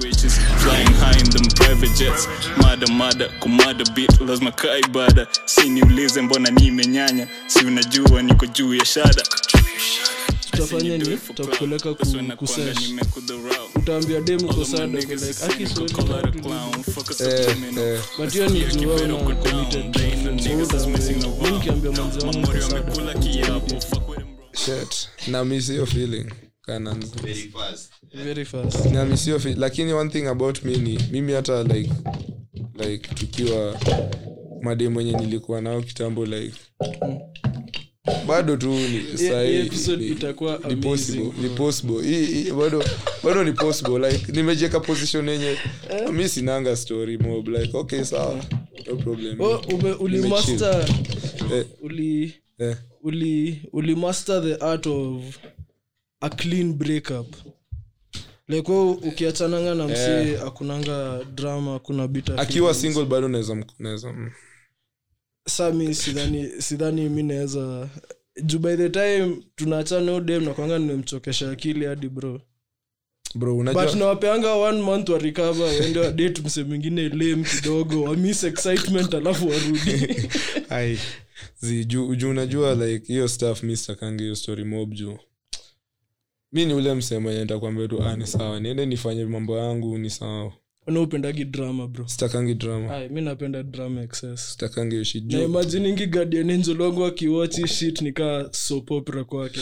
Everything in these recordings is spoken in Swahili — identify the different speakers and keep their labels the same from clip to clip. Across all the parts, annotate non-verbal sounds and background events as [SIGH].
Speaker 1: Witches flying high in them private jets mada mada kumada bit lazima kaa ibada si niulize mbona nimenyanya si unajua niko juu ya shada
Speaker 2: tutafanya ni tutakupeleka kusesh utaambia demu kosada Eh, but hiyo ni juu wewe na committed so utaambia mimi nikiambia mwanzo wangu kosada
Speaker 3: shit na mi sio feeling kana
Speaker 4: very fast.
Speaker 2: very fast
Speaker 3: na mi sio fe- lakini one thing about me ni mimi hata like like tukiwa mademu wenye nilikuwa nao kitambo like bado tu ni
Speaker 2: Hii-
Speaker 3: sahi
Speaker 2: hii episode
Speaker 3: ni-
Speaker 2: itakuwa
Speaker 3: ni possible,
Speaker 2: amazing,
Speaker 3: ni
Speaker 2: bro.
Speaker 3: possible. Hii- hii bado bado ni possible like nimejiweka position yenye mi sinanga story mob like okay sawa no problem
Speaker 2: Oh, ume- uli
Speaker 3: Nimechill.
Speaker 2: master
Speaker 3: Eh,
Speaker 2: uli
Speaker 3: eh.
Speaker 2: uli uli master the art of a clean breakup like wewe ukiachananga na msee akunanga drama kuna bita
Speaker 3: akiwa single bado naweza mk- naweza m-
Speaker 2: sami sidhani sidhani mi naweza juu by the time tunaachana udem nakwanga nimemchokesha akili hadi bro
Speaker 3: bro unajua
Speaker 2: but nawapeanga one month wa recover waende wadate mse mwingine lem kidogo wamis excitement alafu
Speaker 3: [LAUGHS]
Speaker 2: warudi
Speaker 3: Ai, zi juu juu unajua like hiyo stuff mi sitakangi hiyo story mob juu mi ni ule msemo enye nitakwambia tu ah, ni sawa niende nifanye mambo yangu ni sawa
Speaker 2: unaupendagi drama bro
Speaker 3: sitakangi drama
Speaker 2: Ai, mi napenda drama excess
Speaker 3: sitakangi hiyo shit
Speaker 2: na
Speaker 3: juu
Speaker 2: imajiningi guardian angel wangu akiwachi shit nikaa soap opera
Speaker 3: [LAUGHS]
Speaker 2: kwake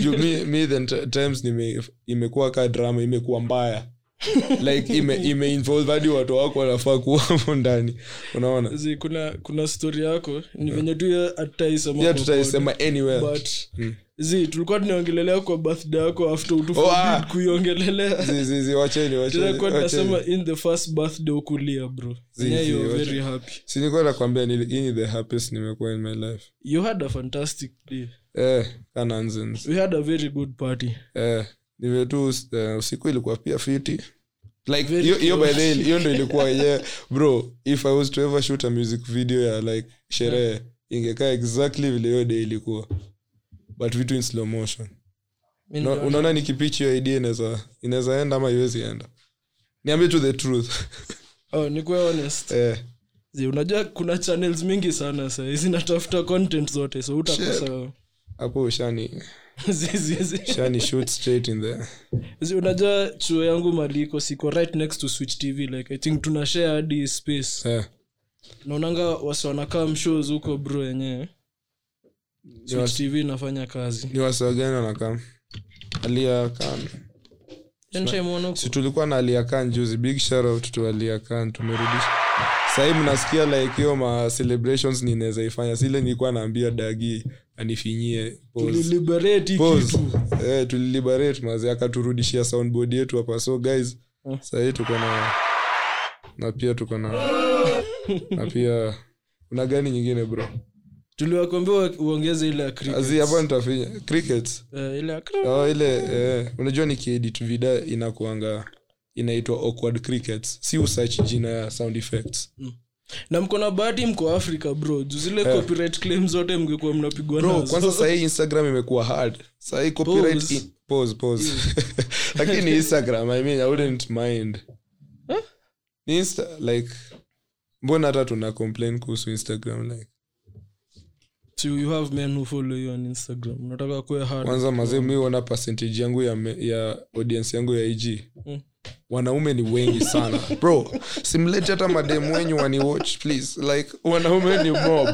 Speaker 3: juu mi, mi the t- times nime, imekuwa ka drama imekuwa mbaya like ime, ime involve hadi watu wako wanafaa kuwamo ndani unaona
Speaker 2: Zi, kuna kuna story yako ni venye tu ya ataisema
Speaker 3: ya
Speaker 2: kwa
Speaker 3: tutaisema anywhere
Speaker 2: but zi tulikuwa tunaongelelea kwa birthday yako after utuforbid
Speaker 3: Oh, ah.
Speaker 2: kuiongelelea
Speaker 3: Zi- zi- zi, wacheni
Speaker 2: Tena
Speaker 3: wacheni
Speaker 2: kwa
Speaker 3: wacheni.
Speaker 2: tunasema in the first birthday ukulia bro
Speaker 3: Zi,
Speaker 2: Yeah,
Speaker 3: zi,
Speaker 2: you were
Speaker 3: wacha.
Speaker 2: very happy
Speaker 3: Si nilikuwa nakwambia nili- hii ni the happiest nimekuwa in my life
Speaker 2: you had a fantastic day
Speaker 3: eh, ka nonsense.
Speaker 2: we had a very good party
Speaker 3: eh, nimetu eh, usiku ilikuwa pia fiti like
Speaker 2: Very
Speaker 3: hiyo- hiyo by
Speaker 2: close.
Speaker 3: the way, hiyo ndo ilikuwa yeah, bro if i was to ever shoot a music video ya like sherehe ingekaa exactly vile hiyo day ilikuwa but vitu in slow motion
Speaker 2: Mi
Speaker 3: no,
Speaker 2: niliona-
Speaker 3: unaona nikipichi hiyo idea inaweza inaweza enda ama iwezi enda niambie tu the truth [LAUGHS]
Speaker 2: oh, nikuwe honest
Speaker 3: eh,
Speaker 2: zi unajua kuna channels mingi sana sahi zinatafuta content zote so utakosa
Speaker 3: hapo ushani
Speaker 2: [LAUGHS] Zi, zi, zi.
Speaker 3: ushani shoot straight in the
Speaker 2: Zi, unajua chuo yangu maliko siko right next to switch tv like i think tuna share hadi space
Speaker 3: eh.
Speaker 2: naonanga wasi wanakaa mshows huko bro yenyewe switch tv inafanya kazi
Speaker 3: ni wasa gani wanakaa alia kan
Speaker 2: ntaimwona huko
Speaker 3: si tulikuwa na alia kan juzi big shoutout to alia kan tumerudisha sahii mnasikia like hiyo ma celebrations ninaweza ifanya sile nilikuwa naambia dagi anifinyie pause.
Speaker 2: tuliliberate hii
Speaker 3: Pause.
Speaker 2: kitu
Speaker 3: Eh, tuliliberate mazi akaturudishia soundboard yetu hapa so guys
Speaker 2: Mm.
Speaker 3: sahii tuko na na pia tuko na na pia kuna gani nyingine bro
Speaker 2: tuliwakwambia wa- uongeze ile ya cricket.
Speaker 3: azi hapa nitafinya crickets
Speaker 2: Eh, ile ya cricket.
Speaker 3: oh, ile eh, unajua nikiedit vida inakuanga inaitwa awkward crickets si usearch jina ya sound effects
Speaker 2: na mko na bahati mko africa bro juu zile
Speaker 3: Eh.
Speaker 2: copyright claim zote mngekuwa mnapigwa
Speaker 3: bro
Speaker 2: nazo. [LAUGHS]
Speaker 3: kwanza sahii instagram imekuwa hard sahii copyright
Speaker 2: Pause.
Speaker 3: in- pause pause [LAUGHS] lakini instagram i mean i wouldn't mind Ni insta like mbona hata tuna complain kuhusu instagram like
Speaker 2: So you have men who follow you on instagram unataka kuwe hard
Speaker 3: kwanza mazee mi huona percentage yangu ya, me- ya audience yangu ya ig
Speaker 2: Mm.
Speaker 3: wanaume ni wengi [LAUGHS] sana bro simlete hata mademu wenyu waniwatch please like wanaume ni [LAUGHS] mob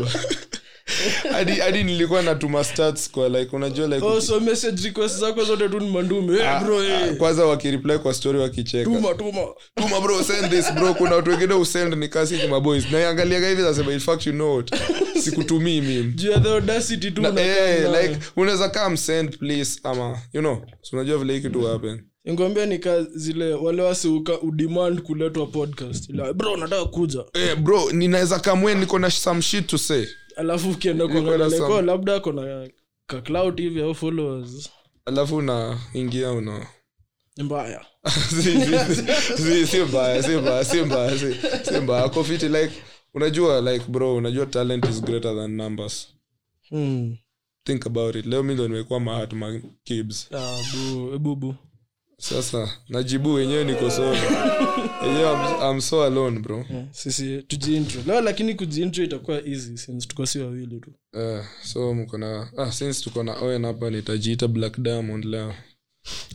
Speaker 3: hadi hadi nilikuwa natuma stats kwa like unajua like
Speaker 2: oh, so message request zako zote tu ni mandume
Speaker 3: Ah,
Speaker 2: Eh, bro eh.
Speaker 3: ah, kwanza wakireply kwa story wakicheka
Speaker 2: tuma tuma
Speaker 3: tuma bro send this bro kuna watu wengine usend ni kasi ni maboys naiangaliaga hivi nasema in fact you know [LAUGHS] what sikutumii mimi
Speaker 2: juu ya the audacity tu
Speaker 3: na,
Speaker 2: unakaa
Speaker 3: eh,
Speaker 2: nayo.
Speaker 3: like unaweza come send please ama you know so unajua vile hiki tu happen
Speaker 2: Ningwambia ni kaa zile wale wasiuka udemand kuletwa podcast Ila, bro nataka kuja
Speaker 3: Eh, bro ninaweza kamwe niko na some shit to say
Speaker 2: alafu ukienda
Speaker 3: Niko na
Speaker 2: kuangalia
Speaker 3: some-
Speaker 2: kwa labda kona kacloud hivi au followers
Speaker 3: alafu unaingia una [LAUGHS]
Speaker 2: ni mbaya
Speaker 3: Si- si- si- si mbaya si mbaya si mbaya si- si mbaya Ako fiti like unajua like bro unajua talent is greater than numbers
Speaker 2: Hmm.
Speaker 3: think about it leo mi ndo nimekuwa mahatma kibs
Speaker 2: Ah, bu- ebubu
Speaker 3: sasa najibu wenyewe niko solo wenyewe I'm, I'm so alone bro
Speaker 2: Eh, sisi tujiintro leo lakini kujiintro itakuwa easy since tuko si wawili tu
Speaker 3: Eh, so mko na ah, since tuko na owen hapa nitajiita black diamond leo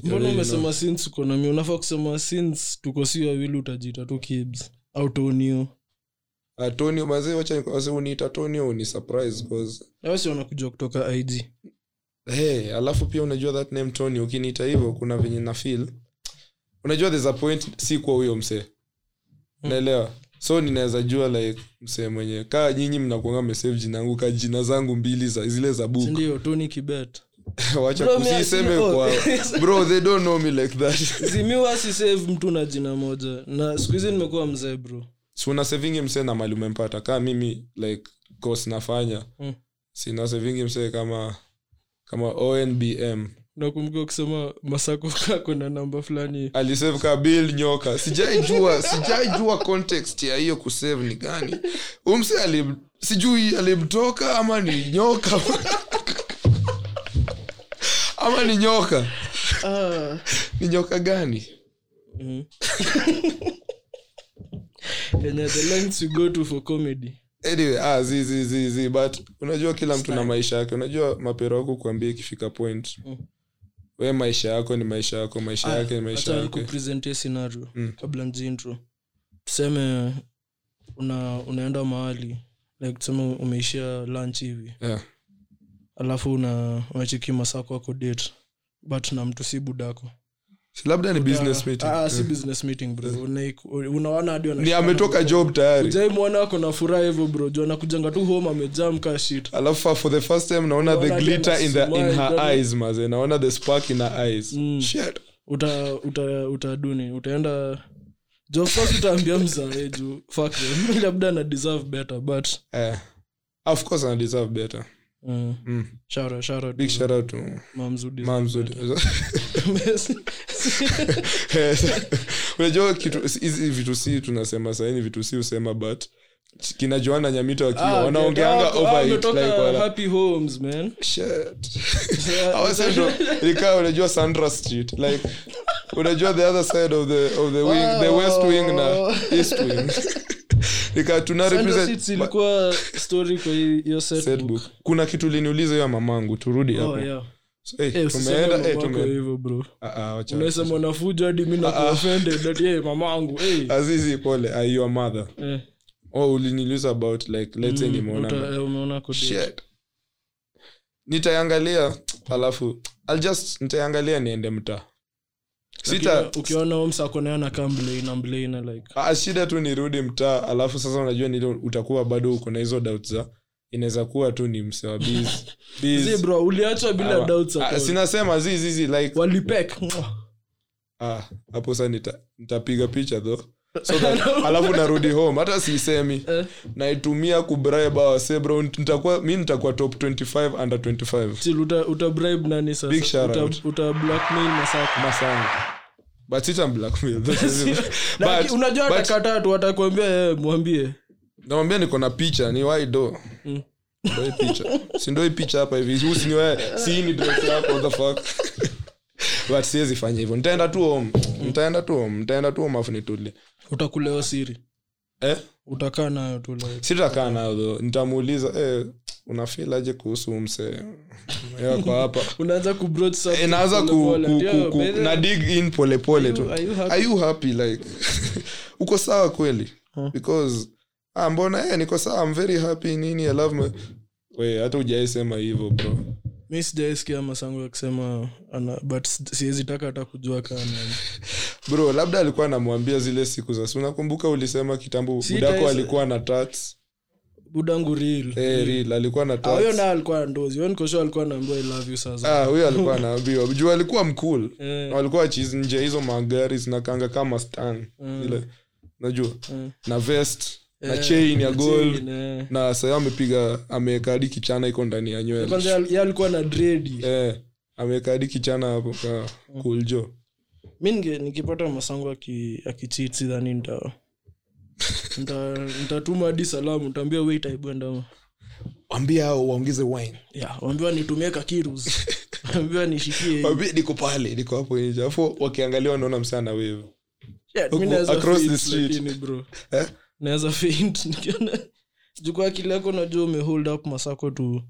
Speaker 2: mbona umesema since uko nami unafaa kusema since tuko si wawili utajiita tu kibs au tonio
Speaker 3: atonio mazee Ah, wacha wase uniita tonio ni surprise cause
Speaker 2: awasi wanakuja kutoka ig
Speaker 3: hey, alafu pia unajua that name tony ukiniita hivyo kuna venye na feel unajua there's a point si kwa huyo msee naelewa so ninaweza jua like msee mwenye kaa nyinyi mnakuanga mesave jina yangu ka jina zangu mbili za zile za book
Speaker 2: sindio toni kibet
Speaker 3: [LAUGHS] wacha
Speaker 2: Bro, me-
Speaker 3: kusiseme
Speaker 2: no. [LAUGHS]
Speaker 3: kwa bro they don't know me like that [LAUGHS]
Speaker 2: simiwasi save mtu na jina moja na siku hizi nimekuwa mzee bro
Speaker 3: si una savingi msee na mali umempata kaa mimi like course nafanya
Speaker 2: Mm.
Speaker 3: sina savingi msee kama kama onbm
Speaker 2: nakumbuka ukisema masako kako na namba fulani
Speaker 3: alisave ka bill nyoka sijaijua sijaijua context ya hiyo kusave ni gani umse alim, sijui alimtoka ama ni nyoka ama ni nyoka
Speaker 2: ah.
Speaker 3: ni nyoka gani
Speaker 2: Mhm. [LAUGHS] yenye the lengths you go to for comedy
Speaker 3: anyway ah, zi, zi, zi, zi, but unajua kila mtu na maisha yake unajua mapero wako kuambia ikifika point
Speaker 2: Mm. Ah,
Speaker 3: we maisha yako ni maisha yako maisha yake ni maisha
Speaker 2: hata
Speaker 3: yake
Speaker 2: nikupresentie scenario
Speaker 3: Mm.
Speaker 2: kabla njiintro tuseme una, unaenda mahali like tuseme umeishia lunch hivi
Speaker 3: yeah.
Speaker 2: alafu una unacheki masako ako date but na mtu si budako
Speaker 3: Si labda ni business
Speaker 2: Ah,
Speaker 3: meeting Mm.
Speaker 2: ah, si business meeting bro Unaik- unaona hadi
Speaker 3: ni
Speaker 2: wanashikana.
Speaker 3: ametoka job tayari
Speaker 2: Hujai mwana ako na furaha hivyo bro juu anakujanga tu home amejaa mkaa shit
Speaker 3: alafu for the first time naona the
Speaker 2: Naona
Speaker 3: glitter in, the, in
Speaker 2: smile,
Speaker 3: her
Speaker 2: don't-
Speaker 3: eyes maze naona the spark in her eyes
Speaker 2: Mm.
Speaker 3: Shit.
Speaker 2: uta uta utaduni utaenda juu of course utaambia mzae juu fuck [LAUGHS] them. labda ana deserve better but
Speaker 3: Eh. of course I deserve better
Speaker 2: mm,
Speaker 3: Mm.
Speaker 2: shout out- shout out
Speaker 3: big
Speaker 2: to
Speaker 3: shout out to
Speaker 2: moms who [LAUGHS] deserve
Speaker 3: mam Zodi. [LAUGHS] unajua kitu hizi vitu si tunasema saini vitu si usema but kina joana nyamita wakiwa
Speaker 2: Ah,
Speaker 3: wanaongeanga
Speaker 2: wametoka-
Speaker 3: over it
Speaker 2: wametoka
Speaker 3: like wala
Speaker 2: happy homes
Speaker 3: [LAUGHS]
Speaker 2: man
Speaker 3: Shit. Hawa sasa ndo ilikaa unajua Sandra Street like unajua the other side of the of the wing the west wing na east wing
Speaker 2: [LAUGHS]
Speaker 3: nika tuna
Speaker 2: Sandra
Speaker 3: represent
Speaker 2: Seeds ilikuwa story kwa hii- hiyo set
Speaker 3: set
Speaker 2: book.
Speaker 3: book kuna kitu liniuliza ya mamangu turudi
Speaker 2: Oh,
Speaker 3: hapo
Speaker 2: yeah.
Speaker 3: So, eh,
Speaker 2: Eh, usiseme
Speaker 3: tumeenda eh,
Speaker 2: mamako
Speaker 3: tume
Speaker 2: hivyo, bro.
Speaker 3: Ah, ah, wacha.
Speaker 2: Unasema nafujo hadi mi
Speaker 3: ah.
Speaker 2: nakuwa offended that, yeah, mamangu, eh.
Speaker 3: Azizi pole are your mother
Speaker 2: Eh,
Speaker 3: oh uliniuliza about like let's say
Speaker 2: uta-
Speaker 3: nimeona
Speaker 2: eh, umeona kodi.
Speaker 3: shit nitaangalia alafu I'll just nitaangalia niende mtaa sita
Speaker 2: Ukiona- ukiona huyo msako naye anakaa mleina mleina like
Speaker 3: Ah, shida tu nirudi mtaa alafu sasa unajua nile utakuwa bado uko na hizo doubt za inaweza kuwa tu ni msewa
Speaker 2: [LAUGHS]
Speaker 3: busy. Busy.
Speaker 2: Zee, bro uliachwa bila
Speaker 3: Ah,
Speaker 2: doubts at
Speaker 3: ah,
Speaker 2: all.
Speaker 3: sinasema zizizi like
Speaker 2: walipek Mwah.
Speaker 3: ah, hapo sasa nita- nitapiga picha tho so that, alafu narudi home hata sisemi
Speaker 2: [LAUGHS] Eh.
Speaker 3: naitumia kubribe awase bro nitakuwa mi nitakuwa top 25 under 25
Speaker 2: Still, uta, uta bribe nani sasa?
Speaker 3: Big shout
Speaker 2: Uta-
Speaker 3: out.
Speaker 2: uta blackmail masako
Speaker 3: masana but sita blackmail That is it.
Speaker 2: [LAUGHS] Na
Speaker 3: [LAUGHS] But-
Speaker 2: ki- unajua
Speaker 3: but-
Speaker 2: atakataa tu atakwambia yeye "Eh, mwambie
Speaker 3: namwambia niko na picha ni waido
Speaker 2: Mm.
Speaker 3: ndoi picha sindoi picha hapa hivi usiniwe siini dress yako what the fuck [LAUGHS] but siwezi fanya hivyo nitaenda tu home nitaenda tu home nitaenda tu home afu nitulie
Speaker 2: utakulewa siri
Speaker 3: eh
Speaker 2: utakaa nayo tu like.
Speaker 3: sitakaa nayo though nitamuuliza eh unafeel aje kuhusu mse yako hapa
Speaker 2: [LAUGHS] unaanza kubroach subject
Speaker 3: Eh, naanza ku,
Speaker 2: pole
Speaker 3: ku,
Speaker 2: pole.
Speaker 3: ku,
Speaker 2: Yeah,
Speaker 3: ku,
Speaker 2: baby,
Speaker 3: na dig in polepole tu
Speaker 2: are you happy?
Speaker 3: are you happy like [LAUGHS] uko sawa kweli
Speaker 2: Huh.
Speaker 3: because ah, mbona eh, niko sawa I'm very happy nini I love my we hata hujaisema hivyo bro
Speaker 2: mi sijaisikia masango akisema ana but si- siwezi taka hata kujua kama
Speaker 3: bro labda alikuwa anamwambia zile siku za si unakumbuka ulisema kitambo
Speaker 2: Si
Speaker 3: budako
Speaker 2: itaisa-
Speaker 3: alikuwa na tats
Speaker 2: budangu real
Speaker 3: eh, real alikuwa na
Speaker 2: Ah, huyo
Speaker 3: tats
Speaker 2: naye alikuwa ndozi huyo nikosho alikuwa naambia i love you sasa
Speaker 3: ah huyo alikuwa anaambiwa juu alikuwa
Speaker 2: [LAUGHS]
Speaker 3: mcool
Speaker 2: Eh.
Speaker 3: Na Mm. walikuwa wachizi nje hizo magari zinakanga kama stan zile najua
Speaker 2: Mm.
Speaker 3: na vest na
Speaker 2: Eh,
Speaker 3: chain ya
Speaker 2: chain,
Speaker 3: gold
Speaker 2: eh.
Speaker 3: na sayo amepiga ameweka hadi kichana iko ndani ya nywele
Speaker 2: kwanza ye alikuwa na dredi
Speaker 3: eh, ameweka hadi kichana hapo ka
Speaker 2: Mm.
Speaker 3: kuljo
Speaker 2: mi ninge- nikipata masango aki- akicheat sidhani nta nta- nitatuma hadi salamu ntaambia wait aibwendama
Speaker 3: ambia ao waongeze wine
Speaker 2: Mm.
Speaker 3: [LAUGHS]
Speaker 2: yeah, waambiwa nitumie kakirus naambiwa nishikie
Speaker 3: Wabi- niko pale niko hapo nje afu wakiangalia wanaona msana wave
Speaker 2: Shit,
Speaker 3: Huku,
Speaker 2: mi naweza
Speaker 3: across the
Speaker 2: faint,
Speaker 3: street.
Speaker 2: lakini bro
Speaker 3: Eh?
Speaker 2: naweza faint [LAUGHS] nikiona jukwa akili yako najua umehold up masako to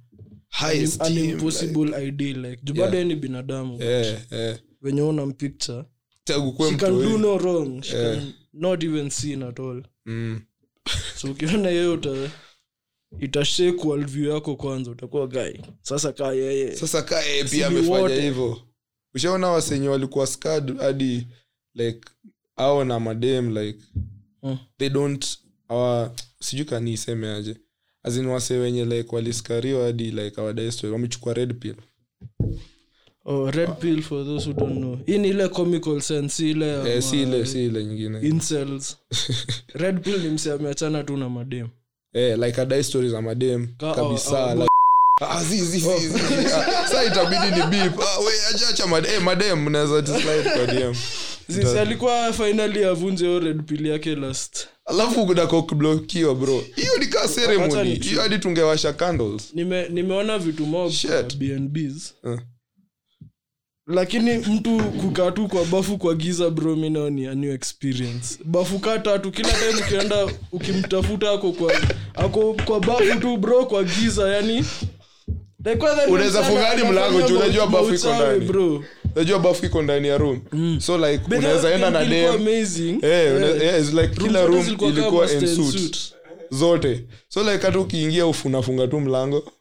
Speaker 3: Highest
Speaker 2: an
Speaker 3: team,
Speaker 2: impossible ideal like juu bado yeye ni binadamu
Speaker 3: like, eh, eh.
Speaker 2: venye una mpicture
Speaker 3: Tangu kuwe
Speaker 2: she
Speaker 3: mtu
Speaker 2: can do
Speaker 3: wewe.
Speaker 2: no wrong she
Speaker 3: Yeah.
Speaker 2: can not even sin at all
Speaker 3: Mm.
Speaker 2: so ukiona yeye uta itashake worldview yako kwanza utakuwa guy sasa kaa yeye
Speaker 3: sasa kaa yeye
Speaker 2: Sijui
Speaker 3: pia amefanya
Speaker 2: wote.
Speaker 3: hivyo ushaona wasenye walikuwa skad hadi like au na madem like
Speaker 2: Mm.
Speaker 3: they don't awa sijui kani iseme aje azin wase wenye like waliskariwa hadi like awadaestwe wamechukua red pill
Speaker 2: oh, red pill for those who don't know hii ni ile comical sense si ile ya
Speaker 3: eh, si
Speaker 2: ma-
Speaker 3: ile si ile nyingine [LAUGHS]
Speaker 2: incels red pill ni mse ameachana tu na madem
Speaker 3: eh, like adai stories za madem
Speaker 2: Ka- oh,
Speaker 3: kabisa
Speaker 2: awa- awa-
Speaker 3: like, Ah, zi,
Speaker 2: [LAUGHS]
Speaker 3: zi, zi,
Speaker 2: Oh.
Speaker 3: zi, zi. Ah, saa itabidi ni bip ah, we ajacha madem, eh, madem mnaweza dislike kwa dm
Speaker 2: sisi alikuwa finally avunje hiyo red pill yake last
Speaker 3: alafu kudakokblokiwa bro hiyo ni kaa
Speaker 2: Hata
Speaker 3: ceremony
Speaker 2: ni true.
Speaker 3: hiyo hadi tungewasha candles
Speaker 2: nime nimeona vitu mob kwa
Speaker 3: Shit.
Speaker 2: bnbs
Speaker 3: Eh.
Speaker 2: lakini mtu kukaa tu kwa bafu kwa giza bro mi nao ni a new experience bafu kaa tatu kila time ukienda ukimtafuta ako kwa ako kwa bafu tu bro kwa giza yani Like, kwanza ni
Speaker 3: Unaweza
Speaker 2: mchana,
Speaker 3: funga hadi mlango
Speaker 2: anafanya
Speaker 3: juu unajua
Speaker 2: ma-
Speaker 3: bafu iko
Speaker 2: mauchawi,
Speaker 3: ndani.
Speaker 2: bro
Speaker 3: najua bafu iko ndani ya room so like
Speaker 2: But
Speaker 3: unaweza
Speaker 2: that
Speaker 3: enda na
Speaker 2: thing Mm. ilikuwa
Speaker 3: dem
Speaker 2: amazing.
Speaker 3: Eh, una-
Speaker 2: Yeah.
Speaker 3: eh, it's like kila
Speaker 2: zote
Speaker 3: room
Speaker 2: zilikuwa kama
Speaker 3: ilikuwa
Speaker 2: master
Speaker 3: in
Speaker 2: in
Speaker 3: suit.
Speaker 2: suit.
Speaker 3: zote so like hata ukiingia ufunafunga tu mlango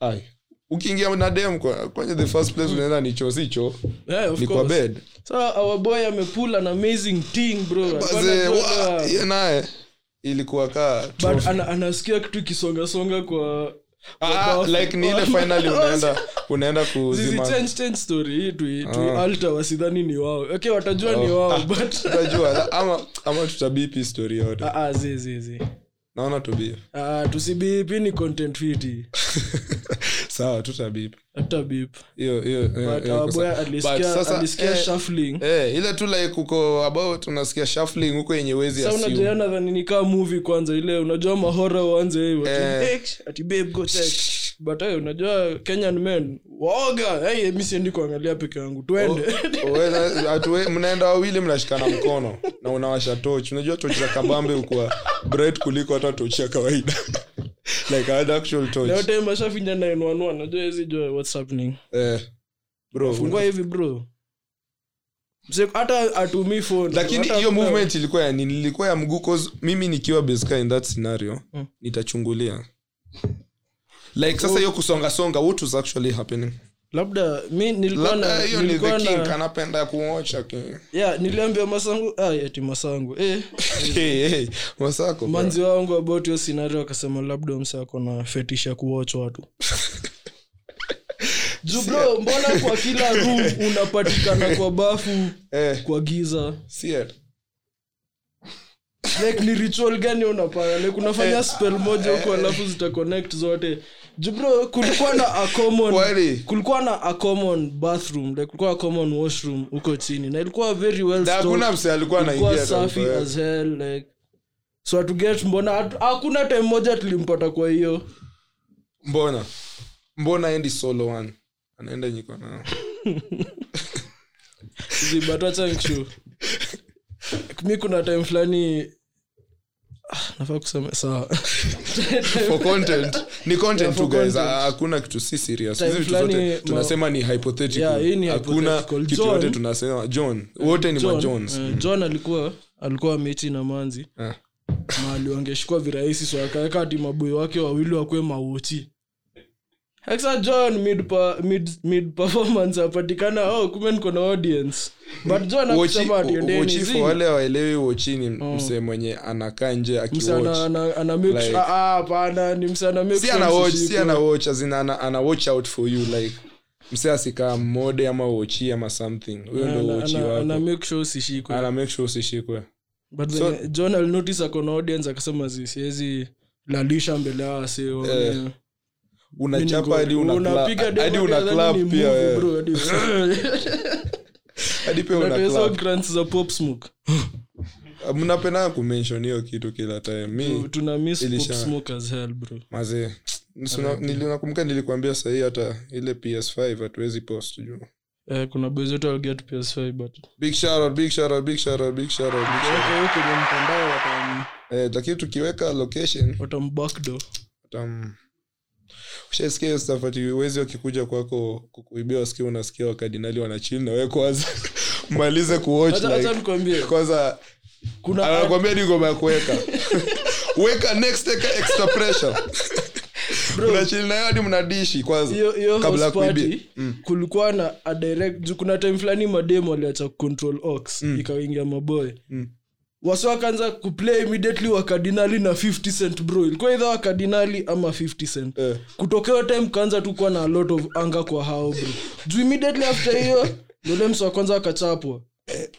Speaker 3: ai ukiingia na dem kwa- kwenye the first place unaenda ni choo si choo
Speaker 2: Yeah, of
Speaker 3: ni kwa
Speaker 2: course.
Speaker 3: bed
Speaker 2: So, our boy amepull an amazing thing bro Alikuwa
Speaker 3: Baze,
Speaker 2: anajua-
Speaker 3: wa- ye naye ilikuwa kaa
Speaker 2: but ana, anasikia kitu kisongasonga kwa
Speaker 3: Ah, like ni
Speaker 2: [LAUGHS]
Speaker 3: ile finally unaenda unaenda kuzima Ah.
Speaker 2: tualta wasidhani ni wao okay watajua ni
Speaker 3: Oh. [LAUGHS]
Speaker 2: wao but [LAUGHS]
Speaker 3: utajua ama ama tutabipi history yote
Speaker 2: Ah, ah, zi, zi, zi.
Speaker 3: naona tubip
Speaker 2: Ah, ah, tusibipi ni content fiti
Speaker 3: [LAUGHS] sawa tutabip
Speaker 2: hata bip
Speaker 3: hiyo hiyo hiyo-
Speaker 2: but
Speaker 3: hiyo
Speaker 2: our
Speaker 3: iko
Speaker 2: boy
Speaker 3: sawa. Eh, But
Speaker 2: alisikia
Speaker 3: sasa,
Speaker 2: alisikia
Speaker 3: eh,
Speaker 2: shuffling
Speaker 3: eh, ile tu like uko about unasikia shuffling huko yenye wezi
Speaker 2: Sasa
Speaker 3: assume.
Speaker 2: unajua nadhani ni kaa movie kwanza ile unajua mahora uanze hivyo ati,
Speaker 3: Eh.
Speaker 2: "Eh, ati babe go check but hey, unajua Kenyan men waoga hey, mi siendi kuangalia peke yangu twende
Speaker 3: Wewe na- atu- we- mnaenda wawili mnashikana mkono na unawasha toch unajua toch za kabambe ukuwa bright kuliko hata toch ya kawaida [LAUGHS] like an actual torch.
Speaker 2: [LAUGHS] leo time ashafinya 911 najua hizi jua what's happening
Speaker 3: eh, bro
Speaker 2: fungua hivi bro Mse- hata atumii phone
Speaker 3: lakini
Speaker 2: Hata
Speaker 3: hiyo
Speaker 2: hakuna-
Speaker 3: movement ilikuwa ya nini ilikuwa ya mguu 'cause mimi nikiwa beska in that scenario
Speaker 2: Mm.
Speaker 3: nitachungulia like sasa hiyo kusongasonga what was actually happening
Speaker 2: labda mi nilikuwa na-
Speaker 3: labda hiyo ni the
Speaker 2: nilikuwa
Speaker 3: king
Speaker 2: na- Hmm.
Speaker 3: anapenda kuocha king
Speaker 2: yeah, niliambia masangu ah, eti masangu eh,
Speaker 3: [LAUGHS] Hey, hey, wasako bro.
Speaker 2: manzi wangu about hiyo scenario akasema labda mse ako na fetish ya kuwatch
Speaker 3: [LAUGHS]
Speaker 2: watu juu bro mbona kwa
Speaker 3: [LAUGHS]
Speaker 2: kila room unapatikana kwa bafu
Speaker 3: Eh,
Speaker 2: kwa giza
Speaker 3: see it.
Speaker 2: like ni ritual gani unapanga like
Speaker 3: Eh,
Speaker 2: unafanya spell moja huko alafu zitaconnect zote juu bro kulikuwa na a
Speaker 3: Kweli.
Speaker 2: common kulikuwa na a common bathroom like kulikuwa a common washroom huko chini na ilikuwa very well
Speaker 3: Na hakuna
Speaker 2: stocked.
Speaker 3: mse alikuwa
Speaker 2: Ilikuwa
Speaker 3: anaingia
Speaker 2: safi
Speaker 3: tangu yeye.
Speaker 2: as hell like so hatuget mbona hatu- hakuna time moja tulimpata kwa hiyo
Speaker 3: mbona mbona endi solo one anaenda nyiko nao
Speaker 2: zibatachankshu mi kuna time fulani Ah, nafaa kusema sawa
Speaker 3: for content ni content
Speaker 2: Yeah, for
Speaker 3: tu guys
Speaker 2: content.
Speaker 3: Ah, hakuna kitu si serious
Speaker 2: Time
Speaker 3: hizi vitu
Speaker 2: fulani
Speaker 3: zote
Speaker 2: ma-
Speaker 3: tunasema ni hypothetical
Speaker 2: Yeah, hii ni
Speaker 3: hakuna
Speaker 2: hypothetical.
Speaker 3: kitu
Speaker 2: John-
Speaker 3: yote tunasema john wote ni ma
Speaker 2: john,
Speaker 3: johns
Speaker 2: eh, john alikuwa alikuwa miti na manzi
Speaker 3: Ah.
Speaker 2: mahali wangeshikwa virahisi so akaweka hati maboi wake wawili wakwe mauchi Hexa john mid, pa, mid, mid performance apatikana oh, kume niko na audience but john
Speaker 3: Wochi-
Speaker 2: akusema
Speaker 3: wo- wochi for
Speaker 2: atiendeni
Speaker 3: wale waelewi wochini
Speaker 2: Oh.
Speaker 3: msee mwenye anakaa nje akiwatch Like-
Speaker 2: Ah, msanaapana ni
Speaker 3: si ana watch si
Speaker 2: msana
Speaker 3: ana watch as in ana, ana watch out for you like mse asikaa mode ama wochi ama something huyo ndo wochi wako
Speaker 2: anamekshosishikwe
Speaker 3: ana make sure usishikwe
Speaker 2: but
Speaker 3: So-
Speaker 2: venye john alinotice akona audience akasema zi siwezi lalisha mbele yao wase waone.
Speaker 3: Eh,
Speaker 2: Mimi
Speaker 3: unachapa
Speaker 2: niko-
Speaker 3: hadi una
Speaker 2: unapiga
Speaker 3: cla-
Speaker 2: demo
Speaker 3: hadi
Speaker 2: hadi
Speaker 3: una
Speaker 2: adhani ni
Speaker 3: clap
Speaker 2: movie,
Speaker 3: pia wewe.
Speaker 2: bro,
Speaker 3: [LAUGHS]
Speaker 2: hadi-
Speaker 3: hadi pia
Speaker 2: [LAUGHS]
Speaker 3: una
Speaker 2: Unatesa
Speaker 3: clap
Speaker 2: grants za Pop Smoke.
Speaker 3: mnapenda Eh, kumention hiyo kitu kila time mi Eh,
Speaker 2: tuna miss Pop
Speaker 3: Ilisha-
Speaker 2: Smoke as hell, bro
Speaker 3: mazee nakumbuka nilikuambia sahii hata ile ps5 hatuwezi post juu
Speaker 2: Eh, kuna boys wote waliget PS5 but
Speaker 3: big shout out, big shout out, big shout out, big shout out, big shout out.
Speaker 2: wako huko kwenye mtandao watam
Speaker 3: Eh, lakini tukiweka location
Speaker 2: watambackdoor.
Speaker 3: tam ushaisikia hiyo stuff ati wezi wakikuja kwako kukuibia wasikia unasikia wakadinali wanachili na wewe kwanza [LAUGHS] malize kuwatch
Speaker 2: Acha acha
Speaker 3: like,
Speaker 2: nikwambie
Speaker 3: kwanza
Speaker 2: kuna
Speaker 3: anakwambia ni ngoma
Speaker 2: [LAUGHS]
Speaker 3: ya kuweka weka next weka extra pressure unachili nayo hadi mnadishi kwanza
Speaker 2: hiyo hiyo
Speaker 3: kabla ya
Speaker 2: house party
Speaker 3: kuibia. Mm.
Speaker 2: kulikuwa na a direct juu kuna time fulani mademo aliacha control ox ikaingia maboy
Speaker 3: Mm.
Speaker 2: wasi wakaanza kuplay immediately wakadinali na 50 cent bro ilikuwa idha wakadinali ama 50 cent
Speaker 3: Eh.
Speaker 2: kutokeo time kaanza tu kuwa na a lot of anga kwa hao bro juu immediately after hiyo
Speaker 3: [LAUGHS]
Speaker 2: yule msi wa kwanza akachapwa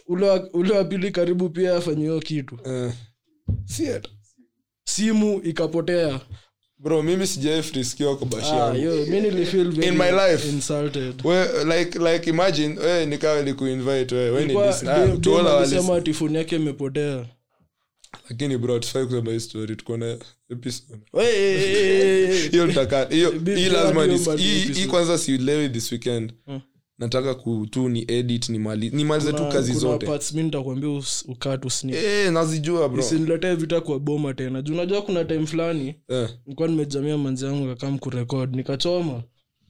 Speaker 2: ule wa- ule wa pili karibu pia afanye hiyo kitu
Speaker 3: Eh. si hata
Speaker 2: simu ikapotea
Speaker 3: bro mimi sijawai friskiwa kwa bashi
Speaker 2: ah,
Speaker 3: yangu.
Speaker 2: yo, mi nilifeel very
Speaker 3: In my life.
Speaker 2: insulted
Speaker 3: We- like like imagine we nikawe likuinvite we we ni
Speaker 2: Kwa
Speaker 3: listener. Ah,
Speaker 2: dem-
Speaker 3: to all
Speaker 2: dem
Speaker 3: our
Speaker 2: alisema
Speaker 3: listeners.
Speaker 2: ati phone yake imepotea
Speaker 3: lakini bro hatufai kusema hii story tuko na episode
Speaker 2: Hey, hey, hey, hey, hey.
Speaker 3: hiyo nitakaa hiyo
Speaker 2: Bi-
Speaker 3: hii
Speaker 2: bila
Speaker 3: lazima
Speaker 2: hiyo
Speaker 3: dis-
Speaker 2: bado
Speaker 3: hii- hii
Speaker 2: episode. Hmm.
Speaker 3: kwanza silewi this weekend nataka ku tu ni edit nimali- nimalize tu
Speaker 2: Kuna-
Speaker 3: kazi
Speaker 2: Ah, kuna
Speaker 3: zote
Speaker 2: parts mi nitakwambia us- ukat usni
Speaker 3: Eh, nazijua bro
Speaker 2: isiniletee vita kwa boma tena juu unajua kuna time fulani
Speaker 3: Eh.
Speaker 2: nilikuwa nimejamia manzi yangu kakam kurekod nikachoma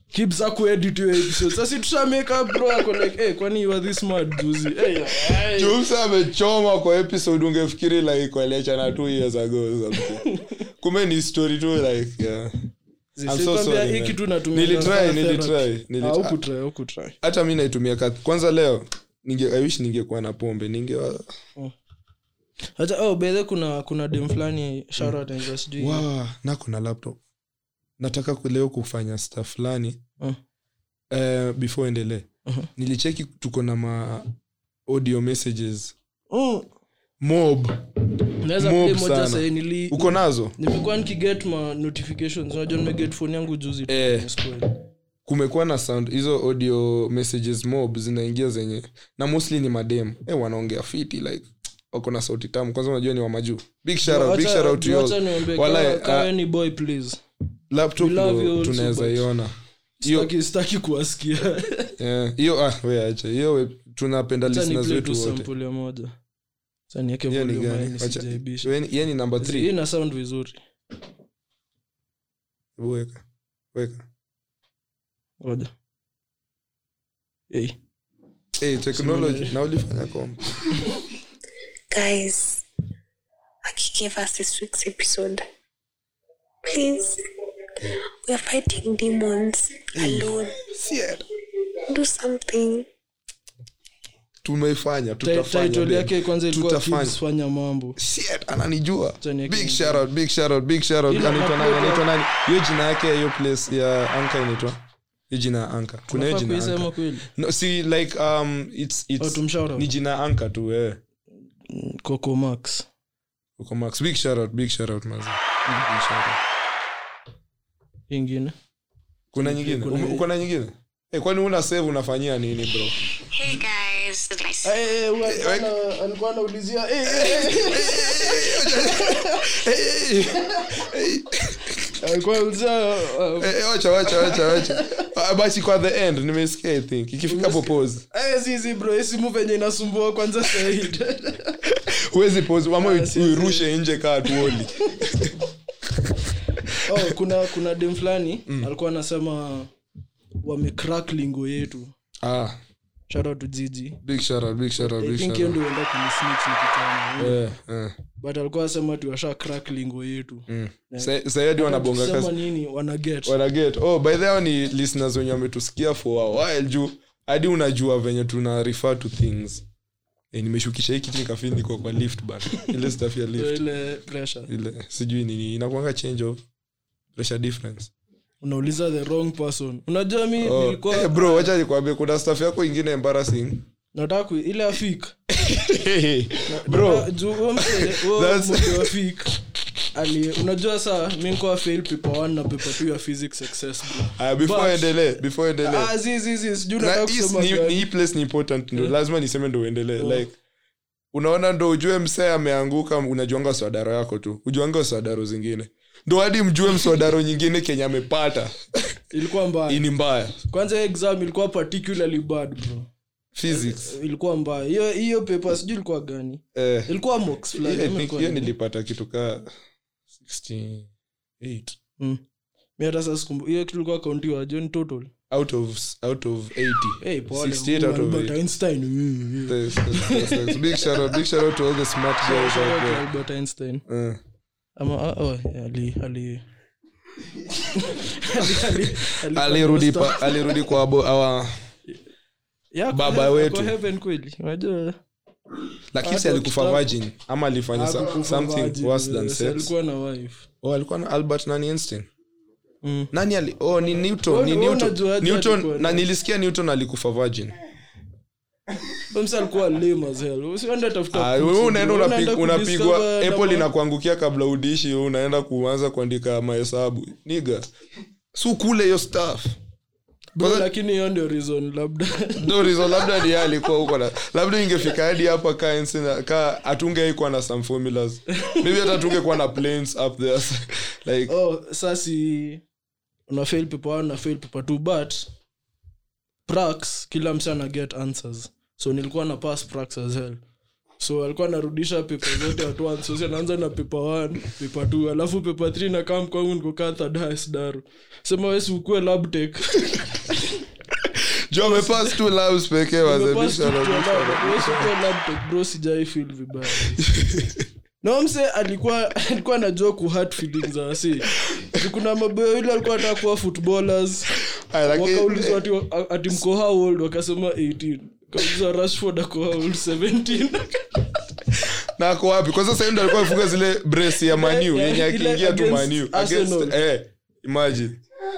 Speaker 2: kibsa kuedit hiyo episode sasa tushameka bro ako like hey, kwani you are this mad juzi Eh, hey, hey.
Speaker 3: Jumsa amechoma kwa episode ungefikiri like waliachana two years ago or something. [LAUGHS] kumbe ni story tu like yeah. so
Speaker 2: Sikwambia
Speaker 3: sorry,
Speaker 2: hii
Speaker 3: man.
Speaker 2: kitu natumia
Speaker 3: Nilitry,
Speaker 2: kama therapy.
Speaker 3: nilitry, nilitry.
Speaker 2: Ah, hukutry, hukutry.
Speaker 3: hata mi naitumia ka- kwanza leo ninge, I wish ningekuwa na pombe ningewa
Speaker 2: Acha- oh, by the way, kuna kuna dem fulani shout out and just do it.
Speaker 3: wow, nako na laptop nataka ku- leo kufanya stuff fulani
Speaker 2: Mm.
Speaker 3: Eh, before endelee
Speaker 2: Mhm.
Speaker 3: nilicheki tuko na ma audio messages
Speaker 2: Mm.
Speaker 3: mob
Speaker 2: naweza
Speaker 3: Mob
Speaker 2: play moja
Speaker 3: sana.
Speaker 2: sahi nili
Speaker 3: uko nazo
Speaker 2: nilikuwa nikiget ma notifications unajua nimeget phone yangu juzi tu,
Speaker 3: Eh.
Speaker 2: nimespoil.
Speaker 3: kumekuwa na sound hizo audio messages mob zinaingia zenye na mostly ni madem eh wanaongea fiti like wako na sauti tamu kwanza unajua ni wa majuu big shout out, big
Speaker 2: Acha-
Speaker 3: shout out to you all.
Speaker 2: acha niwaambie,
Speaker 3: Wallahi,
Speaker 2: kama- kama
Speaker 3: ah,
Speaker 2: ni boy please
Speaker 3: laptop
Speaker 2: we love
Speaker 3: ndo
Speaker 2: you all so
Speaker 3: tunaweza
Speaker 2: much.
Speaker 3: iona hiyo
Speaker 2: sitaki sitaki kuwasikia [LAUGHS]
Speaker 3: eh, hiyo ah we acha hiyo we- tunapenda
Speaker 2: Acha ni
Speaker 3: listeners
Speaker 2: play
Speaker 3: wetu
Speaker 2: tu
Speaker 3: wote
Speaker 2: sample ya moja Acha nieke
Speaker 3: hiyo ni
Speaker 2: volume high
Speaker 3: gani acha
Speaker 2: nisijaibishe.
Speaker 3: hiyo ni- hiyo ni number
Speaker 2: hii
Speaker 3: 3
Speaker 2: ina sound vizuri
Speaker 3: weka weka
Speaker 2: ngoja hey.
Speaker 3: eh technology na ulifanya
Speaker 2: [LAUGHS]
Speaker 3: comp
Speaker 4: guys akigave us this week's episode please we are fighting demons alone
Speaker 3: Siad,
Speaker 4: do something
Speaker 3: tumefanya
Speaker 2: Ti-
Speaker 3: tutafanya
Speaker 2: title
Speaker 3: babe.
Speaker 2: yake kwanza ilikuwa
Speaker 3: Tutafanya.
Speaker 2: kids fanya mambo
Speaker 3: Shit, ananijua
Speaker 2: Johnny
Speaker 3: big
Speaker 2: Akinyi.
Speaker 3: shout out, big shout out, big shout out.
Speaker 2: Ila
Speaker 3: Anaitwa nani,
Speaker 2: Makuta.
Speaker 3: anaitwa nani? hiyo jina yake ya hiyo place ya anka inaitwa hiyo jina ya anka kuna hiyo
Speaker 2: Unafaa
Speaker 3: jina ya
Speaker 2: kuisema
Speaker 3: Anchor.
Speaker 2: kweli
Speaker 3: no, si like um, it's,
Speaker 2: Oh,
Speaker 3: it's,
Speaker 2: tumshout out.
Speaker 3: ni jina ya anka tu wewe
Speaker 2: coco max
Speaker 3: uko max big shout out, big shout out, mazi Big shout out.
Speaker 2: ingine
Speaker 3: kuna nyingine
Speaker 2: Kuna-
Speaker 3: Ume- uko na nyingine Eh, kwani una save unafanyia nini
Speaker 2: [LAUGHS]
Speaker 3: bro
Speaker 4: hey guys like
Speaker 3: Eh,
Speaker 2: Eh, alikuwa anaulizia eh,
Speaker 3: [LAUGHS]
Speaker 2: alikuwa anaulizia uh,
Speaker 3: Eh, eh, wacha wacha wacha wacha Ah, basi kwa the end nimesikia i think ikifika hapo pause
Speaker 2: eh, zizi bro esimu venye inasumbua kwanza
Speaker 3: [LAUGHS]
Speaker 2: said
Speaker 3: huwezi pause
Speaker 2: Ah,
Speaker 3: ama uirushe nje kaa tuoli
Speaker 2: oh, kuna kuna dem fulani
Speaker 3: Mm.
Speaker 2: alikuwa anasema wamecrack lingo yetu
Speaker 3: ah
Speaker 2: shout out to Gigi
Speaker 3: big shout out, big shout out,
Speaker 2: I
Speaker 3: big
Speaker 2: think
Speaker 3: shout
Speaker 2: yeye
Speaker 3: out.
Speaker 2: ndio enda kunisnitch nikitana
Speaker 3: Eh, eh,
Speaker 2: but alikuwa anasema tu washa crack lingo yetu
Speaker 3: mm. Sa- sahi hadi wanabonga
Speaker 2: Kusema
Speaker 3: kazi
Speaker 2: nini wanaget
Speaker 3: wanaget oh by the way ni listeners wenye wametusikia for a while juu hadi unajua venye tuna refer to things eh, nimeshukisha hii kitu nikafili niko kwa lift but [LAUGHS] ile stuff ya
Speaker 2: Ndio
Speaker 3: lift
Speaker 2: ile pressure
Speaker 3: ile sijui nini inakuanga change of pressure difference
Speaker 2: unauliza the wrong person unajua mi
Speaker 3: oh.
Speaker 2: nilikuwa
Speaker 3: eh, bro wacha nikwambie kuna stuff yako ingine embarrassing
Speaker 2: [COUGHS] nataka ku- ile afik Ah,
Speaker 3: bro
Speaker 2: Juu huyo mse- huyo
Speaker 3: [LAUGHS] That's-
Speaker 2: mmoja wa afik ali unajua saa mi nikuwa fail paper 1 na paper 2 ya physics excess bro.
Speaker 3: ah, before
Speaker 2: But-
Speaker 3: endelee before endelee
Speaker 2: Ah, zi- zi- zi, sijui
Speaker 3: Na
Speaker 2: nataka
Speaker 3: hii
Speaker 2: kusema
Speaker 3: ni-
Speaker 2: gani.
Speaker 3: ni hii place ni important ndo lazima niseme ndo uendelee like unaona ndo ujue msee ameanguka unajuanga swadaro yako tu ujuanga swadaro zingine ndo hadi mjue msodaro nyingine kenya
Speaker 2: [LAUGHS]
Speaker 3: amepata
Speaker 2: ilikuwa mbaya
Speaker 3: ini mbaya
Speaker 2: kwanza hiyo exam ilikuwa particularly bad bro [LAUGHS]
Speaker 3: physics
Speaker 2: ilikuwa mbaya hiyo hiyo paper sijui ilikuwa gani
Speaker 3: eh,
Speaker 2: ilikuwa mox
Speaker 3: hiyo
Speaker 2: fulani
Speaker 3: I
Speaker 2: ama
Speaker 3: think-
Speaker 2: ilikuwa
Speaker 3: hiyo
Speaker 2: nini?
Speaker 3: nilipata kitu kaa 68
Speaker 2: Mm. Mi hata sasa sikumbu- hiyo kitu ilikuwa kaunti wa john total
Speaker 3: out of out of 80
Speaker 2: hey, pole,
Speaker 3: 68 out of
Speaker 2: Albert
Speaker 3: 80
Speaker 2: Einstein, mm, mm.
Speaker 3: Thanks, thanks, thanks, thanks. big shout out big shout out to all the smart guys
Speaker 2: [LAUGHS]
Speaker 3: out
Speaker 2: Shout out to
Speaker 3: there
Speaker 2: Albert Einstein.
Speaker 3: Eh.
Speaker 2: Ama- ah, oh, yeah, ali- ali- [LAUGHS] Ali- ali- ali-
Speaker 3: [LAUGHS] alirudi pa- alirudi kwa abo- awa
Speaker 2: Yako
Speaker 3: baba
Speaker 2: he-
Speaker 3: wetu.
Speaker 2: ako heaven kweli unajua
Speaker 3: lakini si
Speaker 2: Hata
Speaker 3: alikufa
Speaker 2: ukitaka-
Speaker 3: virgin ama alifanya sa-
Speaker 2: hakukufa
Speaker 3: something
Speaker 2: virgin,
Speaker 3: worse than
Speaker 2: yes,
Speaker 3: sex
Speaker 2: alikuwa na wife
Speaker 3: oh alikuwa na albert nani einstein
Speaker 2: Mm.
Speaker 3: nani ali oh ni newton ni
Speaker 2: Wewe
Speaker 3: newton
Speaker 2: unajuaje alikuwa
Speaker 3: newton
Speaker 2: na-
Speaker 3: na nilisikia newton alikufa virgin
Speaker 2: Bamsa alikuwa lame as hell usiende tafuta
Speaker 3: Ah,
Speaker 2: proof,
Speaker 3: wewe unaenda
Speaker 2: bro.
Speaker 3: unapi-
Speaker 2: Unaenda
Speaker 3: unapigwa
Speaker 2: kudiscover
Speaker 3: apple
Speaker 2: na-
Speaker 3: inakuangukia kabla udishi wewe unaenda kuanza kuandika mahesabu niga su kule hiyo staff
Speaker 2: Bro, lakini hiyo ndio reason labda [LAUGHS]
Speaker 3: dorizo labda ni yeye alikuwa huko na labda ingefika hadi hapa ka Einstein- ka atungeikuwa na some formulas maybe hata tungekuwa na planes up there [LAUGHS] like
Speaker 2: oh, sasi una fail paper one na fail paper two but prax kila msa ana get answers so nilikuwa na pass prax as hell so alikuwa anarudisha pepa zote at once so si anaanza na pepa 1 pepa 2 alafu pepa 3 na kam kwangu nikokaa thadhas daru sema wesi ukue labtek [LAUGHS]
Speaker 3: jo amepass two labs pekee wazee big shout out, big shout out.
Speaker 2: bro sijai feel
Speaker 3: [LAUGHS]
Speaker 2: vibaya na huyo mse alikuwa alikuwa anajua ku hurt feelings za wasi kuna maboyo yule alikuwa anataka kuwa footballers
Speaker 3: Ay, lakini- eh,
Speaker 2: wakaulizwa ati, ati mko how old wakasema 18 kaulizwa rashford ako how old
Speaker 3: [LAUGHS]
Speaker 2: 17
Speaker 3: na ako wapi kwa sasa ndo alikuwa amefunga zile brace ya maniu
Speaker 2: Eh, eh,
Speaker 3: yenye akiingia tu
Speaker 2: ile
Speaker 3: maniu
Speaker 2: against Arsenal.
Speaker 3: eh, imagine [LAUGHS]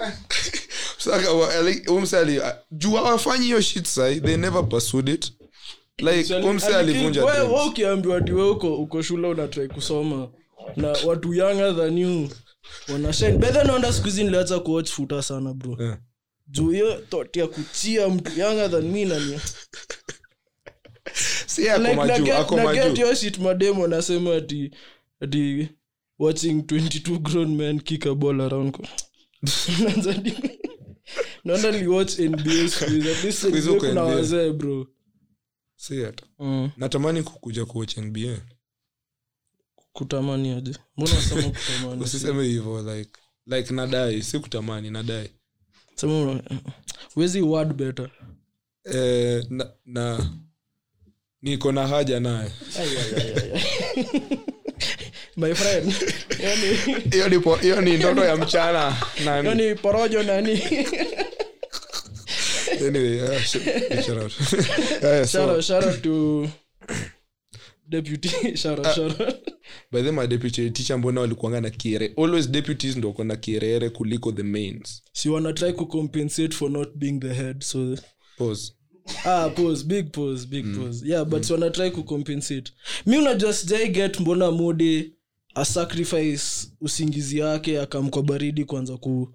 Speaker 3: Saka wa- ali- huyu mse ali- juu hawafanyi hiyo shit sai they never pursued it like huyu mse alivunja
Speaker 2: Wewe-
Speaker 3: dreams.
Speaker 2: wewe ukiambiwa ati wewe uko uko shule unatrai kusoma na watu younger than you wanashine bedha naenda siku hizi niliacha kuwatch futa sana bro
Speaker 3: Yeah.
Speaker 2: juu hiyo thought ya kuchia mtu younger than me nani
Speaker 3: si ako
Speaker 2: like na
Speaker 3: majuu
Speaker 2: get,
Speaker 3: ako
Speaker 2: na get
Speaker 3: majuu
Speaker 2: your shit mademo nasema ati ati watching 22 grown men kick a ball around ko [LAUGHS] Naanza di- naona niliwatch nba siku hizi at least
Speaker 3: hizi
Speaker 2: NBA
Speaker 3: uko
Speaker 2: kuna
Speaker 3: NBA.
Speaker 2: wazee bro Mm,
Speaker 3: si hata natamani kukuja kuwatch nba
Speaker 2: kutamani aje mbona wasema
Speaker 3: [LAUGHS]
Speaker 2: kutamani
Speaker 3: usiseme hivyo like like nadai si kutamani nadai
Speaker 2: sema una- huwezi word better
Speaker 3: eh, na, na niko na haja naye
Speaker 2: [LAUGHS] my friend Yaani, yani
Speaker 3: hiyo ni po- hiyo
Speaker 2: [LAUGHS]
Speaker 3: ni ndoto ya mchana nani
Speaker 2: yani yaani, porojo nani [LAUGHS]
Speaker 3: anyway, uh, sh-
Speaker 2: [LAUGHS]
Speaker 3: shout out. Yeah, so,
Speaker 2: shout out shout out [COUGHS] to deputy [LAUGHS] shout out shout out
Speaker 3: by the way, my deputy teacher mbona walikuanga na kiere always deputies ndo wako na kierere kuliko the mains
Speaker 2: si wana try kucompensate for not being the head so
Speaker 3: pause
Speaker 2: ah pause big pause big
Speaker 3: Hmm.
Speaker 2: pause yeah but si wana try kucompensate mi unajua sijai get mbona modi a sacrifice usingizi yake akamkwa baridi kwanza ku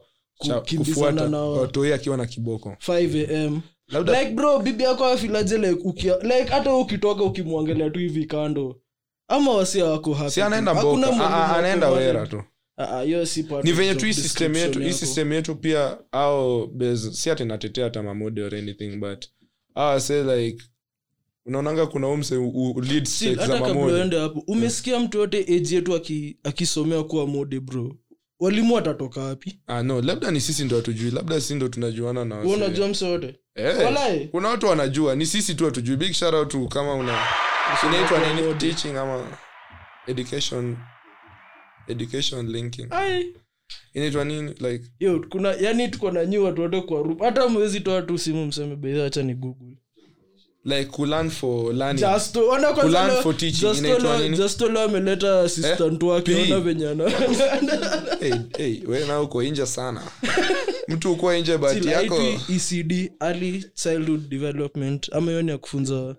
Speaker 3: Cha-
Speaker 2: kukimbizana
Speaker 3: kufuata
Speaker 2: na
Speaker 3: watoi akiwa na kiboko
Speaker 2: 5 am
Speaker 3: Labda-
Speaker 2: like bro bibi yako afilaje like ukia, like hata ukitoka ukimwangalia tu hivi kando ama wasi wako happy
Speaker 3: si
Speaker 2: tu.
Speaker 3: anaenda
Speaker 2: Hakuna
Speaker 3: mboka
Speaker 2: mwalimu
Speaker 3: Ah, ah,
Speaker 2: wako
Speaker 3: anaenda
Speaker 2: wale-
Speaker 3: wera tu
Speaker 2: Ah, ah, hiyo si part
Speaker 3: ni
Speaker 2: of
Speaker 3: venye
Speaker 2: job
Speaker 3: tu hii system yetu
Speaker 2: description
Speaker 3: hii
Speaker 2: yako.
Speaker 3: system yetu pia au bez- si ati natetea hata mamode or anything but ah, say like unaonanga kuna umse
Speaker 2: Still,
Speaker 3: lead stakes za
Speaker 2: hata kabla
Speaker 3: mamode
Speaker 2: uende hapo umesikia mtu yote age yetu aki- akisomea kuwa mode bro walimu watatoka wapi
Speaker 3: ah, no labda ni sisi ndo hatujui labda sisi ndo tunajuana na
Speaker 2: Wewe
Speaker 3: wasee.
Speaker 2: unajua msewote
Speaker 3: Eh,
Speaker 2: Walai.
Speaker 3: kuna watu wanajua ni sisi tu hatujui big shout out to kama una inaitwa nini teaching ama education education linking inaitwa nini like
Speaker 2: yo kuna yani tuko na nyi watu wote kwa rupa hata mwezi toa tu simu mseme beidha acha ni google
Speaker 3: like kulan for learning
Speaker 2: Justo- wana kwanza
Speaker 3: Kulan
Speaker 2: leo-
Speaker 3: for teaching,
Speaker 2: Justo
Speaker 3: inaitwa
Speaker 2: leo-
Speaker 3: nini? Eh?
Speaker 2: Justo leo ameleta assistant wake
Speaker 3: P.
Speaker 2: ona venye
Speaker 3: [LAUGHS]
Speaker 2: ana-
Speaker 3: hey, hey, we na uko inje
Speaker 2: [LAUGHS]
Speaker 3: sana mtu ukuwa inje bahati
Speaker 2: Still,
Speaker 3: yako
Speaker 2: IT, ECD, E early childhood development ama hiyo ni ya kufunza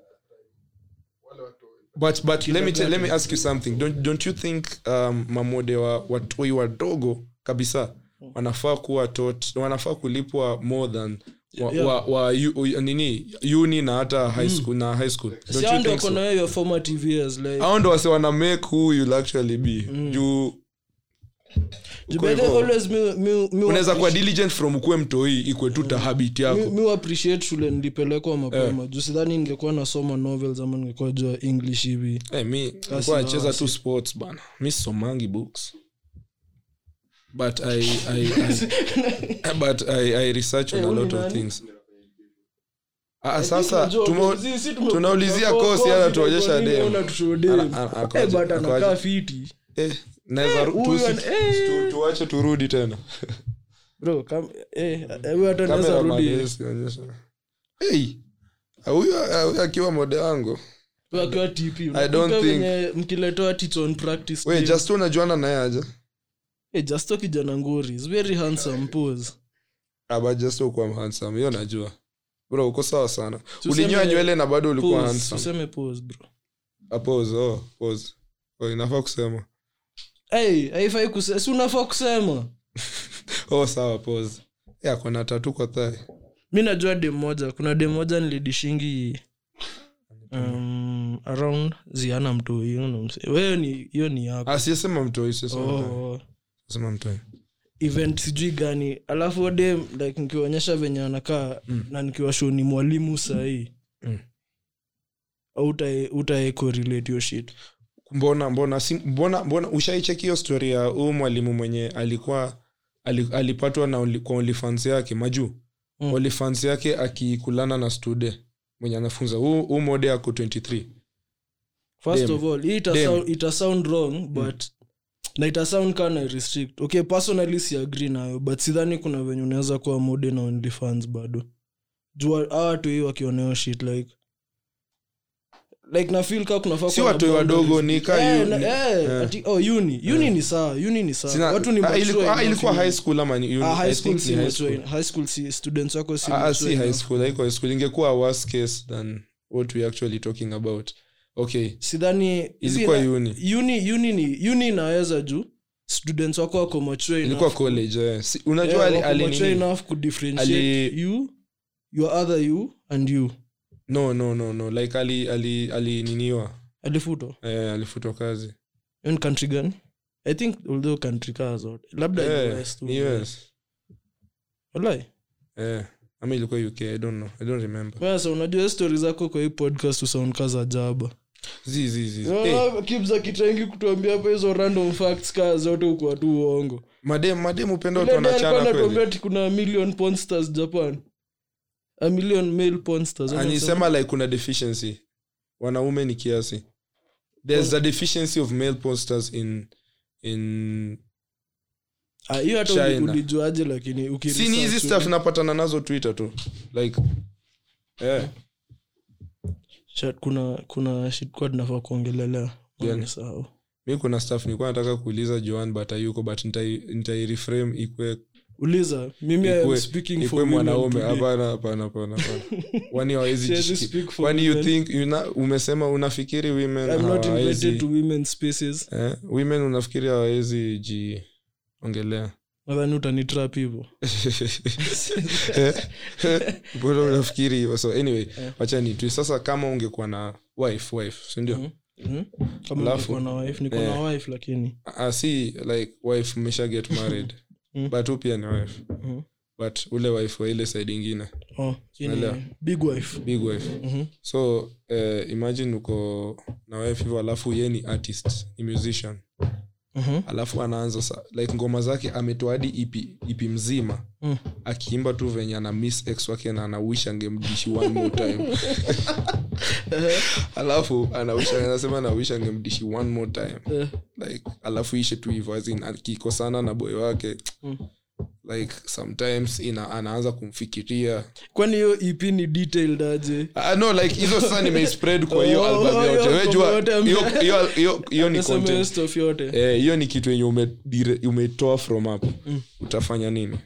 Speaker 3: but but let me, tell, let me ask you something don't, don't you think um, mamode wa watoi wadogo kabisa
Speaker 2: Hmm.
Speaker 3: wanafaa kuwa taught wanafaa kulipwa more than wa,
Speaker 2: Yeah. Hmm.
Speaker 3: wa, wa, u, u, nini uni na hata high school na high school don't you
Speaker 2: siando
Speaker 3: think so?
Speaker 2: kona hiyo ya formative years like Hmm.
Speaker 3: au ndo wase wana make who you'll actually be juu
Speaker 2: By
Speaker 3: Uko
Speaker 2: the way,
Speaker 3: hivyo.
Speaker 2: always mi- mi- mi-
Speaker 3: unaweza kuwa diligent from ukuwe mtoi ikwe tu tahabit
Speaker 2: Hmm. mi-
Speaker 3: yako
Speaker 2: mi wa appreciate shule nilipelekwa mapema
Speaker 3: Eh.
Speaker 2: juu sidhani ningekuwa nasoma novels ama ningekuwa jua english hivi
Speaker 3: Eh, mi nilikuwa nacheza tu sports bana mi somangi books but i, I,
Speaker 2: [LAUGHS]
Speaker 3: I but I, I research
Speaker 2: Eh,
Speaker 3: on a lot of things Ah, sasa
Speaker 2: Unajua,
Speaker 3: tumo-
Speaker 2: si- si tume-
Speaker 3: tunaulizia
Speaker 2: kwa-
Speaker 3: kosi
Speaker 2: kwa-
Speaker 3: ana tuonyesha
Speaker 2: kwa nini
Speaker 3: dem
Speaker 2: unatushow dem?
Speaker 3: Ana- ana- akaje-
Speaker 2: Eh, but
Speaker 3: akaje.
Speaker 2: anakaa fiti
Speaker 3: Eh, naweza ru-
Speaker 2: huyu
Speaker 3: tusi-
Speaker 2: an- eh.
Speaker 3: tu- tuache turudi tena
Speaker 2: bro kam- eh, eh, wewe hata naweza
Speaker 3: Cameraman,
Speaker 2: rudi.
Speaker 3: yes, onyesha. Hey, huyu huyu akiwa mode wangu
Speaker 2: Wewe akiwa TP,
Speaker 3: I don't
Speaker 2: unakumbuka
Speaker 3: think-
Speaker 2: venye mkiletewa teach on practice
Speaker 3: we
Speaker 2: game?
Speaker 3: just unajuana naye aja
Speaker 2: Eh, Justo kijana nguri is very handsome pose
Speaker 3: aba just ukuwa handsome hiyo najua bro uko sawa sana
Speaker 2: Tuseme-
Speaker 3: ulinyoa nywele na bado ulikuwa
Speaker 2: pose
Speaker 3: handsome
Speaker 2: useme pose bro
Speaker 3: Ah, pause, oh, pause. Oh, inafaa kusema
Speaker 2: hey haifai kuse- si unafaa kusema
Speaker 3: oh sawa pause Eh, ako na tatu kwa thai
Speaker 2: mi najua dem moja kuna dem moja nilidishingi um, around ziana mtoi hiyo ndo mse- wewe ni hiyo ni
Speaker 3: Ah,
Speaker 2: yako
Speaker 3: asiyesema mtoi siyesema mtoi.
Speaker 2: oh.
Speaker 3: Sema mtoi
Speaker 2: event sijui gani alafu odem like nikiwaonyesha venye anakaa na nikiwasho ni mwalimu sahii
Speaker 3: Mm.
Speaker 2: utaekorelate yo shit
Speaker 3: mbona mbona si, mbona mbona ushaicheki hiyo stori ya huyu mwalimu mwenye alikuwa ali, alipatwa na only, kwa olifans yake majuu
Speaker 2: Mm.
Speaker 3: mm. olifans yake akikulana na stude mwenye anafunza huu huu mode ako 23
Speaker 2: first
Speaker 3: Dem.
Speaker 2: of all hii ita
Speaker 3: Dem.
Speaker 2: sound- ita sound wrong but na ita sound kaa na restrict okay personally si agree nayo but sidhani kuna venye unaweza kuwa mode na only fans bado jua hawa watu hii wakioneo shit like like nafil ka kunafaa
Speaker 3: Si
Speaker 2: kuwa na
Speaker 3: watu wadogo, ni ka
Speaker 2: Eh,
Speaker 3: uni-
Speaker 2: na- eh,
Speaker 3: eh.
Speaker 2: ati- oh, uni uni ni sawa uni ni sawa
Speaker 3: Sina-
Speaker 2: watu ni
Speaker 3: ah,
Speaker 2: mature
Speaker 3: ilikuwa, ah,
Speaker 2: enough
Speaker 3: ilikuwa
Speaker 2: uni.
Speaker 3: high school ama ni-
Speaker 2: Ah,
Speaker 3: I
Speaker 2: high school
Speaker 3: think
Speaker 2: si
Speaker 3: ni high
Speaker 2: mature
Speaker 3: school.
Speaker 2: en- high school si students wako si
Speaker 3: Ah, ah,
Speaker 2: mature
Speaker 3: si high
Speaker 2: enough.
Speaker 3: school haiko high school ingekuwa worse case than what we actually talking about okay
Speaker 2: sidhani
Speaker 3: Ilikuwa
Speaker 2: si-
Speaker 3: uni.
Speaker 2: uni uni ni uni inaweza juu students wako wako mature
Speaker 3: ilikuwa
Speaker 2: enough-
Speaker 3: college eh. si,
Speaker 2: eh,
Speaker 3: unajua
Speaker 2: wako
Speaker 3: ali, ali
Speaker 2: mature
Speaker 3: nini?
Speaker 2: enough kudifferentiate
Speaker 3: ali-
Speaker 2: you your other you and you
Speaker 3: no no no no like ali ali alininiwa
Speaker 2: alifutwa
Speaker 3: eh, alifutwa kazi
Speaker 2: Hiyo ni country gani i think although country kaa zote labda
Speaker 3: Eh,
Speaker 2: US tu.
Speaker 3: ni US.
Speaker 2: Walai.
Speaker 3: Eh, ama ilikuwa uk i don't know i don't remember
Speaker 2: Wewe sasa unajua hizi story zako kwa hii podcast usound ka za jaba
Speaker 3: zi zi zi Eh, hey,
Speaker 2: kibs akitrengi kutuambia hapa hizo random facts kaa zote ukuwa tu uongo
Speaker 3: madem madem upenda watu
Speaker 2: Ile day alikuwa
Speaker 3: wanachana
Speaker 2: anatuambia
Speaker 3: kweli
Speaker 2: ati kuna million porn stars japan a million male porn stars Ama
Speaker 3: anisema like kuna deficiency wanaume ni kiasi there's a deficiency of male posters in in
Speaker 2: Ah, hiyo hata uli-
Speaker 3: China.
Speaker 2: ulijuaje lakini
Speaker 3: si ni hizi stuff napatana nazo twitter tu like eh,
Speaker 2: Shit, kuna kuna shit kwa tunafaa kuongelelea
Speaker 3: Gani?
Speaker 2: Nimesahau.
Speaker 3: mi kuna stuff nilikuwa nataka kuuliza joan but ayuko but nitai- nitaireframe ikwe
Speaker 2: uliza mimi I am
Speaker 3: ikwe,
Speaker 2: speaking for
Speaker 3: ikwe
Speaker 2: women
Speaker 3: mwanaume
Speaker 2: today.
Speaker 3: hapana hapana
Speaker 2: [LAUGHS]
Speaker 3: hapana hapana. wani hawawezi
Speaker 2: Shall I
Speaker 3: jishiki-
Speaker 2: speak for
Speaker 3: wani you
Speaker 2: women?
Speaker 3: think una, umesema unafikiri women
Speaker 2: I'm not invited to
Speaker 3: hawawezi
Speaker 2: women's spaces
Speaker 3: eh, women unafikiri hawawezi [LAUGHS] jiongelea
Speaker 2: nadhani utanitrap
Speaker 3: [LAUGHS]
Speaker 2: hivyo
Speaker 3: Eh, bora unafikiri hivyo so anyway wachani tu sasa kama ungekuwa na wife wife sindio
Speaker 2: Mhm. Mhm. kama
Speaker 3: Alafu-
Speaker 2: niko na wife niko na
Speaker 3: Eh.
Speaker 2: wife lakini
Speaker 3: Ah, si like wife mmesha get married
Speaker 2: Mm.
Speaker 3: but hu pia ni wife
Speaker 2: Mhm.
Speaker 3: but ule wife wa ile side ingine
Speaker 2: oh, yeye ni
Speaker 3: Naelewa.
Speaker 2: big wife
Speaker 3: big wife
Speaker 2: Mhm.
Speaker 3: so eh, imagine uko na wife hivyo alafu ye ni artist ni musician
Speaker 2: Mhm.
Speaker 3: alafu anaanza sa, like ngoma zake ametoa hadi ipi, ipi mzima
Speaker 2: Mm.
Speaker 3: akiimba tu venye ana miss ex wake na anawish angemdishi one more
Speaker 2: [LAUGHS]
Speaker 3: time
Speaker 2: Uh-huh.
Speaker 3: alafu anawish anasema anawish angemdishi one more time
Speaker 2: Eh.
Speaker 3: like alafu ishe tu hivyo as in akikosana na boy wake
Speaker 2: Mm.
Speaker 3: like sometimes ina, anaanza kumfikiria
Speaker 2: kwani hiyo ep ni detailed aje
Speaker 3: Ah, no like hizo sasa nimespread kwa hiyo
Speaker 2: Oh, oh,
Speaker 3: album yote
Speaker 2: hiyo album
Speaker 3: wejua
Speaker 2: yote ambayo-
Speaker 3: hiyo hiyo- hiyo- hiyo ni
Speaker 2: Nasema hiyo
Speaker 3: content
Speaker 2: stuff yote
Speaker 3: Eh, hiyo ni kitu yenye ume- dire- umetoa from up
Speaker 2: Mm.
Speaker 3: utafanya nini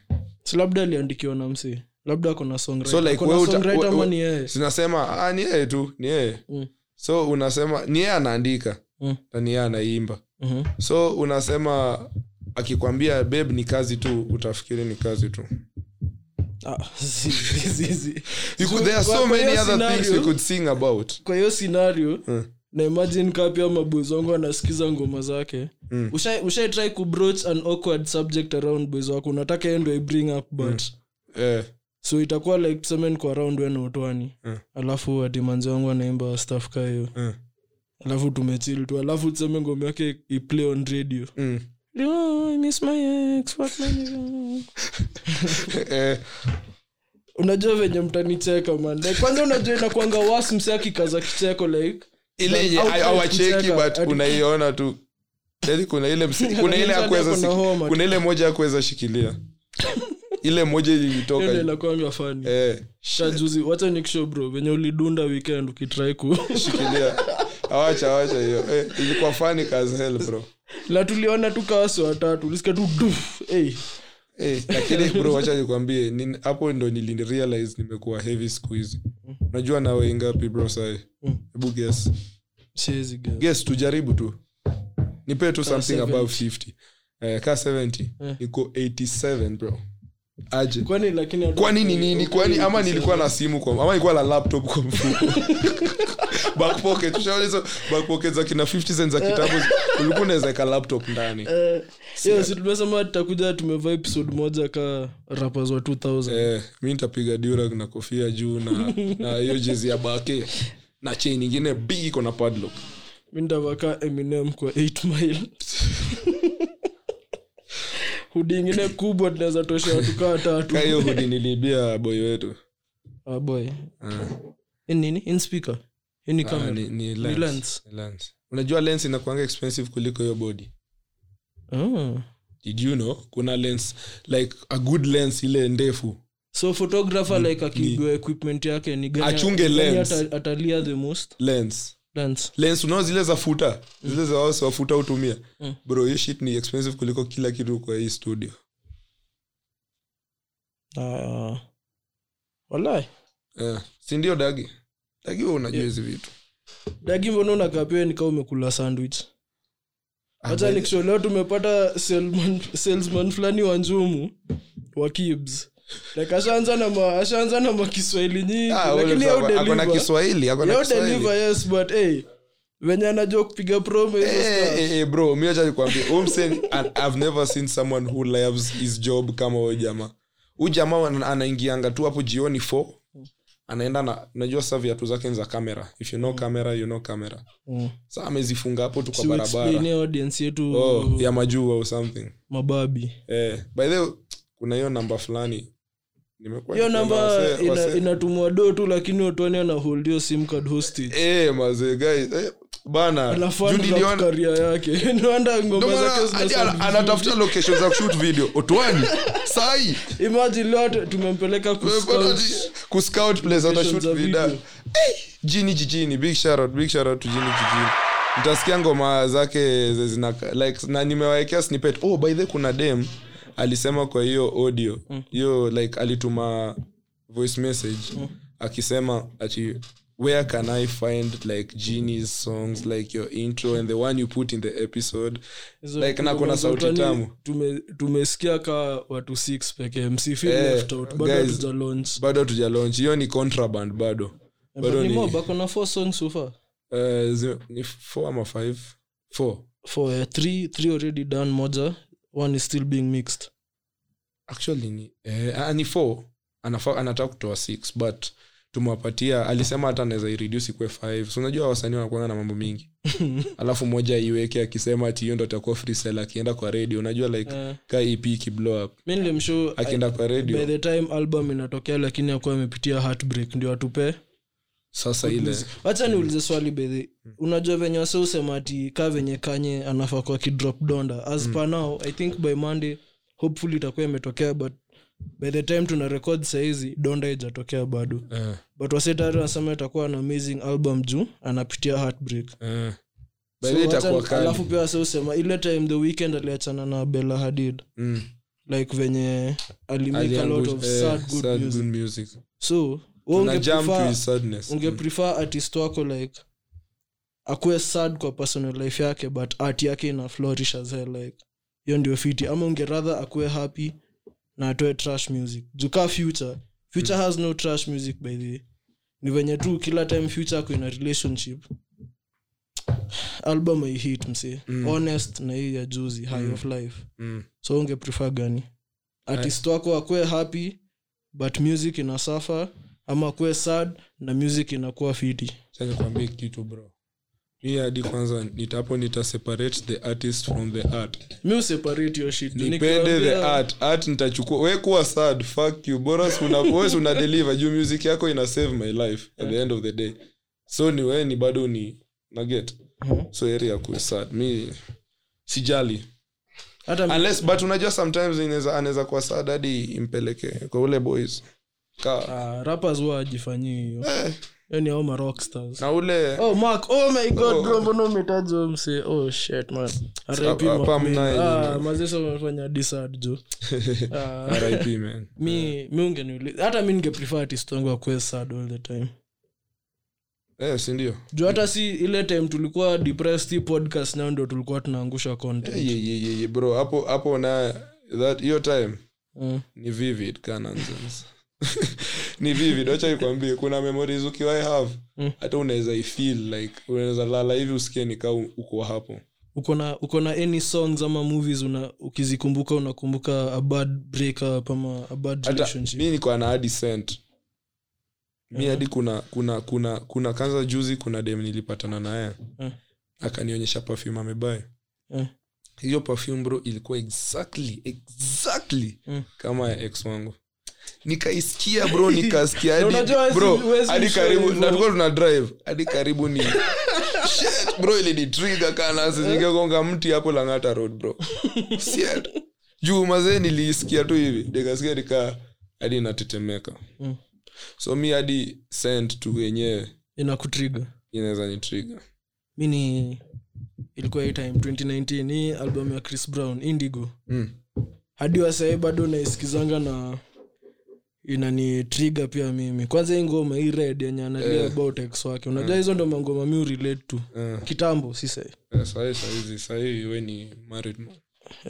Speaker 2: so labda aliandikiwa na msi labda akona songwriter.
Speaker 3: so like
Speaker 2: Akona
Speaker 3: wewe uta-
Speaker 2: songwriter ama
Speaker 3: we-
Speaker 2: ni yeye
Speaker 3: we- sinasema ah, ni yeye tu ni yeye
Speaker 2: Mm.
Speaker 3: so unasema ni yeye anaandika
Speaker 2: Mm.
Speaker 3: na ni yeye anaimba
Speaker 2: Mhm.
Speaker 3: so unasema akikwambia babe ni kazi tu utafikiri ni kazi tu
Speaker 2: Ah, [LAUGHS] si- si- si- si.
Speaker 3: you
Speaker 2: So,
Speaker 3: could, there are
Speaker 2: kwa-
Speaker 3: so
Speaker 2: kwa
Speaker 3: many
Speaker 2: hiyo
Speaker 3: other things
Speaker 2: scenario-
Speaker 3: you could sing about
Speaker 2: kwa hiyo scenario
Speaker 3: Mm.
Speaker 2: na imagine kaa pia mabozongo anasikiza ngoma zake mm. ushaitry usha kubroach an awkward subject around boys wako unataka yeye ndio ibring up but mm.
Speaker 3: eh,
Speaker 2: so itakuwa like tuseme niko around we na utwani
Speaker 3: Mm.
Speaker 2: alafu atimanzi wangu anaimba staff ka hiyo
Speaker 3: eh.
Speaker 2: alafu tumechil tu alafu tuseme ngome yake iplay on radio
Speaker 3: Mm. [LAUGHS]
Speaker 2: Oh, I miss my ex, what my nigga.
Speaker 3: Eh,
Speaker 2: unajua venye mtanicheka man like, kwanza unajua inakwanga was mse akikaza kicheko like
Speaker 3: ile yenye
Speaker 2: Au-
Speaker 3: I- hawacheki
Speaker 2: kucheka,
Speaker 3: but
Speaker 2: ati-
Speaker 3: unaiona tu Yaani kuna ile msi- [LAUGHS] kuna ile hakuweza
Speaker 2: Kuna
Speaker 3: siki-
Speaker 2: homa.
Speaker 3: kuna ile moja hakuweza [LAUGHS] shikilia ile moja
Speaker 2: hiyo ndio
Speaker 3: ilitoka
Speaker 2: inakwanga funny.
Speaker 3: eh,
Speaker 2: shajuzi wacha nikushow bro venye ulidunda weekend ukitrai ku [LAUGHS]
Speaker 3: shikilia awacha awacha hiyo eh, ilikuwa fani kazhel bro
Speaker 2: na tuliona tu kawasi watatu ulisikia tu duf hey.
Speaker 3: Eh, lakini bro wacha nikwambie nin- hapo ndo nilirealize nimekuwa heavy siku hizi unajua nawe ngapi bro sai hebu guess
Speaker 2: Siezi guess.
Speaker 3: guess tujaribu tu nipe tu something
Speaker 2: 70.
Speaker 3: above 50 eh, ka 70 niko 87 bro aje
Speaker 2: kwani lakini hatu-
Speaker 3: kwani ni nini kwani ama nilikuwa na simu kwa ama nilikuwa na laptop kwa mfuko [LAUGHS] back pocket ushaona hizo back pocket za kina 50 cents za kitabu ulikuwa unaweza weka laptop ndani
Speaker 2: Eh, hiyo si tumesema tutakuja tumevaa episode moja ka rappers wa 2000
Speaker 3: eh, mi nitapiga durag na kofia juu na na hiyo jezi ya bake na chain ingine big iko na padlock
Speaker 2: mi nitavaa ka eminem kwa 8 mile [LAUGHS] hudi ingine kubwa tunaweza tosha watu kaa tatu
Speaker 3: ka hiyo hudi niliibia boy wetu
Speaker 2: Ah, boy
Speaker 3: Ah.
Speaker 2: Hii nini in speaker Hii ni
Speaker 3: Ah,
Speaker 2: camera
Speaker 3: ni,
Speaker 2: Ni
Speaker 3: ni
Speaker 2: lens.
Speaker 3: lens. Ni lens. unajua lens inakuanga expensive kuliko hiyo body
Speaker 2: Ah.
Speaker 3: did you know kuna lens like a good lens ile ndefu
Speaker 2: so photographer like akigua equipment yake ni gani
Speaker 3: Achunge
Speaker 2: gani
Speaker 3: lens.
Speaker 2: ata- atalia the most
Speaker 3: lens
Speaker 2: lens
Speaker 3: lens unao zile za futa zile za wasi wafuta hutumia
Speaker 2: Mm.
Speaker 3: bro hiyo shit ni expensive kuliko kila kitu kwa hii studio
Speaker 2: Ah. walai
Speaker 3: Eh, si ndio dagi dagi wewe unajua hizi vitu
Speaker 2: dagi mbona unakaa pia nikaa umekula sandwich hacha
Speaker 3: by-
Speaker 2: nikisho leo tumepata salesman, salesman fulani wa njumu wa kibs like ashaanza na ma, ashaanza na makiswahili nyingi
Speaker 3: Ah, ule
Speaker 2: lakini
Speaker 3: mtu ako-
Speaker 2: yeye
Speaker 3: ako na
Speaker 2: udeliver.
Speaker 3: kiswahili ako na
Speaker 2: Yeye
Speaker 3: Kiswahili.
Speaker 2: udeliver, yes but hey venye anajua kupiga promo hizo
Speaker 3: Eh,
Speaker 2: stuff.
Speaker 3: eh, eh, bro mi acha nikwambie Huyu [LAUGHS] msee, I- i've never seen someone who loves his job kama huyo jamaa huyu jamaa wana- anaingianga tu hapo jioni f anaenda na unajua sa viatu zake ni za kamera if you know camera you know camera
Speaker 2: Mm.
Speaker 3: sa amezifunga hapo tu kwa
Speaker 2: Si
Speaker 3: barabara
Speaker 2: explainie audience yetu
Speaker 3: oh, ya majuu au something
Speaker 2: mababi
Speaker 3: eh, by the way, kuna hiyo namba fulani nimekuwa
Speaker 2: hiyo
Speaker 3: nikiona
Speaker 2: namba
Speaker 3: wasee-
Speaker 2: ina-
Speaker 3: wasee-
Speaker 2: inatumwa do tu lakini watwani anahold hiyo sim card hostage
Speaker 3: Eh, mazee guys eh, bana
Speaker 2: Alafu
Speaker 3: juu
Speaker 2: anadraft
Speaker 3: niliona-
Speaker 2: career yake [LAUGHS] Niwanda
Speaker 3: Ndio
Speaker 2: ngoma
Speaker 3: maana
Speaker 2: zake
Speaker 3: hadi
Speaker 2: zinasound
Speaker 3: ana- anatafuta location za kushoot video otwani sai
Speaker 2: vizuri. Imagine leo tu- tumempeleka ku scout
Speaker 3: kuscout place
Speaker 2: Location
Speaker 3: atashoot
Speaker 2: za
Speaker 3: video
Speaker 2: video.
Speaker 3: Eh, jini jijini big shout out, big shout out to jini jijini mtasikia ngoma zake ze- zina like na nimewaekea snippet oh by the kuna dem alisema kwa hiyo audio
Speaker 2: Mm.
Speaker 3: hiyo like alituma voice message
Speaker 2: Mm.
Speaker 3: akisema ati where can i find like Genie's songs like your intro and the one you put in the episode
Speaker 2: Hizo
Speaker 3: like na kuna
Speaker 2: ngoma za
Speaker 3: sauti
Speaker 2: utani
Speaker 3: tamu
Speaker 2: tume- tumesikia ka watu six pekee msifi
Speaker 3: Eh,
Speaker 2: left out bado
Speaker 3: guys.
Speaker 2: hatuja launch
Speaker 3: bado hatujalaunch hiyo ni contraband bado bado
Speaker 2: Ni
Speaker 3: ni,
Speaker 2: mob, ako na four songs so far
Speaker 3: eh, zi- ni four ama five four
Speaker 2: Four, eh, three- three already done moja one is still being mixed
Speaker 3: actually ni, eh, ah, ni four Anafa- anataka kutoa six but tumewapatia alisema hata anaweza ireduce ikuwe five so unajua wasanii wanakuanga na mambo
Speaker 2: [LAUGHS]
Speaker 3: mingi alafu moja aiweke akisema ati hiyo ndo atakuwa free sell akienda kwa radio unajua like
Speaker 2: Eh.
Speaker 3: ka ep ikiblow up
Speaker 2: mi nilimshow
Speaker 3: akienda kwa
Speaker 2: by
Speaker 3: radio
Speaker 2: the time album inatokea lakini akuwa amepitia heartbreak ndio atupee
Speaker 3: sasa ile
Speaker 2: wacha niulize swali bedhi unajua venye wase usema ati ka venye kanye anafaa kwa kidrop donda as
Speaker 3: Mm.
Speaker 2: per now i think by monday hopefully itakuwa imetokea but by the time tuna record sahizi donda ijatokea bado
Speaker 3: eh,
Speaker 2: but wase tayari wanasema itakuwa an amazing album juu anapitia heartbreak
Speaker 3: eh. By the
Speaker 2: So
Speaker 3: way
Speaker 2: wacha-
Speaker 3: itakuwa kali.
Speaker 2: alafu pia wase usema ile time the weekend aliachana na bella hadid
Speaker 3: Mm.
Speaker 2: like venye alimake a lot
Speaker 3: Aliangush-
Speaker 2: of
Speaker 3: eh,
Speaker 2: sad good
Speaker 3: sad
Speaker 2: music
Speaker 3: good music.
Speaker 2: so
Speaker 3: Tuna jump to
Speaker 2: ungeprefer
Speaker 3: his sadness. Mm.
Speaker 2: ungeprefer artist wako like akuwe sad kwa personal life yake but art yake ina flourish as hell like hiyo ndio fiti ama ungeradha akuwe happy na atoe trash music jukaa future future has no trash music by the way ni venye tu kila time future ako ina relationship album i hit msee honest na hii ya juzi high of life
Speaker 3: Mm. Eh.
Speaker 2: so unge prefer gani artist wako akue happy but music ina suffer ama akue sad na music inakuwa fiti
Speaker 3: Sasa nikwambie kitu bro mi hadi kwanza nitapo nita separate the artist from the art
Speaker 2: mi useparate your shit
Speaker 3: nipende the
Speaker 2: Nikiwaambia-
Speaker 3: art art nitachukua we kuwa sad fuck you bora si una wewe si una deliver juu music yako ina save my life at the end of the day so ni wewe ni bado ni na get
Speaker 2: Mhm.
Speaker 3: so heri ya kuwa sad mi sijali
Speaker 2: hata mi-
Speaker 3: unless but unajua sometimes inaweza anaweza kuwa sad hadi impeleke kwa ule boys ka Eh,
Speaker 2: Ah, rappers huwa hajifanyi hiyo yani au ma rockstars
Speaker 3: na ule [LAUGHS]
Speaker 2: oh mark oh my god bro mbona umetaja huyo msee oh shit man RIP
Speaker 3: Hapa-
Speaker 2: Mark
Speaker 3: hapa
Speaker 2: Miller.
Speaker 3: mnaye
Speaker 2: Ah,
Speaker 3: nyinyi.
Speaker 2: mazesha wamefanya disad jo Ah,
Speaker 3: RIP man
Speaker 2: mi mi ungeniuliza hata mi ningeprefer artist wangu akuwe sad all the time
Speaker 3: eh si ndio
Speaker 2: juu hata si ile time tulikuwa depressed hii podcast nayo ndio tulikuwa tunaangusha content
Speaker 3: Eh, Ye, ye, ye, ye, bro hapo hapo na that hiyo time
Speaker 2: Mm.
Speaker 3: ni vivid ka nonsense [LAUGHS] ni vivid wacha nikwambie kuna memories ukiwahi have hata unaweza ifeel like unaweza lala hivi usikie ni kaa uko hapo
Speaker 2: uko na uko na any songs ama movies una ukizikumbuka unakumbuka a bad breakup ama a bad
Speaker 3: hata
Speaker 2: relationship
Speaker 3: mi niko na hadi sent mi hadi kuna kuna kuna kuna kanza juzi kuna dem nilipatana naye
Speaker 2: Eh.
Speaker 3: akanionyesha perfume amebae
Speaker 2: Eh.
Speaker 3: hiyo perfume bro ilikuwa exactly exactly
Speaker 2: Mm.
Speaker 3: kama ya ex wangu
Speaker 2: [LAUGHS]
Speaker 3: nikaisikia bro nikasikia
Speaker 2: Na
Speaker 3: hadi
Speaker 2: unajua huwezi-
Speaker 3: bro
Speaker 2: huwezi
Speaker 3: hadi
Speaker 2: show
Speaker 3: karibu
Speaker 2: hivyo.
Speaker 3: na tulikuwa tuna drive hadi karibu ni shit bro ilinitriga kana sisingegonga mti hapo langata road bro shit juu mazee niliisikia tu hivi nikasikia nika hadi natetemeka
Speaker 2: Mm.
Speaker 3: so mi hadi sent tu wenyewe
Speaker 2: inakutriga
Speaker 3: inaweza nitriga
Speaker 2: mi ni ilikuwa hii time 2019 hii album ya chris brown indigo
Speaker 3: mm.
Speaker 2: hadi wasahii bado naisikizanga na inanitriga pia mimi kwanza hii ngoma hii red yenye analia
Speaker 3: Eh.
Speaker 2: about ex wake unajua hizo ndo mangoma mi urelate to
Speaker 3: Eh.
Speaker 2: kitambo si sahi
Speaker 3: Eh, sahi sahizi sahii we ni married man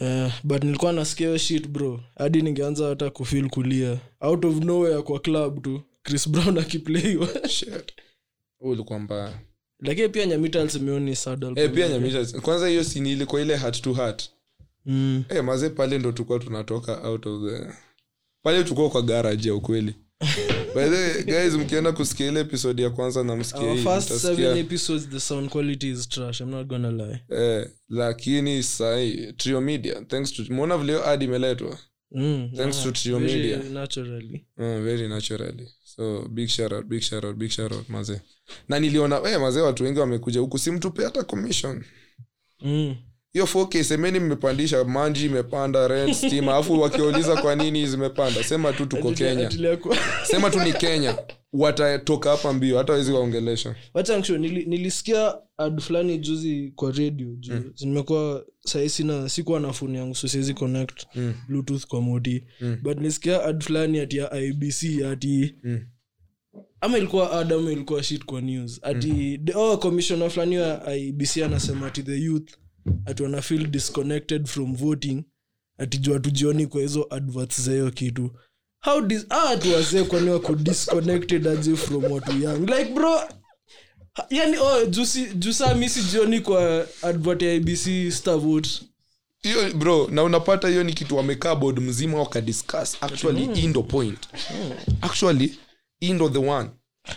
Speaker 2: Eh, but nilikuwa nasikia hiyo shit bro hadi ningeanza hata kufil kulia out of nowhere kwa club tu chris brown [LAUGHS] akipleiwa
Speaker 3: shit Huyu ulikuwa mbaya
Speaker 2: lakini pia nyamita alsemioni sadal
Speaker 3: Eh, pia nyamisha kwanza hiyo sini ilikuwa ile heart to heart
Speaker 2: mm.
Speaker 3: Eh, mazee pale ndo tulikuwa tunatoka out of the pale tulikuwa kwa garage ya ukweli By the way, guys mkienda kusikia ile episode ya kwanza na msikia
Speaker 2: our
Speaker 3: hii,
Speaker 2: first seven
Speaker 3: mtasikia,
Speaker 2: episodes the sound quality is trash i'm not gonna lie
Speaker 3: eh, lakini sahi trio media thanks to muona vile hiyo ad imeletwa
Speaker 2: mm.
Speaker 3: Thanks to Trio
Speaker 2: very
Speaker 3: Media.
Speaker 2: naturally
Speaker 3: Uh, very naturally so big shout out, big shout out, big shout out, mazee na niliona eh, mazee watu wengi wamekuja huku si mtupe hata commission
Speaker 2: mm.
Speaker 3: hiyo 4k semeni mmepandisha manji imepanda rent stima alafu wakiuliza kwa nini zimepanda sema tu tuko kenya
Speaker 2: Atilia kwa- [LAUGHS]
Speaker 3: sema tu ni kenya watatoka hapa mbio hata wezi waongelesha
Speaker 2: wacha nisho nili, nilisikia ad fulani juzi kwa radio juu nimekuwa sahii sina sikuwa na foni yangu so siwezi connect bluetooth kwa modi but nilisikia ad fulani ati ya ibc ati
Speaker 3: Mm.
Speaker 2: ama ilikuwa ad ama ilikuwa shit kwa news ati the, oh, commissioner fulani wa ibc anasema ati the youth ati wana feel disconnected from voting ati juu hatujioni kwa hizo adverts za hiyo kitu how dis ah, ati wazee kwani wako disconnected aje from watu young like bro Ha- yani oh, jusi jusaa mi sijioni kwa advert ya abc starvot
Speaker 3: hiyo bro na unapata hiyo ni kitu wamekaa board mzima wakadiscuss actually hii ndo point actually hii ndo the one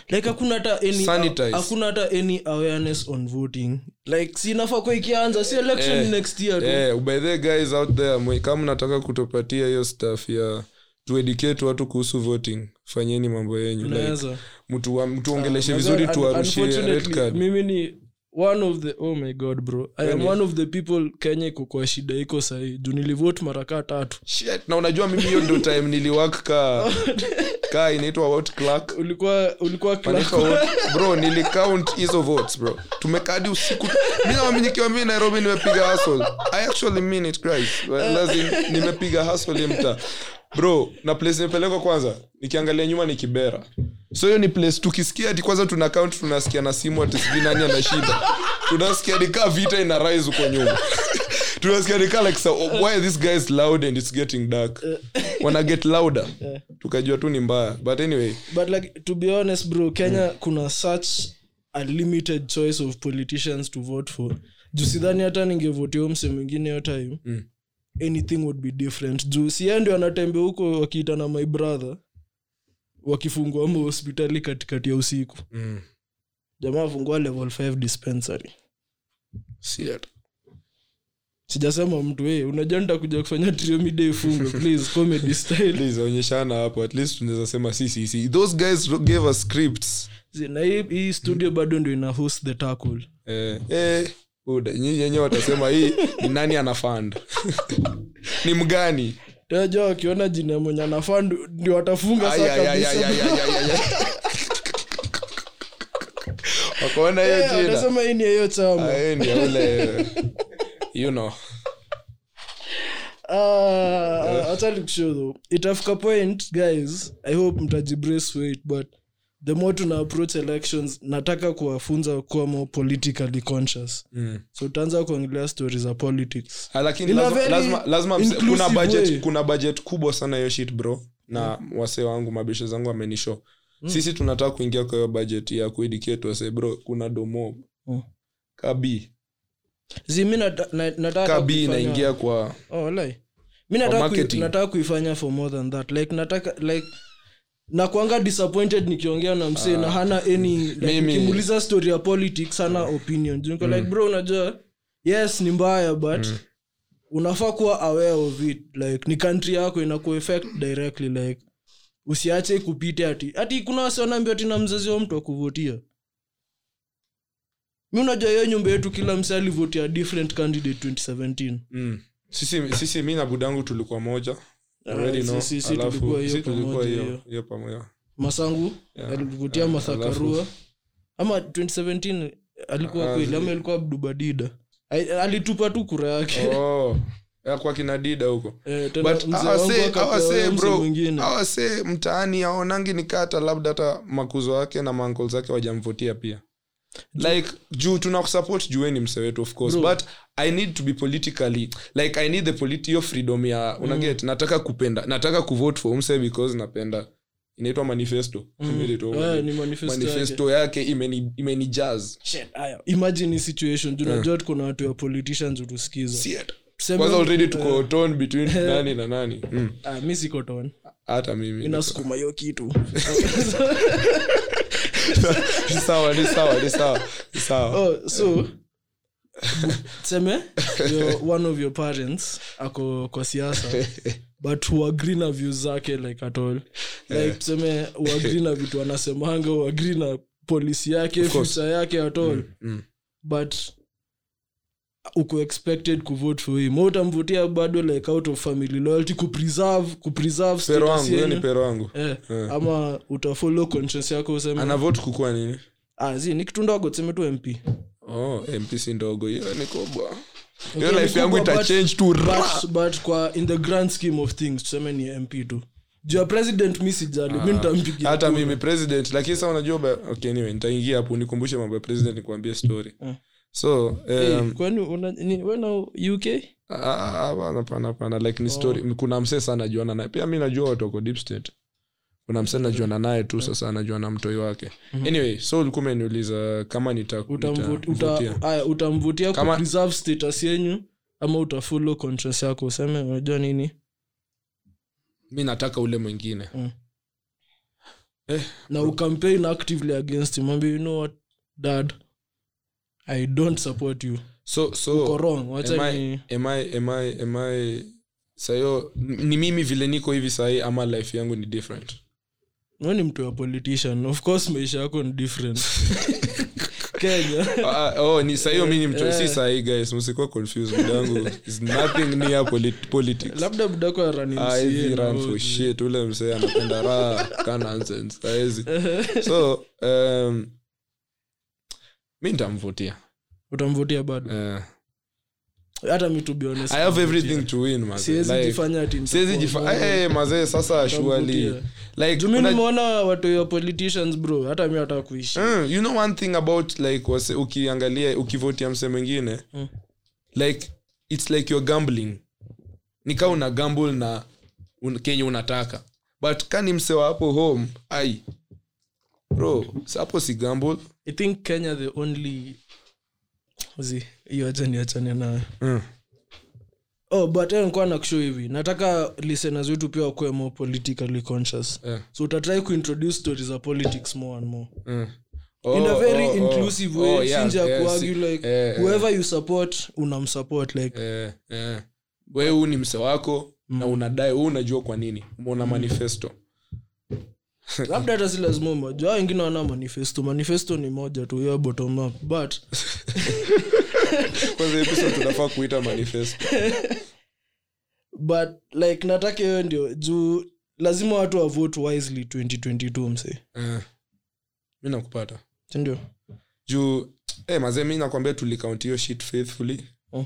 Speaker 2: like hakuna hata any
Speaker 3: Sanitize.
Speaker 2: hakuna hata any awareness on voting like si inafaa kwa ikianza si election
Speaker 3: Eh,
Speaker 2: next year tu
Speaker 3: Eh, by the guys out there mwe- kama mnataka kutupatia hiyo staff ya tuedicate watu kuhusu voting fanyeni mambo yenyu like,
Speaker 2: Unaweza.
Speaker 3: mtu- mtuongeleshe vizuri
Speaker 2: Ah, Unfortunately,
Speaker 3: tuwarushie red card
Speaker 2: mimi ni one of the oh my god bro i am one of the people kenya iko kwa shida iko sahii juu nilivote mara kaa tatu
Speaker 3: Shit, na unajua mimi hiyo ndo time niliwak ka ka inaitwa what clerk
Speaker 2: ulikuwa ulikuwa clerk
Speaker 3: Andika what- bro nilicount hizo votes bro tumekadi usiku mi nami nikiwa mi nairobi nimepiga hasol i actually mean it guys Well, lazim- nimepiga hasol mta bro na place nimepelekwa kwanza nikiangalia nyuma ni kibera so hiyo ni place tukisikia ati kwanza tuna count tunasikia na simu ati sijui nani anashinda tunasikia nikaa vita ina rise huko nyuma [LAUGHS] tunasikia nikaa like so, why are these guys loud and it's getting dark wana get louder tukajua tu ni mbaya but anyway Mm.
Speaker 2: but like to be honest bro kenya kuna such a limited choice of politicians to vote for juu sidhani hata ningevotia mse mwingine yo time
Speaker 3: Mm.
Speaker 2: anything would be different juu sie ndio anatembea huko wakiita na my brother wakifungua ama hospitali katikati ya usiku
Speaker 3: Mm.
Speaker 2: jamaa afungua level 5 dispensary
Speaker 3: Si hata-
Speaker 2: sijasema mtu hey, unajua nitakuja kufanya triomide ifungo please comedy [LAUGHS] style
Speaker 3: Please, onyeshana hapo at least tunaweza sema si si si those guys gave us scripts
Speaker 2: na hii, hii studio bado ndio ina host the tackle
Speaker 3: eh, eh, uda, nyinyi wenyewe watasema hii ni nani ana fund [LAUGHS] ni mgani
Speaker 2: tajua wakiona jina ya mwenye anafaa ndio- ndio watafunga saa [LAUGHS] kabisa
Speaker 3: wakaona hiyo
Speaker 2: Eh,
Speaker 3: jina
Speaker 2: watasema hii ni hiyo chama
Speaker 3: Ah, eh, ni ule you know
Speaker 2: Ah, acha nikushow though itafika point guys i hope mtajibrace weight but the more tuna approach elections nataka kuwafunza kuwa more politically conscious
Speaker 3: Mm.
Speaker 2: so utaanza kuongelea story za politics
Speaker 3: Ah, lakini
Speaker 2: In a
Speaker 3: lazima,
Speaker 2: very
Speaker 3: lazima, lazima mse- kuna
Speaker 2: inclusive way. Mm.
Speaker 3: budget, kuna budget kubwa sana hiyo shit bro na wasee wangu mabisho zangu amenisho sisi tunataka kuingia kwa hiyo budget ya kuidicate wasee bro kuna domo
Speaker 2: Mm.
Speaker 3: kabi
Speaker 2: zimi nataka
Speaker 3: kabi
Speaker 2: kufanya-
Speaker 3: inaingia kwa
Speaker 2: oh, walai. mi nataka kui-
Speaker 3: marketing.
Speaker 2: nataka kuifanya for more than that like nataka like nakwanga disappointed nikiongea na msee na hana any like,
Speaker 3: Ah. Mimi- Mm.
Speaker 2: ukimuuliza story ya politics hana opinion Juu niko like bro unajua yes ni mbaya but unafaa kuwa aware of it like ni country yako inaku affect directly like usiache ikupite ati ati kuna wasionaambia tina mzazi wa mtu akuvotia mi unajua hiyo nyumba yetu kila msee alivotia different candidate 2017
Speaker 3: mm. sisi, sisi mi na budangu tulikuwa moja Already
Speaker 2: Ah,
Speaker 3: know.
Speaker 2: sisi- sisi
Speaker 3: Alafu-
Speaker 2: tulikuwa hiyo
Speaker 3: sisi tulikuwa
Speaker 2: pamoja
Speaker 3: hiyo
Speaker 2: hiyo.
Speaker 3: hiyo pamoja
Speaker 2: masangu
Speaker 3: Yeah,
Speaker 2: alivutia
Speaker 3: yeah,
Speaker 2: mathakarua ama 2017 alikuwa
Speaker 3: Ah,
Speaker 2: kweli ama
Speaker 3: zile-
Speaker 2: alikuwa abdubadida Ai- alitupa tu kura yake
Speaker 3: oh. ya kwa kina dida huko
Speaker 2: [LAUGHS] Eh, tena
Speaker 3: But
Speaker 2: mzee
Speaker 3: hawa
Speaker 2: wangu
Speaker 3: see-
Speaker 2: akapewa
Speaker 3: hawa see,
Speaker 2: mzee
Speaker 3: bro,
Speaker 2: mwingine.
Speaker 3: hawa see mtaani aonangi ni kata labda hata makuzo wake na mankol zake wajamvutia pia like juu tunakusupport jueni mse wetu of course
Speaker 2: Bro.
Speaker 3: but i need to be politically like i need the politi yo freedom ya
Speaker 2: Mm.
Speaker 3: unaget nataka kupenda nataka kuvote for mse because napenda inaitwa manifesto Imeitwa
Speaker 2: Eh, ni manifesto yake.
Speaker 3: manifesto yake imeni, imeni jazz
Speaker 2: Shit, aya. imagine hii situation tunajua tuko na watu ya politicians utusikiza Tuseme-
Speaker 3: kwanza already tuko torn
Speaker 2: [LAUGHS]
Speaker 3: between nani na nani Mm.
Speaker 2: eh, Ah, mi sikoton
Speaker 3: hata mimi niko-
Speaker 2: inasukuma hiyo kitu
Speaker 3: ni sawa ni sawa ni sawa ni sawa
Speaker 2: oh, [LAUGHS] so seme your, one of your parents ako kwa
Speaker 3: [LAUGHS]
Speaker 2: siasa but huagri na view zake like at all like tuseme huagri na vitu anasemanga huagri na polisi yake
Speaker 3: course.
Speaker 2: future yake at all
Speaker 3: mm.
Speaker 2: but uko expected kuvote for him Wewe utamvutia bado like out of family loyalty kupreserve kupreserve
Speaker 3: pero
Speaker 2: status
Speaker 3: wangu hiyo ni
Speaker 2: yenyu.
Speaker 3: pero wangu
Speaker 2: eh,
Speaker 3: Eh.
Speaker 2: ama utafollow conscience yako useme
Speaker 3: ana vote kukuwa nini
Speaker 2: ah, zi ni kitu ndogo tuseme tu mp
Speaker 3: oh mpc ndogo hiyo ni kubwa hiyo
Speaker 2: Okay,
Speaker 3: life yangu
Speaker 2: mkubwa,
Speaker 3: ita
Speaker 2: Yaani but-
Speaker 3: change tu
Speaker 2: but, but kwa in the grand scheme of things tuseme ni mp tu juu ya president mi sijali mi nitampigia
Speaker 3: Ah, hata
Speaker 2: kura.
Speaker 3: mimi president lakini sasa unajua ba- okay anyway nitaingia hapo nikumbushe mambo ya president nikuambie story so
Speaker 2: Mm. Hey,
Speaker 3: um,
Speaker 2: Eh, kwani una- ni- we na uk
Speaker 3: ah, ah, ah, hapana hapana like ni
Speaker 2: Oh.
Speaker 3: story kuna msee sana najuana naye pia mi najua watu wako deep state kuna msee najuana naye
Speaker 2: Mm.
Speaker 3: tu sasa najua na mtoi wake
Speaker 2: Mm-hmm.
Speaker 3: anyway so ulikuwa umeniuliza kama nita-
Speaker 2: Utamvu-
Speaker 3: nitavutia
Speaker 2: uta- aya, utamvutia
Speaker 3: Kama-
Speaker 2: kupreserve status yenyu ama utafollow conscience yako useme unajua nini
Speaker 3: mi nataka ule mwingine
Speaker 2: na ucampaign actively against him ambe you know what dad i don't support you
Speaker 3: so so
Speaker 2: Uko wrong
Speaker 3: Oh, am
Speaker 2: wacha
Speaker 3: I-
Speaker 2: ni
Speaker 3: am I- am I- am I- sayo ni mimi vile niko hivi sahii ama life yangu ni
Speaker 2: [LAUGHS]
Speaker 3: different
Speaker 2: we ni mtu wa politician of course maisha yako ni
Speaker 3: [LAUGHS]
Speaker 2: different kenya
Speaker 3: Ah, ah, oh, ni sahiyo mi ni mtu
Speaker 2: Eh.
Speaker 3: si sahii guys msikuwa confused mudangu is nothing near polit- politics
Speaker 2: labda budako
Speaker 3: Ah, hizi run for shit ule msee anapenda raha ka nonsense
Speaker 2: [LAUGHS]
Speaker 3: sahizi so um, mi nitamvutia
Speaker 2: utamvutia bado
Speaker 3: Eh,
Speaker 2: hata mi to be honest,
Speaker 3: i have everything to win man.
Speaker 2: siwezi
Speaker 3: Like,
Speaker 2: jifanya ati
Speaker 3: siwezi
Speaker 2: nitakuwa
Speaker 3: jifa
Speaker 2: mbaya.
Speaker 3: eh, mazee sasa shuali
Speaker 2: Utamvutia.
Speaker 3: like
Speaker 2: Juu mi
Speaker 3: una-
Speaker 2: nimeona watu wa politicians bro hata mi hata kuishi
Speaker 3: Mm, you know one thing about like wase, ukiangalia ukivotia mse mwingine
Speaker 2: Mm.
Speaker 3: like its like you're gambling nikaa una gamble na un, kenye unataka but kani mse wa hapo home ai bro si- hapo si gamble
Speaker 2: i think kenya the only zi hiyo acha niachane nayo
Speaker 3: Mm.
Speaker 2: oh but eh, nilikuwa nakushow hivi nataka listeners wetu pia wakuwe more politically conscious
Speaker 3: Eh.
Speaker 2: so utatry kuintroduce stories za politics more and more
Speaker 3: Mm.
Speaker 2: in a
Speaker 3: Oh,
Speaker 2: very
Speaker 3: oh, oh.
Speaker 2: inclusive way
Speaker 3: Oh, yeah,
Speaker 2: sinja
Speaker 3: yeah,
Speaker 2: kuargue
Speaker 3: si-
Speaker 2: like
Speaker 3: eh, eh.
Speaker 2: whoever you support unamsupport like
Speaker 3: Eh, eh. wewe huu ni mse wako na
Speaker 2: Mm.
Speaker 3: unadai huu unajua kwa nini umeona manifesto
Speaker 2: labda hata si lazima umejua wengine wana manifesto manifesto ni moja tu hiyo bottom up but
Speaker 3: kwanza episode tunafaa kuita manifesto
Speaker 2: but like nataka hiyo ndio juu lazima watu wavote wisely 2022 mse
Speaker 3: Eh. mi nakupata
Speaker 2: sindio
Speaker 3: juu eh, mazee mi nakwambia tulikaunti hiyo shit faithfully
Speaker 2: Oh.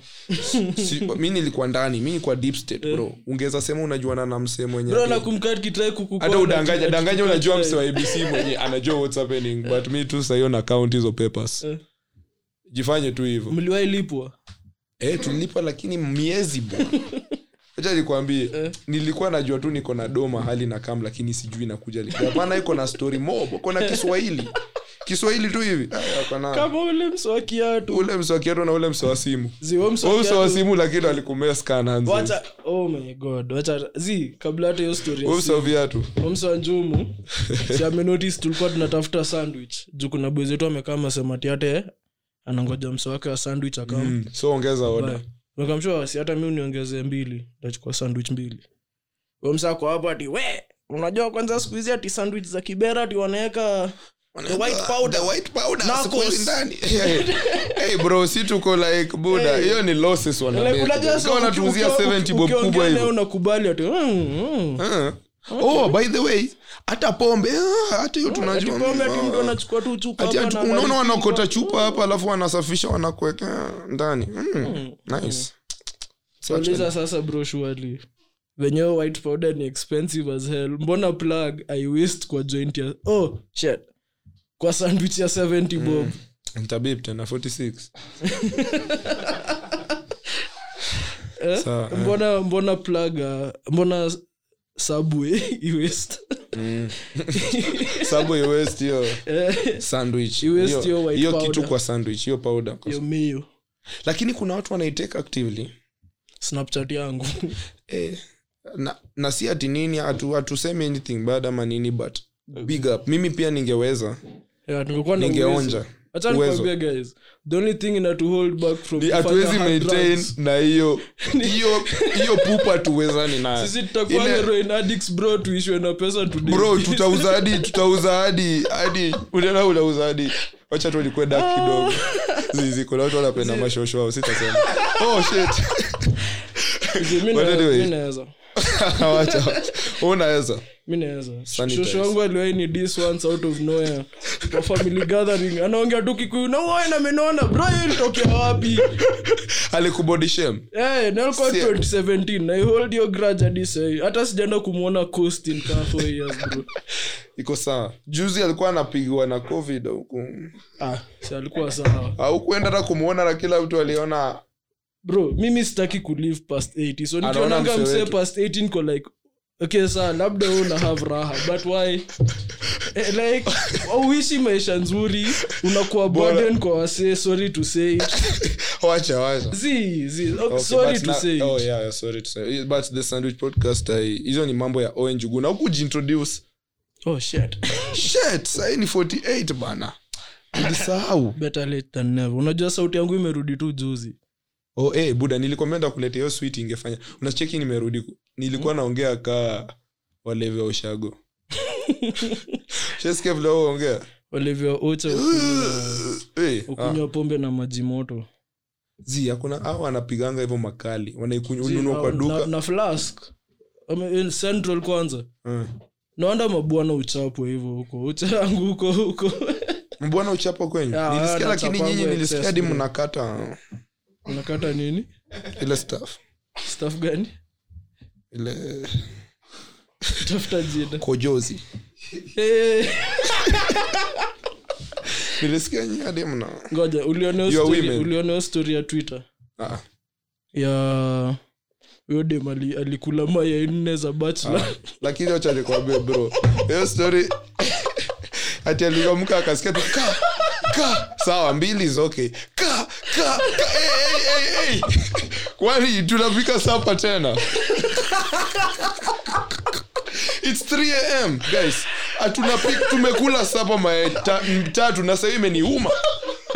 Speaker 3: si, mi nilikuwa ndani mi nilikuwa deep state bro ungeweza sema unajuana na msee mwenye
Speaker 2: Eh. bro nakumkaa kitrai
Speaker 3: hata udanganya danganya unajua mse wa abc mwenye anajua what's happening but mi tu sahiyo na count hizo papers
Speaker 2: Eh.
Speaker 3: jifanye tu hivyo
Speaker 2: mliwailipwa
Speaker 3: eh, tulilipa lakini
Speaker 2: [LAUGHS]
Speaker 3: miezi bwana acha nikwambie
Speaker 2: Eh.
Speaker 3: nilikuwa najua tu niko na do mahali na kam lakini sijui nakuja lipi. hapana iko na story mob iko na kiswahili kiswahili tu hivi Ah, ako na-
Speaker 2: kama ule msowa kiatu
Speaker 3: ule msoakiato na ule msoa simu
Speaker 2: ziwo
Speaker 3: Huyu mso wa
Speaker 2: msowakiatu
Speaker 3: simu lakini alikumea skana
Speaker 2: wacha oh my god wacha zi kabla hata hiyo story ya
Speaker 3: mso viatu
Speaker 2: omsa njumu si amenotice tulikuwa tunatafuta sandwich juu kuna boy zetu amekaa masemati hata yeye anangoja msa wake wa sandwich akam
Speaker 3: Mm, so ongeza oda
Speaker 2: akamshua si hata mi uniongezee mbili tachukua sandwich mbili omsa kwa hapo ati we unajua kwanza siku hizi ati sandwich za kibera ati wanaweka the white powder
Speaker 3: The white powder,
Speaker 2: Narcos.
Speaker 3: siku ndani. [LAUGHS] Hey, hey, bro si tuko like buda
Speaker 2: Hey.
Speaker 3: hiyo ni losses
Speaker 2: Like, unajua sasa
Speaker 3: wanatuuzia
Speaker 2: uki- uki-
Speaker 3: 70 bob kubwa
Speaker 2: ukiongea naye
Speaker 3: hivyo
Speaker 2: unakubali ati mm, mm.
Speaker 3: Ah. oh by the way hata pombe ah, hata hiyo
Speaker 2: Ati
Speaker 3: tunajua
Speaker 2: Oh, pombe ati mtu
Speaker 3: Ah.
Speaker 2: anachukua tu chupa
Speaker 3: Ati
Speaker 2: hapa
Speaker 3: hatu-
Speaker 2: na
Speaker 3: unaona
Speaker 2: baridi Mm.
Speaker 3: wanaokota
Speaker 2: kwa-
Speaker 3: chupa hapa alafu wanasafisha wanakuweka ndani Mm, nice
Speaker 2: Mm.
Speaker 3: So
Speaker 2: uliza sasa bro surely venyewe white powder ni expensive as hell mbona plug i waste kwa joint ya oh shit kwa sandwich ya 70
Speaker 3: Mm,
Speaker 2: bob
Speaker 3: Ntabib
Speaker 2: [LAUGHS]
Speaker 3: tena 46 Sawa, eh.
Speaker 2: mbona mbona plug ah, mbona subway [LAUGHS] i waste
Speaker 3: Subway West hiyo
Speaker 2: [LAUGHS]
Speaker 3: sandwich
Speaker 2: You Eh. waste
Speaker 3: Hiyo-
Speaker 2: your white
Speaker 3: hiyo kitu
Speaker 2: powder.
Speaker 3: kwa sandwich hiyo powder kwa-
Speaker 2: yo mio
Speaker 3: lakini kuna watu wanaiteka actively
Speaker 2: snapchat yangu [LAUGHS]
Speaker 3: eh, na, na si ati nini hatu- hatusemi anything bad ama nini but big up mimi pia ningeweza
Speaker 2: yeah, tungekuwa na
Speaker 3: ningeonja
Speaker 2: uwezo. Acha
Speaker 3: uwezo.
Speaker 2: nikwambie guys the only thing ina to hold back from
Speaker 3: Ni-
Speaker 2: kufanya
Speaker 3: hatuwezi
Speaker 2: hard
Speaker 3: maintain
Speaker 2: drugs. [LAUGHS]
Speaker 3: na hiyo hiyo hiyo pupa tuwezani nayo
Speaker 2: sisi tutakuwa
Speaker 3: Ile-
Speaker 2: heroin addicts bro tuishwe na pesa today
Speaker 3: bro tutauza hadi tutauza hadi hadi unaona unauza hadi wacha tu nikuwe
Speaker 2: Ah.
Speaker 3: dark kidogo zizi kuna watu wanapenda mashosho wao sitasema oh shit
Speaker 2: [LAUGHS]
Speaker 3: [LAUGHS]
Speaker 2: Mimi
Speaker 3: But
Speaker 2: na-
Speaker 3: anyway.
Speaker 2: mimi naweza
Speaker 3: wacha wacha. unaweza
Speaker 2: mi naweza
Speaker 3: Sanitize.
Speaker 2: shosho wangu aliwahi ni this once out of nowhere kwa family gathering anaongea tu kikuyu nauoe namenona bro hiyo ilitokea wapi
Speaker 3: alikubody shame
Speaker 2: Eh, na ilikuwa
Speaker 3: Si-
Speaker 2: 2017 na I hold your grudge hadi sahi hata sijaenda kumwona coast in car four years bro
Speaker 3: iko sawa juzi alikuwa anapigiwa na covid huku
Speaker 2: ah, si alikuwa sawa
Speaker 3: au kuenda hata kumwona na kila mtu aliona
Speaker 2: bro mimi sitaki kulive past 80 so
Speaker 3: Anaona
Speaker 2: nikionanga
Speaker 3: msee
Speaker 2: msee
Speaker 3: wetu.
Speaker 2: past 18 ko like okay saa labda we una have raha but why eh, like [LAUGHS] auishi maisha nzuri unakuwa
Speaker 3: Bora.
Speaker 2: burden kwa wasee sorry to say it.
Speaker 3: wacha wacha
Speaker 2: Zii, zii. Oh,
Speaker 3: Okay,
Speaker 2: sorry
Speaker 3: but
Speaker 2: to
Speaker 3: na-
Speaker 2: say it.
Speaker 3: oh, yeah, yeah, sorry to say it. But the sandwich podcast I- hizo ni mambo ya oenjugu na hukujiintroduce
Speaker 2: Oh, shit.
Speaker 3: shit sahii ni 48 bana nilisahau
Speaker 2: Better late than never. unajua sauti yangu imerudi tu juzi
Speaker 3: oh, eh, buda nilikwambia ndakuletea hiyo switi ingefanya unacheki nimerudi ku- nilikuwa naongea kaa walevi
Speaker 2: [LAUGHS]
Speaker 3: wa ushago Shesikia vile wao huongea?
Speaker 2: olivia ocha
Speaker 3: Eh, ah,
Speaker 2: ukunywa pombe na maji moto
Speaker 3: zi hakuna hao wanapiganga hivyo makali wanaikunywa
Speaker 2: Zii,
Speaker 3: ununua kwa
Speaker 2: na, na,
Speaker 3: duka
Speaker 2: na flask Ame- in central kwanza
Speaker 3: Eh.
Speaker 2: naanda mabwana uchapwe hivyo huko ucha yangu huko huko [LAUGHS]
Speaker 3: mbona uchapa kwenyu
Speaker 2: Yeah,
Speaker 3: nilisikia
Speaker 2: wana
Speaker 3: lakini
Speaker 2: Ah, chapa
Speaker 3: nyinyi
Speaker 2: wangu
Speaker 3: nilisikia
Speaker 2: excess,
Speaker 3: hadi
Speaker 2: bro.
Speaker 3: mnakata
Speaker 2: unakata nini
Speaker 3: ile staff
Speaker 2: staff gani
Speaker 3: ile
Speaker 2: tafuta jina
Speaker 3: kojozi
Speaker 2: Eh,
Speaker 3: nilisikia nyinyi hadi mna
Speaker 2: ngoja ulione hiyo
Speaker 3: You are
Speaker 2: story-
Speaker 3: women.
Speaker 2: ulione hiyo story ya twitter
Speaker 3: ah,
Speaker 2: ya huyo dem ali- alikula
Speaker 3: Ah.
Speaker 2: mayai nne za bachelor
Speaker 3: lakini wacha nikwambie bro hiyo story [LAUGHS] ati aliamka akasikia tu ka ka sawa mbili is okay ka ka eh, ka hey, hey, hey, hey. kwani tunapika sapa tena its 3 am guys atunapik tumekula sapa mayai ta- m- tatu na sahii imeniuma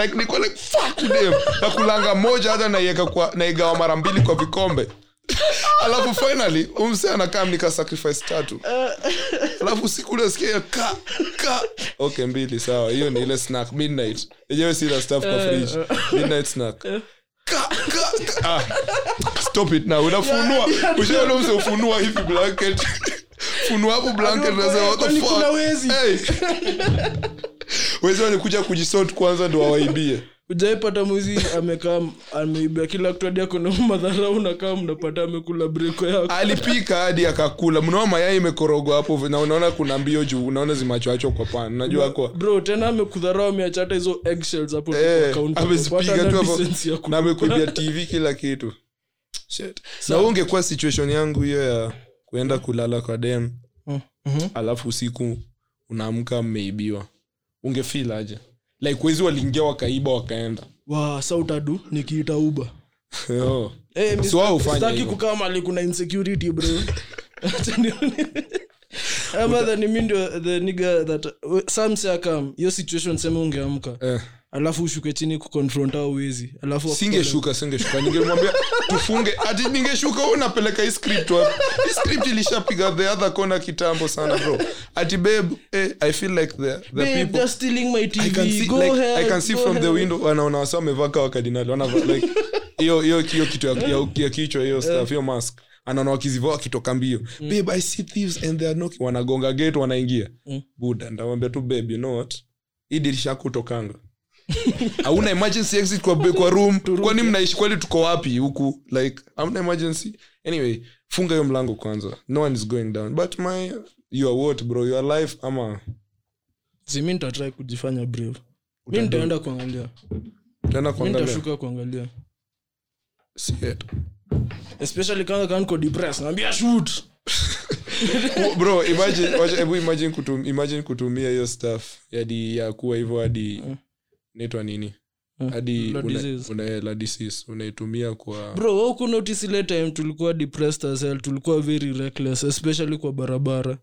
Speaker 3: like niko like fuck them nakulanga moja hata naiweka kwa naigawa mara mbili kwa vikombe alafu finally umse anakaa mnika sacrifice tatu alafu usiku unasikia ka ka okay mbili sawa hiyo ni ile snack midnight yenyewe sila staff kwa fridge midnight snack Ka, ka, ka. Ah, stop it now unafunua ushaona mse ufunua hivi blanket [LAUGHS] funua hapo blanket
Speaker 2: Kwani-
Speaker 3: unasema what the
Speaker 2: kwani
Speaker 3: fuck?
Speaker 2: kuna wezi? [LAUGHS]
Speaker 3: Hey. wezi walikuja kujisort kwanza ndo wawaibie
Speaker 2: ujaipata mwizi amekaa ameibia kila kitu hadi akona madhara unakaa mnapata amekula breko yako
Speaker 3: alipika hadi akakula mnao mayai imekorogwa hapo na unaona kuna mbio juu unaona zimachoachwa kwa pana unajua kwa
Speaker 2: bro tena amekudharau ameacha hata hizo eggshells hapo tu kwa
Speaker 3: Eh,
Speaker 2: counter. Hata
Speaker 3: amezipiga
Speaker 2: hana
Speaker 3: tu
Speaker 2: decency ya
Speaker 3: hapo
Speaker 2: ku- [LAUGHS]
Speaker 3: na amekuibia tv kila kitu Shit. na huu ungekuwa situation yangu hiyo ya kuenda kulala kwa dem
Speaker 2: Mhm.
Speaker 3: alafu usiku unaamka mmeibiwa ungefil aje like wezi waliingia wakaiba wakaenda [LAUGHS]
Speaker 2: wa sa utadu nikiita uba
Speaker 3: Yo.
Speaker 2: Eh,
Speaker 3: So wao hufanya
Speaker 2: sitaki
Speaker 3: hivyo.
Speaker 2: kukaa mali kuna insecurity
Speaker 3: [LAUGHS]
Speaker 2: bro Acha nione. [LAUGHS] ama the ni mi ndio the nigga that samse akam hiyo situation sema ungeamka
Speaker 3: Eh.
Speaker 2: alafu ushuke chini kuconfront au wezi alafu
Speaker 3: singeshuka singeshuka ningemwambia [LAUGHS] tufunge ati ningeshuka wewe unapeleka hii script wapi? hii script ilishapiga the other corner kitambo sana bro ati babe eh, i feel like the, the
Speaker 2: Babe,
Speaker 3: people
Speaker 2: they're stealing my TV.
Speaker 3: I can see,
Speaker 2: Go
Speaker 3: like,
Speaker 2: ahead,
Speaker 3: I can see
Speaker 2: go
Speaker 3: from the
Speaker 2: ahead.
Speaker 3: window wanaona wasa wamevaa kawa kardinali wanava like hiyo hiyo hiyo kitu ya, ya, ya kichwa hiyo stuff hiyo mask anaona wakizivaa wakitoka mbio
Speaker 2: Mm.
Speaker 3: babe i see thieves and they are knocking wanagonga gate wanaingia
Speaker 2: Mm.
Speaker 3: buda ndawambia tu babe you know what hii dirisha yako utokanga [LAUGHS] hauna emergency exit kwa, kwa
Speaker 2: [LAUGHS]
Speaker 3: room kwani mnaishi kweli tuko wapi huku like hamna emergency anyway funga hiyo mlango kwanza no one is going down but my you are what bro you are life ama
Speaker 2: Si, mi nitatry kujifanya brave mi nitaenda kuangalia
Speaker 3: tena
Speaker 2: mi
Speaker 3: kuangalia
Speaker 2: nitashuka kuangalia
Speaker 3: Shit.
Speaker 2: especially kama kama niko depressed naambia shoot
Speaker 3: bro imagine wacha- hebu imagine, kutum, imagine kutumia hiyo staff yadi ya kuwa hivyo hadi naitwa nini hadi
Speaker 2: Eh, la
Speaker 3: una-
Speaker 2: disease.
Speaker 3: una- eh, la disease unaitumia kwa
Speaker 2: bro wa huku notice ile time tulikuwa depressed as hell tulikuwa very reckless especially kwa barabara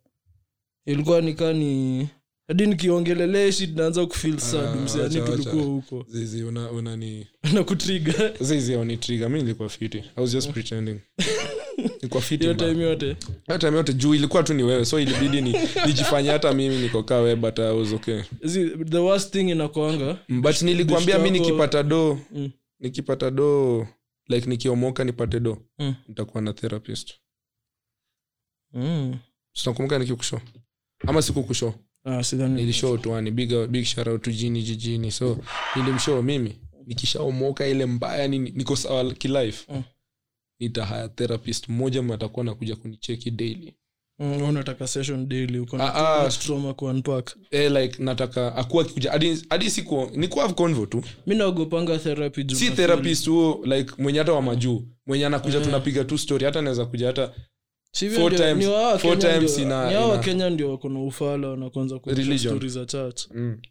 Speaker 2: ilikuwa nikaa ni hadi nikiongelelea hii shit naanza kufeel sad
Speaker 3: Ah,
Speaker 2: msee yani
Speaker 3: wacha, wacha.
Speaker 2: tulikuwa huko [LAUGHS]
Speaker 3: zizi una, una ni
Speaker 2: na kutrigger
Speaker 3: zizi au ni trigger mi nilikuwa fiti i was just
Speaker 2: [LAUGHS]
Speaker 3: pretending nilikuwa fiti
Speaker 2: hiyo
Speaker 3: man.
Speaker 2: time yote
Speaker 3: Hiyo time yote juu ilikuwa tu ni wewe so ilibidi ni nijifanye hata mimi niko kaa wewe but i was okay
Speaker 2: See, the worst thing inakwanga
Speaker 3: but nilikwambia mi
Speaker 2: yako-
Speaker 3: nikipata do
Speaker 2: Mm.
Speaker 3: nikipata do like nikiomoka nipate do
Speaker 2: Mm.
Speaker 3: nitakuwa na therapist
Speaker 2: mm.
Speaker 3: sinakumbuka nikikusho ama sikukusho
Speaker 2: ah, sidhani
Speaker 3: nilishow tuani big, big shout out to jini jijini so nilimshow mimi nikishaomoka ile mbaya ni, niko sawa kilife
Speaker 2: Mm.
Speaker 3: nitahaya therapist mmoja matakuwa nakuja kunicheki daily
Speaker 2: Mm, unataka session daily uko na
Speaker 3: Ah, ah,
Speaker 2: much trauma kuunpack
Speaker 3: eh, like nataka akuwa akikuja hadi- hadi siku nikuwa have convo tu
Speaker 2: mi naogopanga therapy juu
Speaker 3: si
Speaker 2: na-
Speaker 3: therapist huo like mwenye hata wa majuu mwenye anakuja
Speaker 2: Mm.
Speaker 3: tunapiga tu story hata anaweza kuja hata
Speaker 2: Sivyo
Speaker 3: Four
Speaker 2: ndio-
Speaker 3: times-
Speaker 2: ni wao wa
Speaker 3: four
Speaker 2: Kenya
Speaker 3: times
Speaker 2: ndio-
Speaker 3: ina-
Speaker 2: ni wao wa
Speaker 3: ina-
Speaker 2: Kenya ndio wako na ufala wanakuanza kuonyesha
Speaker 3: Religion.
Speaker 2: stories za church
Speaker 3: mm.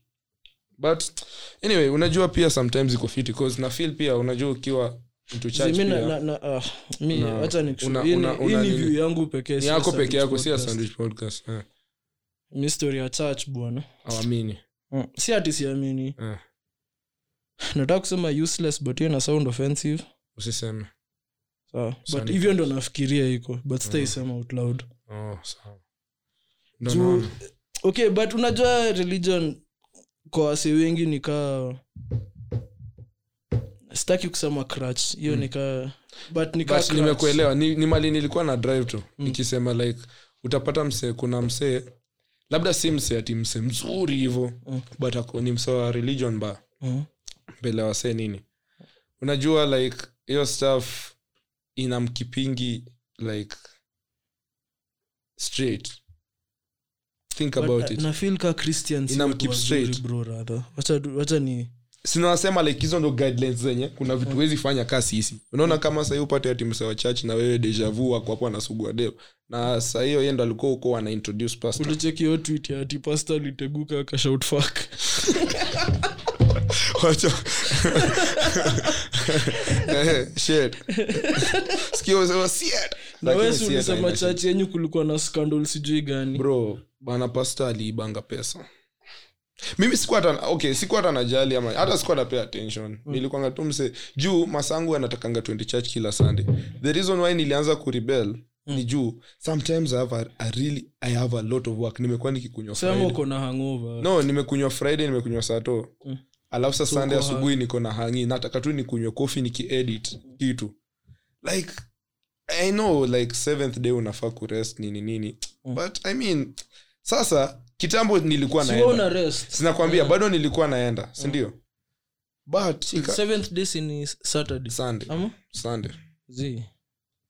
Speaker 3: but anyway unajua pia sometimes iko fiti cause na feel pia unajua ukiwa mtu church
Speaker 2: Si, mi na-
Speaker 3: pia
Speaker 2: na- na- ah, mi,
Speaker 3: Una-
Speaker 2: wacha nikushu-
Speaker 3: una-
Speaker 2: hii ni-
Speaker 3: una-
Speaker 2: hii
Speaker 3: una
Speaker 2: ni
Speaker 3: nini?
Speaker 2: view yangu pekee
Speaker 3: ni
Speaker 2: si
Speaker 3: yako
Speaker 2: Sandwich
Speaker 3: peke yako si ya
Speaker 2: Podcast.
Speaker 3: sandwich podcast eh,
Speaker 2: Mi story ya church bwana
Speaker 3: hawamini
Speaker 2: Mm, si ati siamini
Speaker 3: eh,
Speaker 2: nataka kusema useless but hiyo ina sound offensive
Speaker 3: usiseme
Speaker 2: sawa but
Speaker 3: Sani-
Speaker 2: hivyo ndo nafikiria iko
Speaker 3: Mm.
Speaker 2: but sitaisema out loud
Speaker 3: oh, sawa. Ndio
Speaker 2: Juu-
Speaker 3: naona.
Speaker 2: okay but unajua religion kwa wase wengi nikaa sitaki kusema crutch hiyo nikaa but nikaa
Speaker 3: Hmm. But
Speaker 2: crutch.
Speaker 3: nimekuelewa ni, ni mali nilikuwa na drive tu
Speaker 2: Mm.
Speaker 3: nikisema like utapata msee kuna msee labda si msee ati msee mzuri hivo
Speaker 2: Mm.
Speaker 3: but ako, ni msee wa religion ba
Speaker 2: Mhm.
Speaker 3: mbele wasee nini unajua like hiyo stuff ina mkipingi like straight think
Speaker 2: But
Speaker 3: about
Speaker 2: na-
Speaker 3: it
Speaker 2: na feel ka christians
Speaker 3: Ina
Speaker 2: watu
Speaker 3: mkeep
Speaker 2: wazuri
Speaker 3: straight.
Speaker 2: bro rather wacha, wacha ni
Speaker 3: sinasema like hizo ndo guidelines zenye kuna vitu wezi fanya kaa sisi unaona kama sahii upate atimsewa church na wewe dejavu wako hapo anasugua deo na saa hiyo yeye ndo alikuwa huko ana introduce pastor
Speaker 2: ulicheki hiyo tweet ya ati pasta aliteguka akashout fuck
Speaker 3: [LAUGHS]
Speaker 2: [LAUGHS]
Speaker 3: Wacha. Eh,
Speaker 2: [LAUGHS]
Speaker 3: shit. Sikia umesema shit.
Speaker 2: na
Speaker 3: Lakini
Speaker 2: wesi
Speaker 3: shit
Speaker 2: ulisema
Speaker 3: haina shit.
Speaker 2: chachi yenyu kulikuwa na scandal sijui gani
Speaker 3: bro bana pasta aliibanga pesa mimi sikuwa hata okay sikuwa hata najali ama hata sikuwa na pay attention
Speaker 2: Hmm.
Speaker 3: nilikwanga tu mse juu masangu anatakanga 20 church kila sunday the reason why nilianza kurebel
Speaker 2: Hmm.
Speaker 3: ni juu sometimes i have a, a really i have a lot of work nimekuwa nikikunywa
Speaker 2: sema
Speaker 3: Friday.
Speaker 2: uko na hangover
Speaker 3: no nimekunywa friday nimekunywa sato
Speaker 2: Mm.
Speaker 3: alafu sa sunday
Speaker 2: uko hang-
Speaker 3: asubuhi niko na hangi nataka tu nikunywe kofi nikiedit kitu like i know like seventh day unafaa kurest nini nini
Speaker 2: Mm.
Speaker 3: but i mean sasa kitambo nilikuwa
Speaker 2: Si wewe una Mm.
Speaker 3: naenda
Speaker 2: rest
Speaker 3: sinakwambia bado nilikuwa naenda sindio but ika-
Speaker 2: seventh day si ni saturday
Speaker 3: sunday
Speaker 2: ama
Speaker 3: sunday
Speaker 2: zi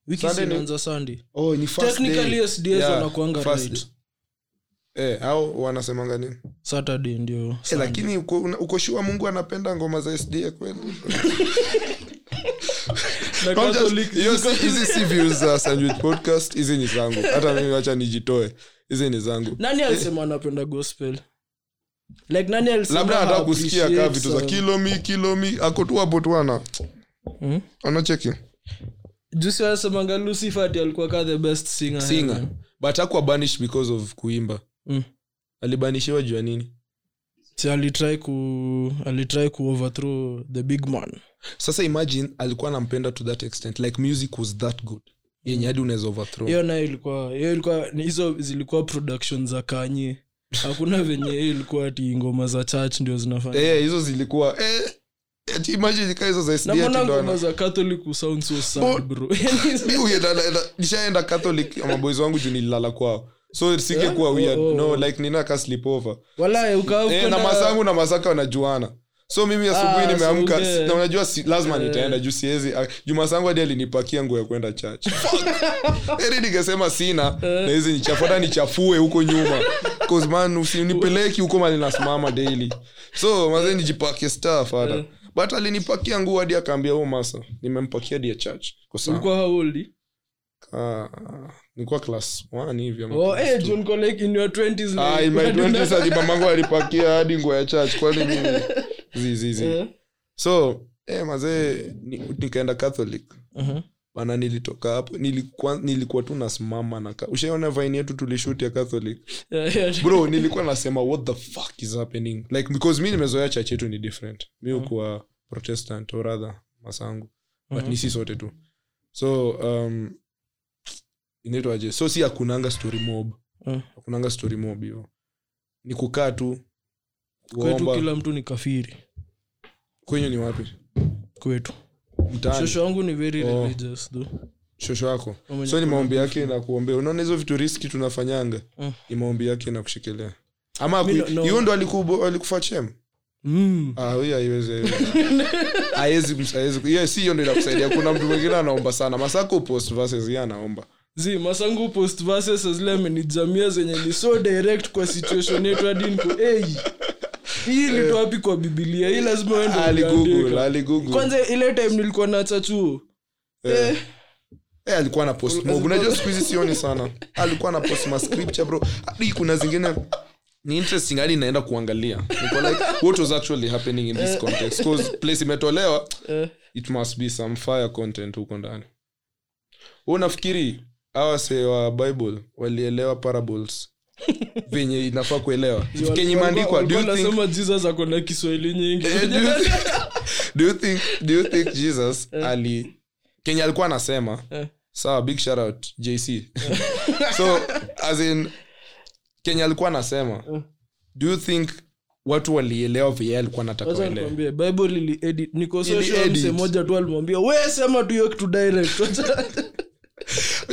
Speaker 2: wiki
Speaker 3: Sunday ni-
Speaker 2: zinaanza sunday
Speaker 3: oh ni first day.
Speaker 2: Technically SDS
Speaker 3: Yeah,
Speaker 2: wanakuanga
Speaker 3: first
Speaker 2: right.
Speaker 3: day. eh au wanasemanga nini
Speaker 2: saturday ndio
Speaker 3: Eh,
Speaker 2: Sunday.
Speaker 3: lakini uko, una- uko shua mungu anapenda ngoma za sda kweli
Speaker 2: Na
Speaker 3: Come just-
Speaker 2: Catholic-
Speaker 3: hiyo si- hizi si views za sandwich podcast hizi ni zangu hata mimi wacha nijitoe hizi ni zangu
Speaker 2: nani alisema anapenda gospel like nani alisema
Speaker 3: labda anataka kusikia kaa
Speaker 2: appreciates
Speaker 3: vitu za
Speaker 2: and-
Speaker 3: kilomi kilomi ako tu hapo tu ana
Speaker 2: Hmm?
Speaker 3: anacheki
Speaker 2: jusi anasemanga lucifer ati alikuwa kaa the best singer
Speaker 3: singa
Speaker 2: heaven.
Speaker 3: but akuwa banish because of kuimba
Speaker 2: Mm.
Speaker 3: alibanishiwa juu ya nini
Speaker 2: Si alitry ku alitry ku overthrow the big man
Speaker 3: sasa imagine alikuwa anampenda to that extent like music was that good yenye hadi unaweza overthrow
Speaker 2: hiyo nayo ilikuwa hiyo ilikuwa ni hizo zilikuwa production za kanye hakuna venye hiyo ilikuwa ati ngoma za church ndio zinafanya
Speaker 3: Eh, hizo zilikuwa eh, ati imagine kaa hizo za
Speaker 2: na
Speaker 3: SDA
Speaker 2: mbona
Speaker 3: ati ndo
Speaker 2: ngoma
Speaker 3: ana-
Speaker 2: za catholic usound so
Speaker 3: Bo-
Speaker 2: sad bro [LAUGHS] Yaani
Speaker 3: mi huenda- na- na- nishaenda catholic
Speaker 2: [LAUGHS]
Speaker 3: maboys wangu juu nililala kwao so singekuwa
Speaker 2: Yeah?
Speaker 3: weird
Speaker 2: Oh, oh.
Speaker 3: no like ninaka sleepover
Speaker 2: walahi ukaa
Speaker 3: eh, na
Speaker 2: ukwenda-
Speaker 3: masangu na masaka wanajuana so mimi asubuhi
Speaker 2: Ah,
Speaker 3: nimeamka
Speaker 2: so
Speaker 3: si- na
Speaker 2: good.
Speaker 3: unajua si, lazima
Speaker 2: Eh.
Speaker 3: nitaenda juu siwezi ah, juu masangu hadi alinipakia nguo ya
Speaker 2: [LAUGHS]
Speaker 3: kwenda church heri ningesema sina
Speaker 2: Eh.
Speaker 3: na hizi nichafata nichafue huko nyuma 'Cause man usinipeleki huko mali nasimama daily so mazee nijipake staff
Speaker 2: Eh.
Speaker 3: hata but alinipakia nguo hadi akaambia huo masa nimempakia hadi ya church kwa sawa."
Speaker 2: ulikuwa how old?
Speaker 3: Ah, nilikuwa class one hivi ama
Speaker 2: Oh,
Speaker 3: class
Speaker 2: eh,
Speaker 3: two.
Speaker 2: juu ulikuwa like in your 20s na
Speaker 3: Ah,
Speaker 2: [LAUGHS]
Speaker 3: in my
Speaker 2: ilikuwa tuna-
Speaker 3: 20s hadi mamangu alipakia hadi nguo ya church kwani
Speaker 2: [LAUGHS]
Speaker 3: mimi zi, zi, zi.
Speaker 2: Eh,
Speaker 3: so eh, mazee ni- nikaenda catholic
Speaker 2: aha.
Speaker 3: bana nilitoka hapo nilikuwa, nilikuwa tu nasimama na ka- ushaona vine yetu tulishoot ya catholic
Speaker 2: Yeah, yeah.
Speaker 3: bro nilikuwa nasema what the fuck is happening like because mi nimezoea church yetu ni different mi
Speaker 2: Mm-hmm.
Speaker 3: ukuwa protestant or rather masangu but
Speaker 2: Mhm.
Speaker 3: ni si sote tu so um, inaitwaje so si akunanga story mob
Speaker 2: Mm.
Speaker 3: akunanga story mob hivo ni kukaa tu
Speaker 2: kwetu
Speaker 3: kuomba
Speaker 2: kila mtu ni kafiri
Speaker 3: kwenyu ni wapi
Speaker 2: kwetu
Speaker 3: mtaani
Speaker 2: shosho wangu ni very
Speaker 3: Oh.
Speaker 2: religious though
Speaker 3: shosho yako
Speaker 2: Kama
Speaker 3: so ni
Speaker 2: ni-
Speaker 3: maombi yake na kuombea unaona hizo vitu riski tunafanyanga
Speaker 2: Mm.
Speaker 3: ni maombi yake na kushikilia ama
Speaker 2: Mi
Speaker 3: hiyo
Speaker 2: no- no.
Speaker 3: ndo alikubo- alikufa chem
Speaker 2: Mm.
Speaker 3: Ah, huyo haiwezi haiwezi. Haiwezi ms- haiwezi- hiyo si hiyo ndo inakusaidia kuna mtu mwingine anaomba sana masako post versus yeye anaomba
Speaker 2: zi masangu post verses zile amenijamia zenye ni so direct kwa situation yetu hadi niko ei
Speaker 3: Eh.
Speaker 2: hii ilitoa wapi kwa bibilia hii lazima uende
Speaker 3: aligugul
Speaker 2: uliandika.
Speaker 3: aligugul
Speaker 2: kwanza ile time nilikuwa na chachuo
Speaker 3: Eh. Eh, alikuwa na post mob. unajua siku hizi sioni sana alikuwa na post ma scripture bro hadi kuna zingine ni interesting hadi naenda kuangalia Niko like what was actually happening in this context cause place imetolewa
Speaker 2: Eh.
Speaker 3: it must be some fire content huko ndani wewe unafikiri hawa se wa bible walielewa parables venye inafaa kuelewa kenye imeandikwa do you think
Speaker 2: nasema jesus ako na kiswahili nyingi [LAUGHS]
Speaker 3: Eh, do you- do you think do you think jesus ali kenya alikuwa anasema
Speaker 2: Eh.
Speaker 3: sawa big shout out jc [LAUGHS] so as in kenya alikuwa
Speaker 2: Eh.
Speaker 3: anasema do you think watu walielewa vye alikuwa anataka
Speaker 2: Wacha
Speaker 3: waelewe
Speaker 2: nikwambie, bible iliedit niko social
Speaker 3: Iliedit.
Speaker 2: mse moja tu alimwambia we sema tu hiyo kitu direct [LAUGHS] Wacha-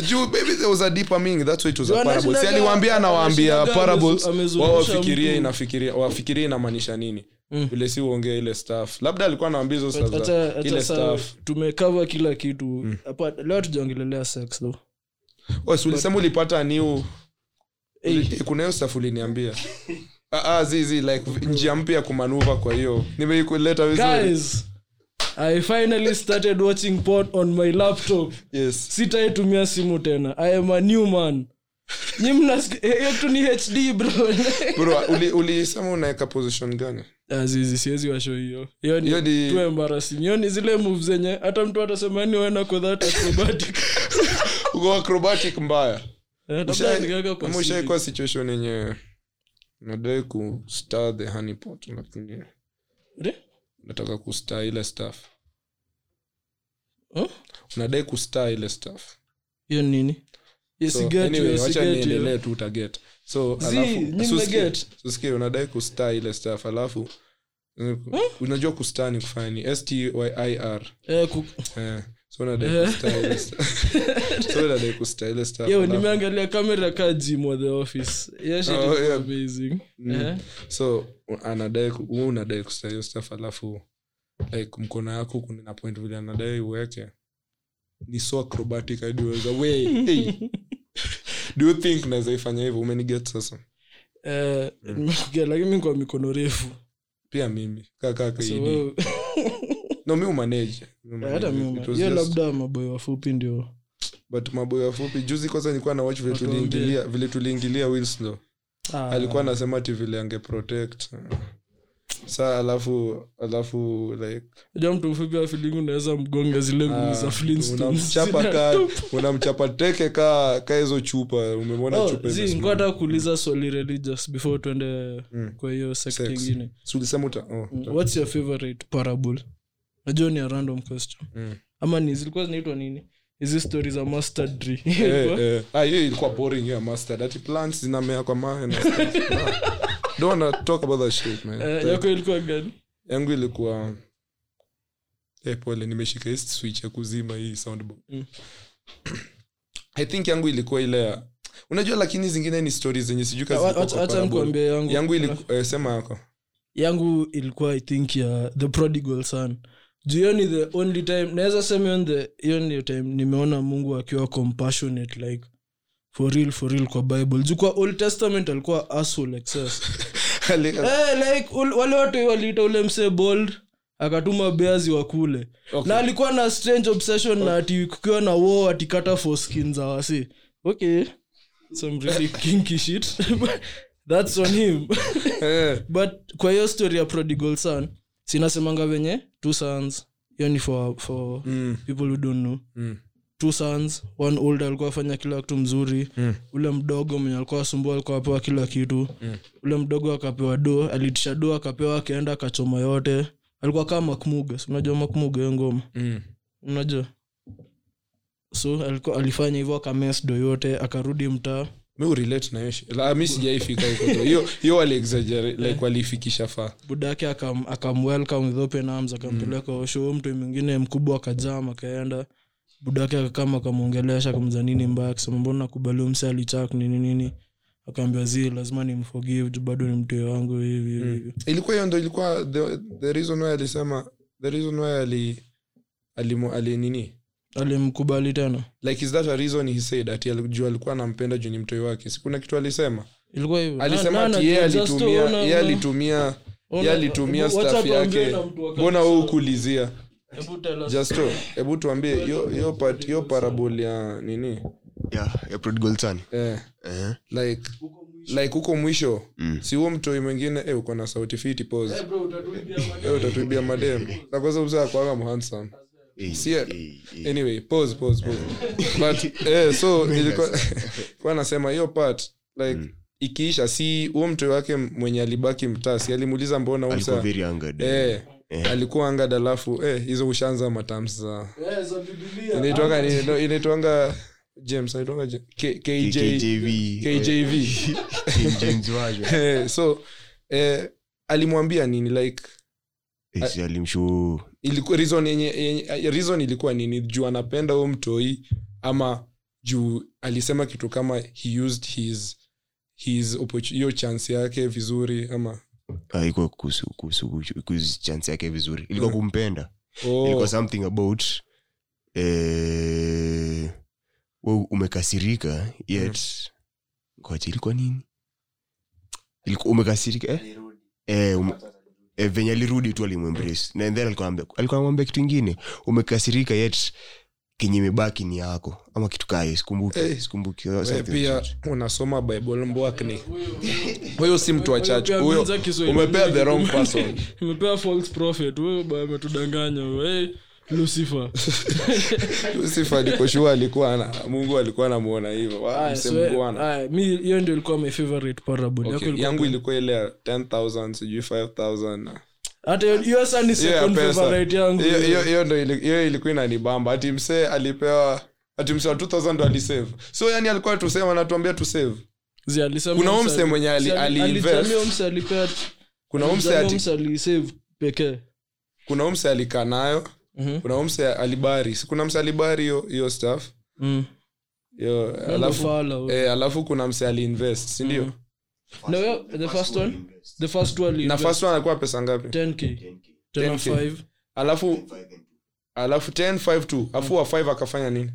Speaker 3: juu maybe there was a deeper meaning that's why it was a
Speaker 2: Juu
Speaker 3: parable si
Speaker 2: anashindaga-
Speaker 3: aliwaambia anawaambia
Speaker 2: anashindaga
Speaker 3: parables
Speaker 2: amezu- amezungusha
Speaker 3: wao wafikirie
Speaker 2: mtu. Mm.
Speaker 3: inafikiria wafikirie inamaanisha nini vile si uongea ile staff labda alikuwa anawaambia hizo staff za-
Speaker 2: Acha- acha
Speaker 3: ile Hmm.
Speaker 2: saa-
Speaker 3: staff
Speaker 2: tumekava kila kitu Apart- leo tujaongelelea sex though
Speaker 3: Oh, si ulisema ulipata new
Speaker 2: Hey. [LAUGHS]
Speaker 3: kuna hiyo staff uliniambia ah, ah, zi, zi, like v- njia mpya ya kumanuva kwa hiyo nimeikuleta vizuri
Speaker 2: guys i finally started watching porn on my laptop
Speaker 3: yes
Speaker 2: sitaitumia simu tena i am a new man Nyi mnasiki- eh, hiyo tu ni hd bro [LAUGHS]
Speaker 3: bro uli- ulisema unaweka position gani
Speaker 2: azizi Ah, siwezi washo hiyo hiyo
Speaker 3: Hiyo
Speaker 2: ni
Speaker 3: ni-
Speaker 2: tu embarrassing hiyo ni zile move zenye hata mtu atasema "Yaani ni wena kwa that acrobatic
Speaker 3: uko acrobatic mbaya
Speaker 2: Eh, labda ningeweka kwa CV.
Speaker 3: mushaikuwa situation yenye nadai kustar the honeypot lakini
Speaker 2: Re?
Speaker 3: nataka kustar ile staff
Speaker 2: Huh?
Speaker 3: unadai kustar ile staff
Speaker 2: hiyo nini Yes,
Speaker 3: So,
Speaker 2: you get
Speaker 3: anyway,
Speaker 2: you, yes, you
Speaker 3: wacha
Speaker 2: get you.
Speaker 3: niendelee tu utaget so
Speaker 2: Zii,
Speaker 3: alafu-
Speaker 2: nyinyi
Speaker 3: so, sikia-
Speaker 2: mnaget?
Speaker 3: so, sikia, unadai kustar ile staff alafu eh,
Speaker 2: Hmm?
Speaker 3: unajua kustar ni kufanya ni stir
Speaker 2: Eh, ku-
Speaker 3: Eh, so unadai
Speaker 2: Eh.
Speaker 3: kustar ile
Speaker 2: [LAUGHS]
Speaker 3: staff so unadai kustar ile staff
Speaker 2: yo
Speaker 3: alafu-
Speaker 2: nimeangalia kamera ka gym wa the office Hiyo shit
Speaker 3: Oh,
Speaker 2: is
Speaker 3: yeah.
Speaker 2: amazing
Speaker 3: Mm.
Speaker 2: Eh.
Speaker 3: so u- anadai ku- wewe unadai kustar hiyo staff alafu like mkono yako kuna point vile anadai uweke ni so acrobatic hadi uweza we
Speaker 2: [LAUGHS]
Speaker 3: hey. do you think naweza ifanya hivyo umeniget sasa
Speaker 2: Eh, nimekuja, lakini mi kwa mikono refu
Speaker 3: pia mimi kakaka
Speaker 2: So,
Speaker 3: so,
Speaker 2: wewe-
Speaker 3: E no mi umanage
Speaker 2: Eh, [LAUGHS] hata mimi hiyo labda maboyo wafupi ndio
Speaker 3: but maboyo wafupi juzi kwanza nilikuwa na watch vile
Speaker 2: Watu
Speaker 3: tuliingilia vile tuliingilia wilslow
Speaker 2: Ah,
Speaker 3: alikuwa anasema ti vile ange protect saa alafu alafu like
Speaker 2: unajua mtu mfupi wa filingi unaweza mgonga zile ngumi za
Speaker 3: ah,
Speaker 2: Flintstones. [LAUGHS]
Speaker 3: unamchapa
Speaker 2: Zina-
Speaker 3: ka unamchapa teke ka ka hizo chupa umemwona
Speaker 2: Oh,
Speaker 3: chupa
Speaker 2: zi,
Speaker 3: imesimama.
Speaker 2: ngoja nataka kuuliza swali religious before tuende
Speaker 3: Mm.
Speaker 2: kwa hiyo sekta
Speaker 3: Sex.
Speaker 2: ingine
Speaker 3: Si ulisema uta oh,
Speaker 2: [LAUGHS]
Speaker 3: uta-
Speaker 2: whats your favorite parable najua ni a random question
Speaker 3: Mm.
Speaker 2: ama ni zilikuwa zinaitwa nini hizi stori za mastadry
Speaker 3: [LAUGHS] Eh, eh. Ah, hiyo ilikuwa boring hiyo ya mustard ati plants zinamea kwa mawe na stuff. No. [LAUGHS] don't wanna talk about that shit man Like-
Speaker 2: Eh, yako ilikuwa gani
Speaker 3: yangu ilikuwa eh, pole nimeshika hii switch ya kuzima hii soundboard
Speaker 2: Mm.
Speaker 3: [CLEARS THROAT] i think yangu ilikuwa ile ya unajua lakini zingine ni stories zenye sijui kazi
Speaker 2: Wa-
Speaker 3: zilikuwa
Speaker 2: wacha-
Speaker 3: kwa
Speaker 2: wacha
Speaker 3: parable.
Speaker 2: nikuambie yangu.
Speaker 3: yangu iliku- eh, sema yako [LAUGHS]
Speaker 2: yangu ilikuwa i think ya the prodigal son juu hiyo ni the only time naweza sema hiyo ni the- hiyo ndio time nimeona mungu akiwa compassionate like for real for real kwa bible juu kwa old testament alikuwa asshole excess
Speaker 3: Ale-
Speaker 2: Eh, like ul- wale watu waliita ule msee bold akatuma beazi wakule
Speaker 3: Okay.
Speaker 2: na alikuwa na strange obsession na ati kukiwa na war atikata for skin za wasi okay some really kinky shit [LAUGHS] But that's on him [LAUGHS]
Speaker 3: eh,
Speaker 2: but kwa hiyo story ya prodigal son sinasemanga venye two sons hiyo ni for, for
Speaker 3: mm,
Speaker 2: people who don't know
Speaker 3: mm,
Speaker 2: two sons one old alikuwa afanya kila kitu mzuri
Speaker 3: mm,
Speaker 2: ule mdogo mwenye alikuwa asumbua alikuwa apewa kila kitu
Speaker 3: Mm.
Speaker 2: ule mdogo akapewa do alitisha do akapewa akaenda akachoma yote alikuwa kama makmuga si unajua makmuga hiyo ngoma
Speaker 3: mm.
Speaker 2: unajua so alikuwa alifanya hivyo akames do yote akarudi mtaa
Speaker 3: mi urelate na hiyo shi- la, mi sijaifika huko though. hiyo hiyo waliexaggerate,
Speaker 2: Eh.
Speaker 3: like waliifikisha faa
Speaker 2: buda yake akam, akamwelcome with open arms akampeleka mm. show mtu mwingine mkubwa akajam akaenda buda yake akakama akamwongelesha akamza nini mbaya akisema mbona kubali mse alichak nini nini akaambia zi lazima nimforgive juu bado ni mtu wangu hivi
Speaker 3: Mm.
Speaker 2: hivi hivi
Speaker 3: ilikuwa hiyo ndo ilikuwa the, the reason why alisema the reason why ali, ali, ali nini
Speaker 2: alimkubali tena
Speaker 3: like is that a reason he said ati al- juu alikuwa anampenda juu ni mtoi wake sikuna kitu alisema
Speaker 2: ilikuwa hivyo.
Speaker 3: alisema
Speaker 2: Na- na-
Speaker 3: ati yeye
Speaker 2: na- Ah, just
Speaker 3: alitumia
Speaker 2: ona-
Speaker 3: yeye
Speaker 2: ona-
Speaker 3: alitumia
Speaker 2: ona-
Speaker 3: yeye alitumia
Speaker 2: wacha
Speaker 3: staff
Speaker 2: tuambie
Speaker 3: yake
Speaker 2: na mtu wa kanisa.
Speaker 3: mbona huu kulizia
Speaker 2: Hebu tell us.
Speaker 3: justo hebu tuambie hiyo- hiyo part- hiyo parable ya nini
Speaker 5: yeah, ya prodigal son
Speaker 3: eh,
Speaker 5: eh.
Speaker 3: like like huko mwisho
Speaker 5: Mm.
Speaker 3: si huo mtoi mwingine eh, uko na sauti fiti pose
Speaker 2: Eh, Bro, utatuibia maneno.
Speaker 3: eh, utatuibia madem na kwanza mzee akwaga mhandsome
Speaker 5: Eh,
Speaker 3: Si-
Speaker 5: eh, eh.
Speaker 3: anyway pause pause [LAUGHS] pause but eh, [LAUGHS] so nilikuwa kwa nasema hiyo part like mm. ikiisha si huo mtu wake mwenye alibaki mtaa si alimuuliza mbona huyu
Speaker 5: alikuwa
Speaker 3: msaa-
Speaker 5: very angered
Speaker 3: eh, alikuwa anga dalafu eh, hizo ushanza matams za
Speaker 2: Eh, za Biblia.
Speaker 3: inaitwanga ni- no, inaitwanga james inaitwanga J- K- KJ
Speaker 5: KJV,
Speaker 3: kjv
Speaker 5: eh, James
Speaker 3: [LAUGHS]
Speaker 5: Wajwa.
Speaker 3: Eh, so eh, alimwambia nini like
Speaker 5: Eh, si alimshow
Speaker 3: ilikuwa reason yenye, yenye reason ilikuwa nini juu anapenda huo mtoi ama juu alisema kitu kama he used his his opportu- hiyo chance yake vizuri ama
Speaker 5: haikuwa kuhusu kuhusu- kuhusu- kuhusu chance yake vizuri ilikuwa kumpenda
Speaker 3: oh,
Speaker 5: ilikuwa something about eh,
Speaker 3: Mm.
Speaker 5: we umekasirika yet ngoja ilikuwa nini Iliku- umekasirika eh? eh, ume, eh, venye alirudi tu alimwembrace na then alikuwa anaambia- alikuwa anamwambia kitu ingine umekasirika yet kenye imebaki ni yako ama kitu kayo sikumbuki
Speaker 3: Eh,
Speaker 5: sikumbuki
Speaker 3: Wewe
Speaker 5: something
Speaker 3: pia
Speaker 5: like that.
Speaker 3: unasoma bible mbwakni huyo si mtu wa church
Speaker 2: Umepewa
Speaker 3: huyo
Speaker 2: mzee Kiswahili.
Speaker 3: umepea the wrong
Speaker 2: [LAUGHS]
Speaker 3: person
Speaker 2: Umepewa false prophet wewe bwana umetudanganya wewe Eh, lucifer
Speaker 3: lusifa nikoshua alikuwa na mungu alikuwa anamuona hivyo Wa-
Speaker 2: Aya, so, eh,
Speaker 3: msemguana
Speaker 2: aya, mi hiyo ndio ilikuwa my favorite parable Yako
Speaker 3: Okay,
Speaker 2: ilikuwa-
Speaker 3: yangu ilikuwa ile ya 10000 sijui 5000 na-
Speaker 2: hata hiyo- hiyo sasa ni
Speaker 3: hiyo ya
Speaker 2: second
Speaker 3: pesa
Speaker 2: favorite yangu
Speaker 3: Hiyo- hiyo- hiyo ndo ili- hiyo ilikuwa inanibamba ati msee alipewa ati msee wa 2000 ndo alisave so yani alikuwa tusema anatuambia tusave
Speaker 2: Zee, alisema
Speaker 3: kuna huyo
Speaker 2: msa-
Speaker 3: msee mwenye ali-
Speaker 2: msa-
Speaker 3: ali-
Speaker 2: alijamia
Speaker 3: invest.
Speaker 2: huyo msa alipea-
Speaker 3: kuna huyo msee
Speaker 2: alijamia
Speaker 3: ati-
Speaker 2: msa alisave pekee
Speaker 3: kuna huyo msee alikaa nayo
Speaker 2: Mhm.
Speaker 3: kuna huyo msee alibari Si kuna msee alibari hiyo hiyo stuff
Speaker 2: Mm.
Speaker 3: hiyo
Speaker 2: Mambo
Speaker 3: alafu
Speaker 2: fala wewe.
Speaker 3: eh, alafu kuna msee aliinvest sindio
Speaker 2: Mhm. na wewe the first one the first one
Speaker 3: na
Speaker 2: alivest
Speaker 3: first one alikuwa pesa ngapi
Speaker 2: 10k 10
Speaker 3: 10K.
Speaker 2: 5
Speaker 3: alafu alafu 10 5 tu afu wa 5 akafanya nini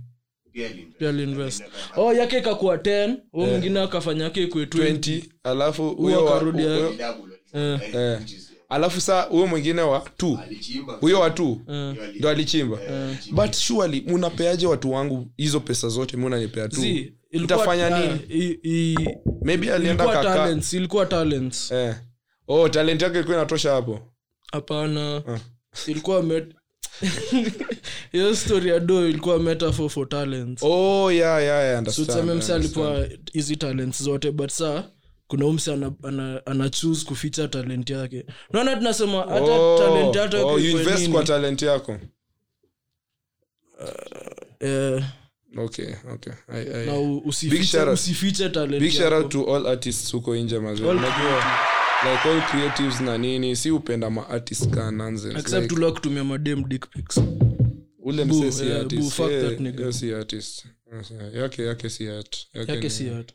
Speaker 2: pia aliinvest oh yake ikakuwa 10
Speaker 3: Eh.
Speaker 2: huo mwingine akafanya yake ikue 20
Speaker 3: 20 alafu
Speaker 2: huyo
Speaker 3: huyo wa-
Speaker 2: akarudia
Speaker 3: huyo-
Speaker 2: Eh,
Speaker 3: eh. alafu saa huyo mwingine wa 2 huyo wa 2
Speaker 2: eh.
Speaker 3: ndo alichimba but surely munapeaje watu wangu hizo pesa zote munanipea tu
Speaker 2: Zee, ilikuwa-
Speaker 3: nitafanya
Speaker 2: ah,
Speaker 3: nini
Speaker 2: i- i-
Speaker 3: maybe alienda
Speaker 2: ilikuwa
Speaker 3: kaka
Speaker 2: talents ilikuwa talents
Speaker 3: eh. oh talent yake ilikuwa inatosha hapo
Speaker 2: hapana
Speaker 3: Ah.
Speaker 2: ilikuwa
Speaker 3: [LAUGHS]
Speaker 2: met- hiyo story ya do ilikuwa metaphor for talents
Speaker 3: oh yeah, yeah, yeah, I
Speaker 2: so
Speaker 3: understand, I
Speaker 2: tuseme mse
Speaker 3: understand.
Speaker 2: alipewa hizi talents zote but saa kuna umse ana, ana, ana choose kuficha talent yake naona tunasema hata
Speaker 3: Oh,
Speaker 2: talent hata
Speaker 3: oh,
Speaker 2: iko
Speaker 3: you invest
Speaker 2: nini,
Speaker 3: kwa talent yako
Speaker 2: eh,
Speaker 3: okay okay I, I,
Speaker 2: na u-
Speaker 3: Big
Speaker 2: usifiche
Speaker 3: shout out.
Speaker 2: usifiche talent
Speaker 3: big shout out
Speaker 2: yako.
Speaker 3: to all artists huko nje mazee
Speaker 2: All-
Speaker 3: unajua like all creatives na nini si upenda ma artists ka nonsense
Speaker 2: except
Speaker 3: like,
Speaker 2: ule wa kutumia madem dick pics
Speaker 3: ule
Speaker 2: Boo,
Speaker 3: msee si
Speaker 2: eh, Boo,
Speaker 3: artist
Speaker 2: fuck
Speaker 3: Eh,
Speaker 2: that nigga.
Speaker 3: yeye si artist Eh, yake yake si art yake,
Speaker 2: yake
Speaker 3: ni-
Speaker 2: si Oh, hata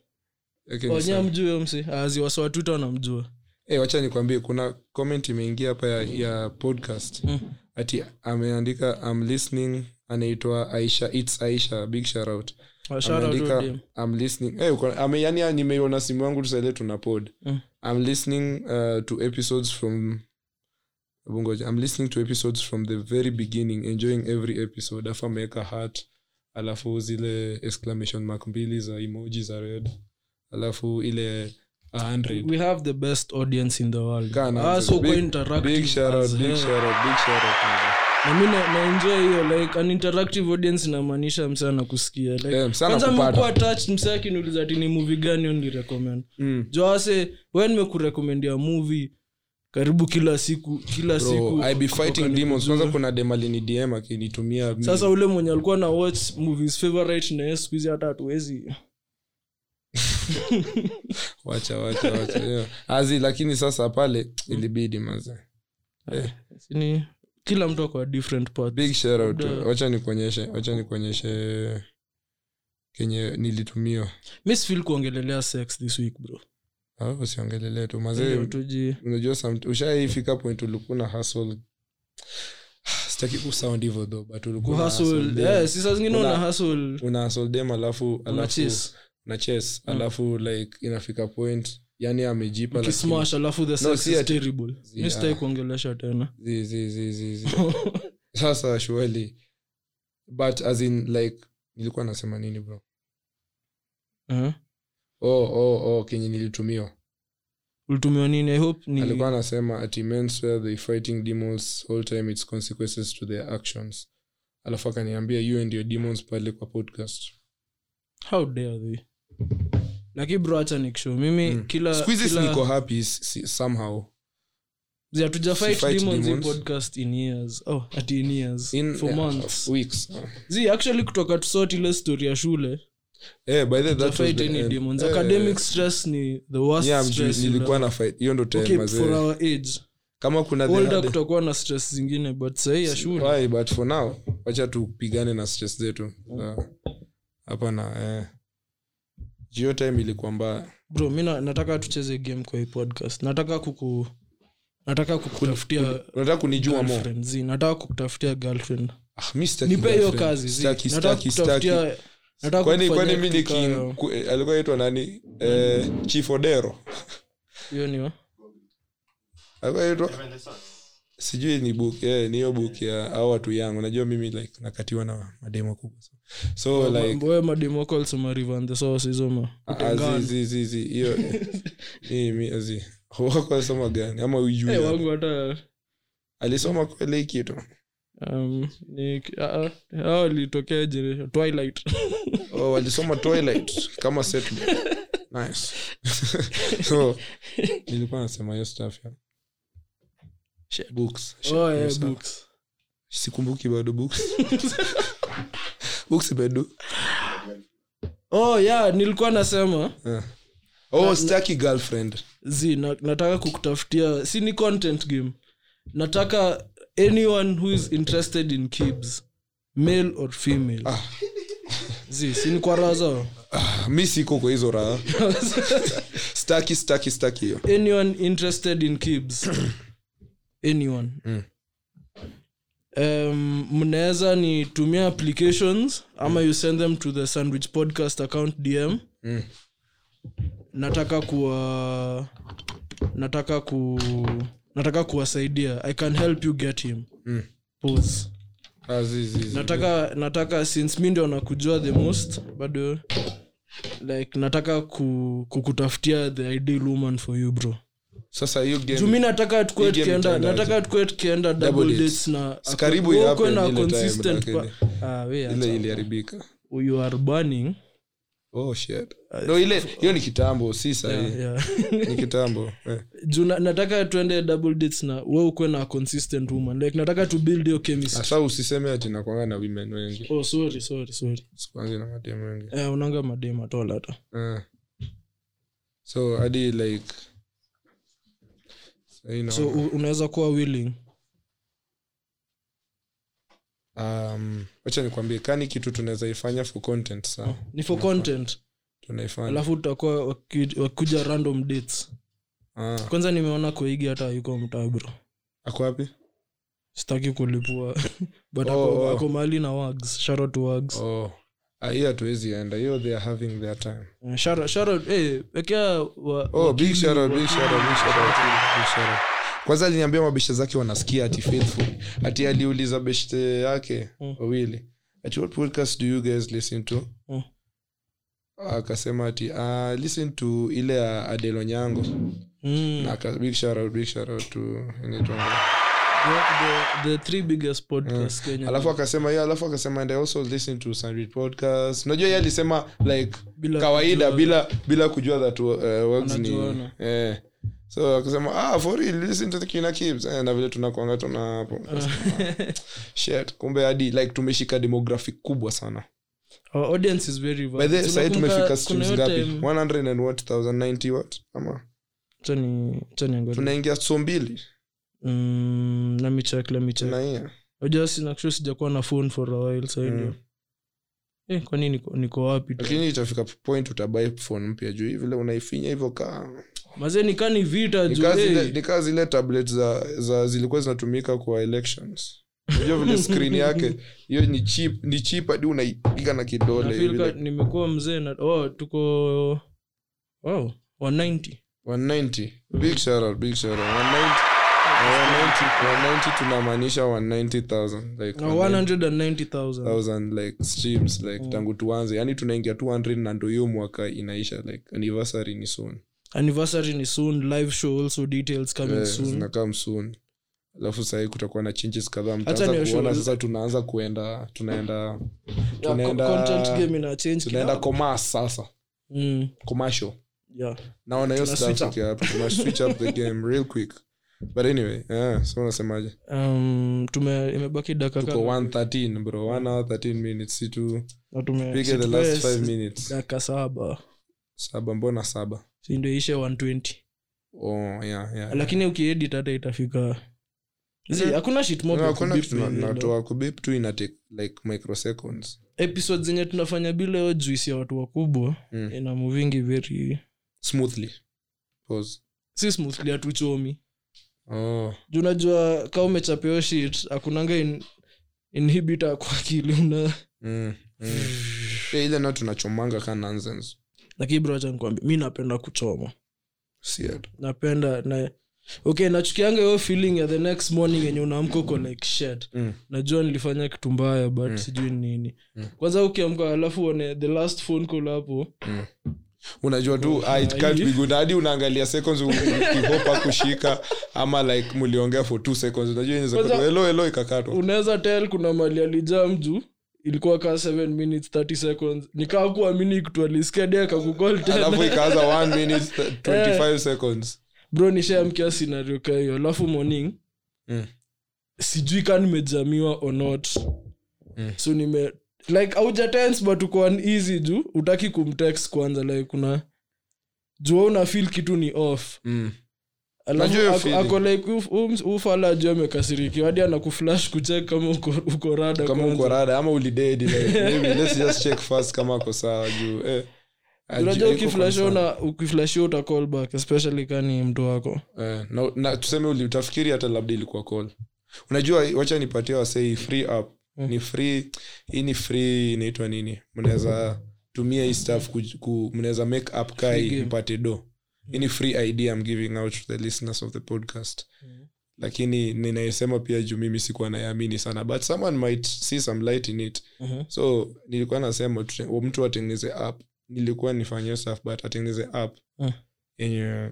Speaker 3: yake ni
Speaker 2: wanya
Speaker 3: sana.
Speaker 2: mjue msi aziwaswa twitter wanamjua
Speaker 3: Eh, wacha nikwambie kuna comment imeingia hapa ya, ya podcast
Speaker 2: Mm.
Speaker 3: ati ameandika am listening anaitwa aisha its aisha big shoutout
Speaker 2: Ah, shout out to
Speaker 3: ameandika
Speaker 2: dem.
Speaker 3: I'm listening hey, uko, ame, yani ah, nimeiona simu yangu tusaile tuna pod
Speaker 2: Mm.
Speaker 3: I'm listening uh, to episodes from Bungoja, I'm listening to episodes from the very beginning enjoying every episode afu ameweka heart alafu zile exclamation mark mbili za emoji za red alafu ile 100
Speaker 2: we have the best audience in the world
Speaker 3: Ghana,
Speaker 2: Ah, so
Speaker 3: big-
Speaker 2: kwa interactive
Speaker 3: big shout out,
Speaker 2: as
Speaker 3: big
Speaker 2: hell.
Speaker 3: shout out, big shout out, man.
Speaker 2: Na mi na- naenjoy hiyo like an interactive audience inamaanisha msana kusikia like,
Speaker 3: Eh, msee
Speaker 2: kwanza
Speaker 3: anakupata.
Speaker 2: mmekuwa touched msee akiniuliza ati ni movie gani hiyo nilirecommend
Speaker 3: Mm.
Speaker 2: joase we nimekurekomendia movie karibu kila siku kila siku
Speaker 3: Bro, I be fighting
Speaker 2: kutoka
Speaker 3: demons
Speaker 2: nikujue.
Speaker 3: kwanza kuna demalini dm akinitumia meme.
Speaker 2: sasa ule mwenye alikuwa na watch movies favorite na yeye siku hizi hata
Speaker 3: [LAUGHS]
Speaker 2: hatuwezi
Speaker 3: wacha wacha wacha [LAUGHS] yeah. azi lakini sasa pale ilibidi maze
Speaker 2: Ni- kila mtu akwa different path.
Speaker 3: big shout out.
Speaker 2: Labda-
Speaker 3: wacha nikuonyeshe wacha nikuonyeshe kenye nilitumia
Speaker 2: mi sifil kuongelelea sex this week bro
Speaker 3: Ah, usiongelele tu
Speaker 2: Ndio
Speaker 3: mazee
Speaker 2: tuji
Speaker 3: unajua somet- ushaifika point ulikuwa na hustle [SIGHS] sitaki kusound hivyo though but ulikuwa na hustle
Speaker 2: kuhasl
Speaker 3: dem.
Speaker 2: yeah, Eh, si saa zingine
Speaker 3: Una-
Speaker 2: una hasl
Speaker 3: una hustle dem alafu
Speaker 2: una
Speaker 3: alafu
Speaker 2: chase Mm.
Speaker 3: na chess alafu like inafika point yani amejipa lakini-
Speaker 2: ukismash alafu the sex
Speaker 3: si
Speaker 2: is
Speaker 3: ati-
Speaker 2: terrible mi sitai kuongelesha tena [LAUGHS]
Speaker 3: Zi- zi- zi- zi- zi. sasa surely but as in like nilikuwa nasema nini bro
Speaker 2: Eh?
Speaker 3: oh, oh, oh, kenye nilitumiwa
Speaker 2: ulitumiwa nini i hope ni
Speaker 3: alikuwa anasema ati mens where they fighting demons all time its consequences to their actions alafu akaniambia you and your demons pale kwa podcast
Speaker 2: how dare they lakini bro acha nikushow mimi
Speaker 3: Mm.
Speaker 2: kila
Speaker 3: siku hizi si
Speaker 2: kila
Speaker 3: niko happy si- si- somehow
Speaker 2: zi hatuja
Speaker 3: si
Speaker 2: fight
Speaker 3: fight
Speaker 2: demons in
Speaker 3: demons.
Speaker 2: podcast in years oh at in years
Speaker 3: in
Speaker 2: for
Speaker 3: eh,
Speaker 2: months
Speaker 3: weeks
Speaker 2: zi actually kutoka tusort ile story ya shule
Speaker 3: eh by the way, that was
Speaker 2: fight
Speaker 3: the
Speaker 2: any
Speaker 3: end.
Speaker 2: demons
Speaker 3: Eh,
Speaker 2: academic stress ni the worst
Speaker 3: yeah, mjui-
Speaker 2: stress in
Speaker 3: nilikuwa
Speaker 2: the-
Speaker 3: na fight hiyo ndo time
Speaker 2: okay
Speaker 3: mazee.
Speaker 2: for our age
Speaker 3: kama kuna the-
Speaker 2: older
Speaker 3: the-
Speaker 2: kutakuwa na stress zingine but sahii ya shule
Speaker 3: Why, but for now wacha tupigane na stress zetu Ah, hapa na eh. jio time ilikuwa mbaya
Speaker 2: bro mi na- nataka tucheze game kwa hii podcast nataka kuku nataka kukutafutia
Speaker 3: unataka kunijua mo
Speaker 2: girlfriend, zi, nataka kukutafutia girlfriend
Speaker 3: Ah, mi sitaki
Speaker 2: nipe hiyo
Speaker 3: girlfriend.
Speaker 2: kazi zi.
Speaker 3: Sitaki,
Speaker 2: nataka
Speaker 3: sitaki, sitaki.
Speaker 2: kukutafutia nataka
Speaker 3: kwani
Speaker 2: kukufanyia
Speaker 3: kwani mi
Speaker 2: kitu
Speaker 3: nikin
Speaker 2: kayo.
Speaker 3: alikuwa itwa nani eh, chief odero
Speaker 2: hiyo ni wa
Speaker 3: Alikuwa anaitwa- sijui ni book eh, ni hiyo book ya au watu yangu najua mimi like nakatiwa na mademo kubwa so, so Oh, like
Speaker 2: Mambo ya mademo wako walisoma River and the Source, hizo ma- utengano.
Speaker 3: azi zi zi zi hiyo
Speaker 2: [LAUGHS]
Speaker 3: ni mi azi wako alisoma gani ama
Speaker 2: Eh,
Speaker 3: ujui
Speaker 2: wangu hata
Speaker 3: alisoma kweli hii kitu
Speaker 2: um, ni- ah, ah, hao walitokea jere- Twilight.
Speaker 3: oh, walisoma twilight kama settler. nice [LAUGHS] so nilikuwa nasema hiyo stuff ya
Speaker 2: Shit.
Speaker 3: books Shit,
Speaker 2: Oh, eh,
Speaker 3: hiyo stuff.
Speaker 2: books.
Speaker 3: sikumbuki bado books [LAUGHS] books bado
Speaker 2: oh yeah nilikuwa nasema
Speaker 3: Ah. oh staki girlfriend
Speaker 2: z na, nataka kukutafutia si ni content game nataka anyone who is interested in kids male or female ah. z si ni kwa raha zao
Speaker 3: mi siko kwa
Speaker 2: [LAUGHS]
Speaker 3: hizo raha staki staki staki hiyo
Speaker 2: anyone interested in
Speaker 3: [COUGHS]
Speaker 2: kids anyone
Speaker 3: Mm.
Speaker 2: um, mnaweza nitumia applications ama you send them to the sandwich podcast account dm
Speaker 3: Mm.
Speaker 2: nataka kuwa nataka ku nataka kuwasaidia i can help you get him
Speaker 3: Mm.
Speaker 2: Pause.
Speaker 3: Ah, zi, zi, zi.
Speaker 2: nataka nataka since mi ndio nakujua the most bado like nataka ku, kukutafutia the ideal woman for you bro
Speaker 3: sasa hiyo game-
Speaker 2: juu mi nataka tukue
Speaker 3: Hii game
Speaker 2: tukienda
Speaker 3: itaenda
Speaker 2: nataka tukue tukienda
Speaker 3: Double
Speaker 2: double
Speaker 3: dates.
Speaker 2: dates na
Speaker 3: Si karibu ya
Speaker 2: ukue
Speaker 3: happen
Speaker 2: na
Speaker 3: ile time,
Speaker 2: consistent pa-
Speaker 3: lakini.
Speaker 2: Ah, we acha.
Speaker 3: ile iliharibika
Speaker 2: you are burning
Speaker 3: oh shit no ile hiyo ni kitambo si sahii
Speaker 2: Ah, yeah. [LAUGHS]
Speaker 3: ni kitambo eh.
Speaker 2: juu na- nataka tuende double dates na we ukuwe na consistent woman like nataka to build your chemistry
Speaker 3: hasa usiseme ati nakwanga na women wengi
Speaker 2: oh sorry sorry sorry
Speaker 3: sikwangi na mademu wengi
Speaker 2: eh, unanga madema tola hata
Speaker 3: Eh. so hadi like sahii
Speaker 2: so
Speaker 3: naona-
Speaker 2: u- unaweza kuwa willing
Speaker 3: um, wacha nikwambie kani kitu tunaweza ifanya for content saa
Speaker 2: ni for content
Speaker 3: tunaifanya
Speaker 2: Oh. alafu tutakuwa waki- wakikuja random dates
Speaker 3: Ah,
Speaker 2: kwanza nimeona kuigi hata yuko mtaa bro
Speaker 3: ako wapi
Speaker 2: sitaki kulipua [LAUGHS] but
Speaker 3: Oh,
Speaker 2: ako-
Speaker 3: oh.
Speaker 2: ako mahali na wags shout out to wags
Speaker 3: oh. ah, hiyo hatuwezi enda hiyo they are having their time
Speaker 2: Eh, shout out- shout out- eh, wekea wa-
Speaker 3: oh,
Speaker 2: wakili
Speaker 3: big shout out,
Speaker 2: wa-
Speaker 3: big shout out, big shout out, big shout out. kwanza aliniambia mabesha zake wanasikia ati faithful ati aliuliza beshte yake
Speaker 2: Mm.
Speaker 3: wawili ati what podcast do you guys listen to
Speaker 2: Mm.
Speaker 3: akasema ati ah, listen to ile ya adelo nyango
Speaker 2: Mm,
Speaker 3: na aka- big shout out, big shout out to inaitwa
Speaker 2: the- the- the three biggest podcasts Kenya.
Speaker 3: Eh, alafu akasema hiyo alafu akasema and I also listen to sandwich podcast unajua yeye alisema like
Speaker 2: Bila
Speaker 3: kawaida
Speaker 2: kujua.
Speaker 3: bila bila kujua that uh, works ni
Speaker 2: Wanajuana.
Speaker 3: eh so akasema ah for real listen to the kina kids eh, na vile tunakuanga tuna hapo
Speaker 2: Ah.
Speaker 3: shit kumbe hadi like tumeshika demographic kubwa sana
Speaker 2: [LAUGHS] Our audience is very
Speaker 3: by
Speaker 2: vast.
Speaker 3: the side
Speaker 2: Unakumbuka
Speaker 3: tumefika
Speaker 2: kuna
Speaker 3: streams
Speaker 2: hiyo
Speaker 3: ngapi
Speaker 2: time-
Speaker 3: 100 and what 1090 what ama
Speaker 2: Acha ni- acha niangalie.
Speaker 3: tunaingia so mbili
Speaker 2: Mm, let me check, let me check.
Speaker 3: tunaia
Speaker 2: Unajua sina- sure sijakuwa na phone for a while, so
Speaker 3: Mm.
Speaker 2: ndio. Eh, kwani niko- niko wapi tu?
Speaker 3: lakini itafika point utabai phone mpya juu hii vile unaifinya hivyo kaa
Speaker 2: Mazee, nikaa ni vita
Speaker 3: Ni
Speaker 2: juu,
Speaker 3: kaa zile-
Speaker 2: eh.
Speaker 3: ni kaa zile tablet za, za zilikuwa zinatumika kwa elections unajua vile skrin
Speaker 2: [LAUGHS]
Speaker 3: yake hiyo ni chip ni chip hadi unaipiga na kidole
Speaker 2: Nafeel ka-
Speaker 3: vile.
Speaker 2: nimekuwa mzee na oh, tuko wow, 190
Speaker 3: 190 big shout out, big shout out. 190 190 190 tunamaanisha 190000 like
Speaker 2: na
Speaker 3: 190000
Speaker 2: 190,000
Speaker 3: like streams like
Speaker 2: Mm.
Speaker 3: tangu tuanze yani tunaingia 200 na ndo hiyo mwaka inaisha like anniversary ni soon
Speaker 2: anniversary ni soon live show also details coming
Speaker 3: Eh,
Speaker 2: soon
Speaker 3: zinakam soon alafu sahii kutakuwa na changes kadhaa
Speaker 2: ni
Speaker 3: mtaanza
Speaker 2: washu-
Speaker 3: kuona sasa tunaanza kuenda tunaenda
Speaker 2: Yeah, co-
Speaker 3: tunaenda-
Speaker 2: content game ina change
Speaker 3: tunaenda
Speaker 2: kidogo.
Speaker 3: commerce sasa
Speaker 2: Mm,
Speaker 3: commercial
Speaker 2: yeah.
Speaker 3: naona hiyo
Speaker 2: Tuna
Speaker 3: stuff
Speaker 2: switch up.
Speaker 3: ikiwa hapa. Tuna switch up the game real quick but anyway yeah, so unasemaje
Speaker 2: Um, tume imebaki dakika
Speaker 3: tuko
Speaker 2: kadhaa.
Speaker 3: 113 bro 1 hour 13 minutes si tu
Speaker 2: Na tume-
Speaker 3: pige the
Speaker 2: si
Speaker 3: last
Speaker 2: tuwe
Speaker 3: 5 minutes
Speaker 2: dakika saba
Speaker 3: saba mbona saba
Speaker 2: Si ndio ishe 120
Speaker 3: oh yeah yeah
Speaker 2: lakini ukiedit hata itafika Zi,
Speaker 3: Yeah.
Speaker 2: hakuna shit mob
Speaker 3: No,
Speaker 2: ya
Speaker 3: hakuna
Speaker 2: kubip
Speaker 3: kitu
Speaker 2: na-
Speaker 3: na-
Speaker 2: na-
Speaker 3: natoa kubip tu ina take like microseconds
Speaker 2: episodes zenye tunafanya bila hiyo juisi ya watu wakubwa
Speaker 3: Mm.
Speaker 2: ina movingi very
Speaker 3: smoothly pause
Speaker 2: si smoothly hatuchomi
Speaker 3: oh
Speaker 2: juu unajua ka umechapeo shit akunanga in, inhibita kwa akili una
Speaker 3: mm, mm. Eh, ile nao tunachomanga ka nonsense
Speaker 2: lakini bro acha nikwambie mi napenda kuchoma
Speaker 3: si hata
Speaker 2: napenda na okay nachukianga hiyo feeling ya the next morning yenye unaamka uko like shit
Speaker 3: Mm.
Speaker 2: najua nilifanya kitu mbaya but sijui nini kwanza ukiamka alafu uone the last phone call hapo
Speaker 3: unajua tu ah, it can't be good hadi unaangalia seconds ukihopa kushika ama like muliongea for two seconds unajua inaweza
Speaker 2: Kwanza-
Speaker 3: kuwa, hello
Speaker 2: [LAUGHS]
Speaker 3: hello ikakatwa
Speaker 2: unaweza tell kuna mali alijaa mju ilikuwa kaa 7 minutes 30 seconds nikaa kuamini kitu alisikia dia kakukol
Speaker 3: alafu
Speaker 2: tena
Speaker 3: ikaanza one minute 25 seconds
Speaker 2: bro nishaamkia scenario kaa hiyo alafu morning
Speaker 3: Mm.
Speaker 2: sijui kaa nimejamiwa or not
Speaker 3: Mm.
Speaker 2: so nime like auja tense but uko uneasy juu utaki kumtext kwanza like kuna jua una feel kitu ni off
Speaker 3: mm.
Speaker 2: alafu
Speaker 3: Najua hiyo
Speaker 2: ako-
Speaker 3: feeling.
Speaker 2: ako like uf- uf- ufala ajua amekasirikiwa hadi anakuflash kuchek kama uko, uko rada
Speaker 3: kama
Speaker 2: kwanza.
Speaker 3: uko rada ama ulidedi like, maybe let's just check first kama ako sawa juu eh. Aju-
Speaker 2: unajua
Speaker 3: iko
Speaker 2: ukiflashia
Speaker 3: concerned.
Speaker 2: na ukiflashia uta call back especially kani mtu wako
Speaker 3: Eh, na, na tuseme uli- utafikiri hata labda ilikuwa call unajua wacha nipatie wasei free app ni free hii ni free inaitwa nini mnaweza tumia hii staff ku, ku, mnaweza make up kai
Speaker 2: game.
Speaker 3: mpate do hii ni free idea I'm giving out to the listeners of the podcast lakini ninayesema pia juu mimi sikuwa nayeamini sana but someone might see some light in it so nilikuwa nasema tute- mtu atengeneze app nilikuwa nifanyie stuff but atengeneze app
Speaker 2: Mm.
Speaker 3: yenye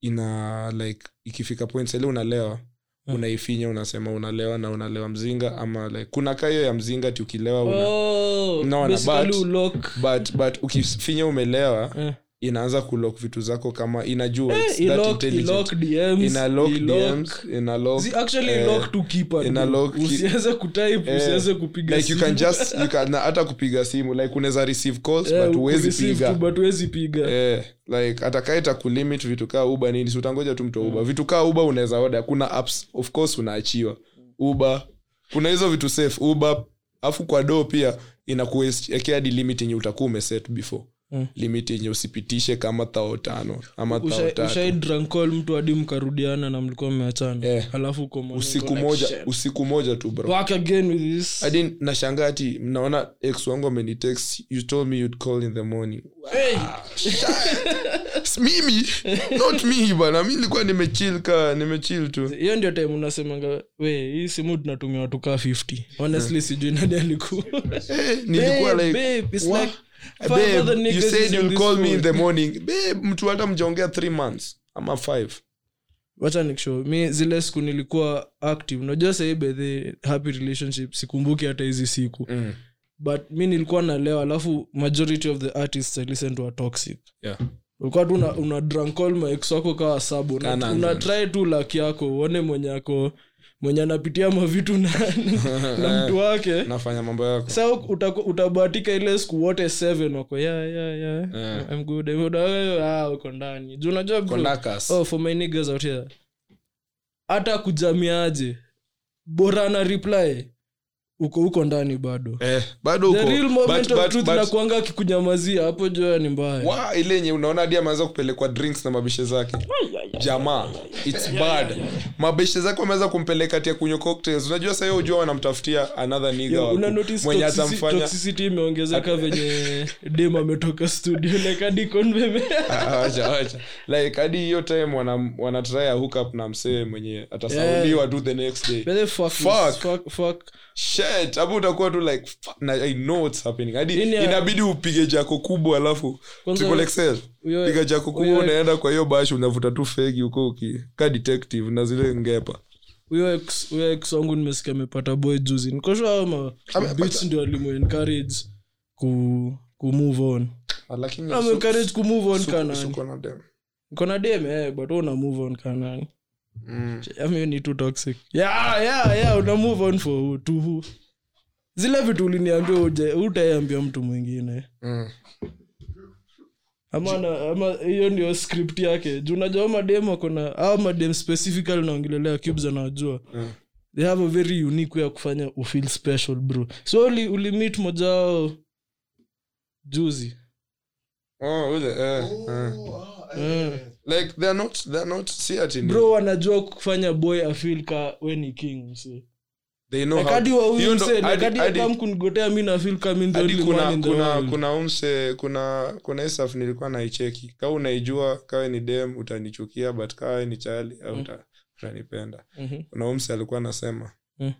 Speaker 3: ina like ikifika point sele unalewa
Speaker 2: Mm.
Speaker 3: unaifinya unasema unalewa na unalewa mzinga ama like kuna kayo ya mzinga ti ukilewa una,
Speaker 2: Oh,
Speaker 3: Unaona,
Speaker 2: basically
Speaker 3: but-
Speaker 2: ulock.
Speaker 3: but but ukifinya umelewa
Speaker 2: Eh,
Speaker 3: inaanza kulok vitu zako kama inajua it's that
Speaker 2: ilock-
Speaker 3: intelligent.
Speaker 2: ilock DMs,
Speaker 3: ina lock
Speaker 2: ilock-
Speaker 3: DMs, ina lock-
Speaker 2: Zi- actually
Speaker 3: eh,
Speaker 2: ilock to keeper,
Speaker 3: ina
Speaker 2: bro.
Speaker 3: lock ki-
Speaker 2: usiweze kutype
Speaker 3: eh,
Speaker 2: usiweze kupiga
Speaker 3: like you
Speaker 2: simu.
Speaker 3: can just you can, na hata kupiga simu like unaweza receive calls
Speaker 2: [LAUGHS] Eh,
Speaker 3: but
Speaker 2: uku-
Speaker 3: huwezi
Speaker 2: receive
Speaker 3: piga
Speaker 2: tu, but huwezi piga.
Speaker 3: Eh, like atakaeta kulimit vitu kaa uba nini si utangoja tu mtu wa uba
Speaker 2: Mm.
Speaker 3: vitu kaa uba unaweza oda kuna apps of course unaachiwa uba kuna hizo vitu safe uba afu kwa doo pia inakuekea hadi limit yenye utakuwa umeset before
Speaker 2: Mm.
Speaker 3: limit yenye usipitishe kama thao tano ama thao
Speaker 2: Usha- ushai
Speaker 3: tatu
Speaker 2: drunk call mtu hadi mkarudiana na mlikuwa mmeachana
Speaker 3: Eh.
Speaker 2: alafu uko morning
Speaker 3: usiku
Speaker 2: connection.
Speaker 3: moja usiku moja tu bro
Speaker 2: Back again with this.
Speaker 3: hadi nashangaa ati naona ex wangu amenitext you told me you'd call in the morning
Speaker 2: Hey,
Speaker 3: S- mimi not me bana mi nilikuwa nimechill ka nimechill tu
Speaker 2: hiyo ndio time unasemanga we hii simu tunatumia watu kaa 50 honestly sijui nani alikuwa
Speaker 3: Eh, [LAUGHS] nilikuwa
Speaker 2: Babe,
Speaker 3: like,
Speaker 2: babe, it's
Speaker 3: "Wha-
Speaker 2: like five
Speaker 3: babe,
Speaker 2: other
Speaker 3: you
Speaker 2: niggas
Speaker 3: said
Speaker 2: is in
Speaker 3: you'll
Speaker 2: this
Speaker 3: call me in
Speaker 2: room." [LAUGHS]
Speaker 3: the morning babe mtu hata mjaongea three months ama five
Speaker 2: wacha nikushow mi zile siku nilikuwa active unajua sahii bedhe happy relationship sikumbuki hata hizi siku but mi nilikuwa nalewa alafu majority of the artists i listen to are toxic
Speaker 3: Yeah.
Speaker 2: ulikuwa tu una, una drunk call my ex wako kawa sabu
Speaker 3: Kana
Speaker 2: una, una try tu laki yako uone mwenye ako mwenye anapitia mavitu [LAUGHS] na, na mtu wake
Speaker 3: nafanya mambo yako
Speaker 2: sa utaku- utabahatika ile siku wote seven wako yeah, yeah, yeah.
Speaker 3: Eh.
Speaker 2: I'm good. I'm good." Ah, uko ndani juu unajua bro,
Speaker 3: Konakas.
Speaker 2: oh, for my niggas out here hata kujamiaje bora na reply uko uko ndani bado
Speaker 3: Eh, bado
Speaker 2: the
Speaker 3: uko
Speaker 2: real moment
Speaker 3: But-
Speaker 2: of
Speaker 3: but-
Speaker 2: truth
Speaker 3: but-
Speaker 2: inakuanga akikunyamazia hapo joya ni mbaya
Speaker 3: wa ile yenye unaona hadi ameanza kupelekwa drinks na mabishe zake jamaa its bad mabishe zake wameanza kumpeleka tia kunywa cocktails unajua saa hiyo ujua wanamtafutia another niga
Speaker 2: Yo,
Speaker 3: wa-
Speaker 2: una notice
Speaker 3: mwenye
Speaker 2: toxici-
Speaker 3: atamfanya [LAUGHS]
Speaker 2: toxicity imeongezeka venye dem ametoka studio like hadi
Speaker 3: [LAUGHS]
Speaker 2: conveme-
Speaker 3: Ah, wacha, wacha. like hadi hiyo time wana, wana try a hookup na msee mwenye atasauliwa tu the next day
Speaker 2: Brother, fuck this.
Speaker 3: Fuck.
Speaker 2: Fuck, fuck.
Speaker 3: shit hapo utakuwa tu like "Fuck, na, i know what's happening hadi
Speaker 2: Ini ya-
Speaker 3: inabidi upige jako kubwa alafu
Speaker 2: Kwanza-
Speaker 3: triple XL.
Speaker 2: Uyo-
Speaker 3: piga jako kubwa
Speaker 2: uyo-
Speaker 3: unaenda kwa hiyo bashi unavuta tu fegi huko uki ka detective na zile ngepa
Speaker 2: huyo ex- huyo ex wangu nimesikia amepata boy juzi nikoshwa ama bits ndio alimu encourage ku ku move on
Speaker 3: Ah, lakini
Speaker 2: Ame encourage ku move on kanani
Speaker 3: suko na dem
Speaker 2: kona dem eh but wewe una move on kanani
Speaker 3: Mm,
Speaker 2: I mean, ni too toxic yeah ah, yeah yeah una move on for who, to who zile vitu uliniambia uje utaiambia mtu mwingine
Speaker 3: Mm.
Speaker 2: ama na- ama hiyo ndio script yake juu unajua hao madem wako na au madem specifically naongelelea cubes anawajua they have a very unique way ya kufanya ufeel special bro so uli, uli meet moja wao juzi
Speaker 3: Oh, ule, eh, eh.
Speaker 2: Eh.
Speaker 3: like they're not
Speaker 2: Mm.
Speaker 3: they're not see ati ni-
Speaker 2: bro wanajua kufanya boy afil ka we ni king msee.
Speaker 3: they know how-
Speaker 2: Kadi wa huyu
Speaker 3: You know,
Speaker 2: msee, na
Speaker 3: hadi-
Speaker 2: kadi
Speaker 3: hadi-
Speaker 2: akam kunigotea mi na feel kama ndio
Speaker 3: hadi
Speaker 2: only one
Speaker 3: kuna
Speaker 2: in the
Speaker 3: kuna
Speaker 2: world.
Speaker 3: kuna umse kuna kuna hii stuff nilikuwa naicheki kaa unaijua kawe ni dem utanichukia but kawe ni chali
Speaker 2: Mm.
Speaker 3: au uta- utanipenda
Speaker 2: Mhm.
Speaker 3: kuna umse alikuwa anasema
Speaker 2: Mm.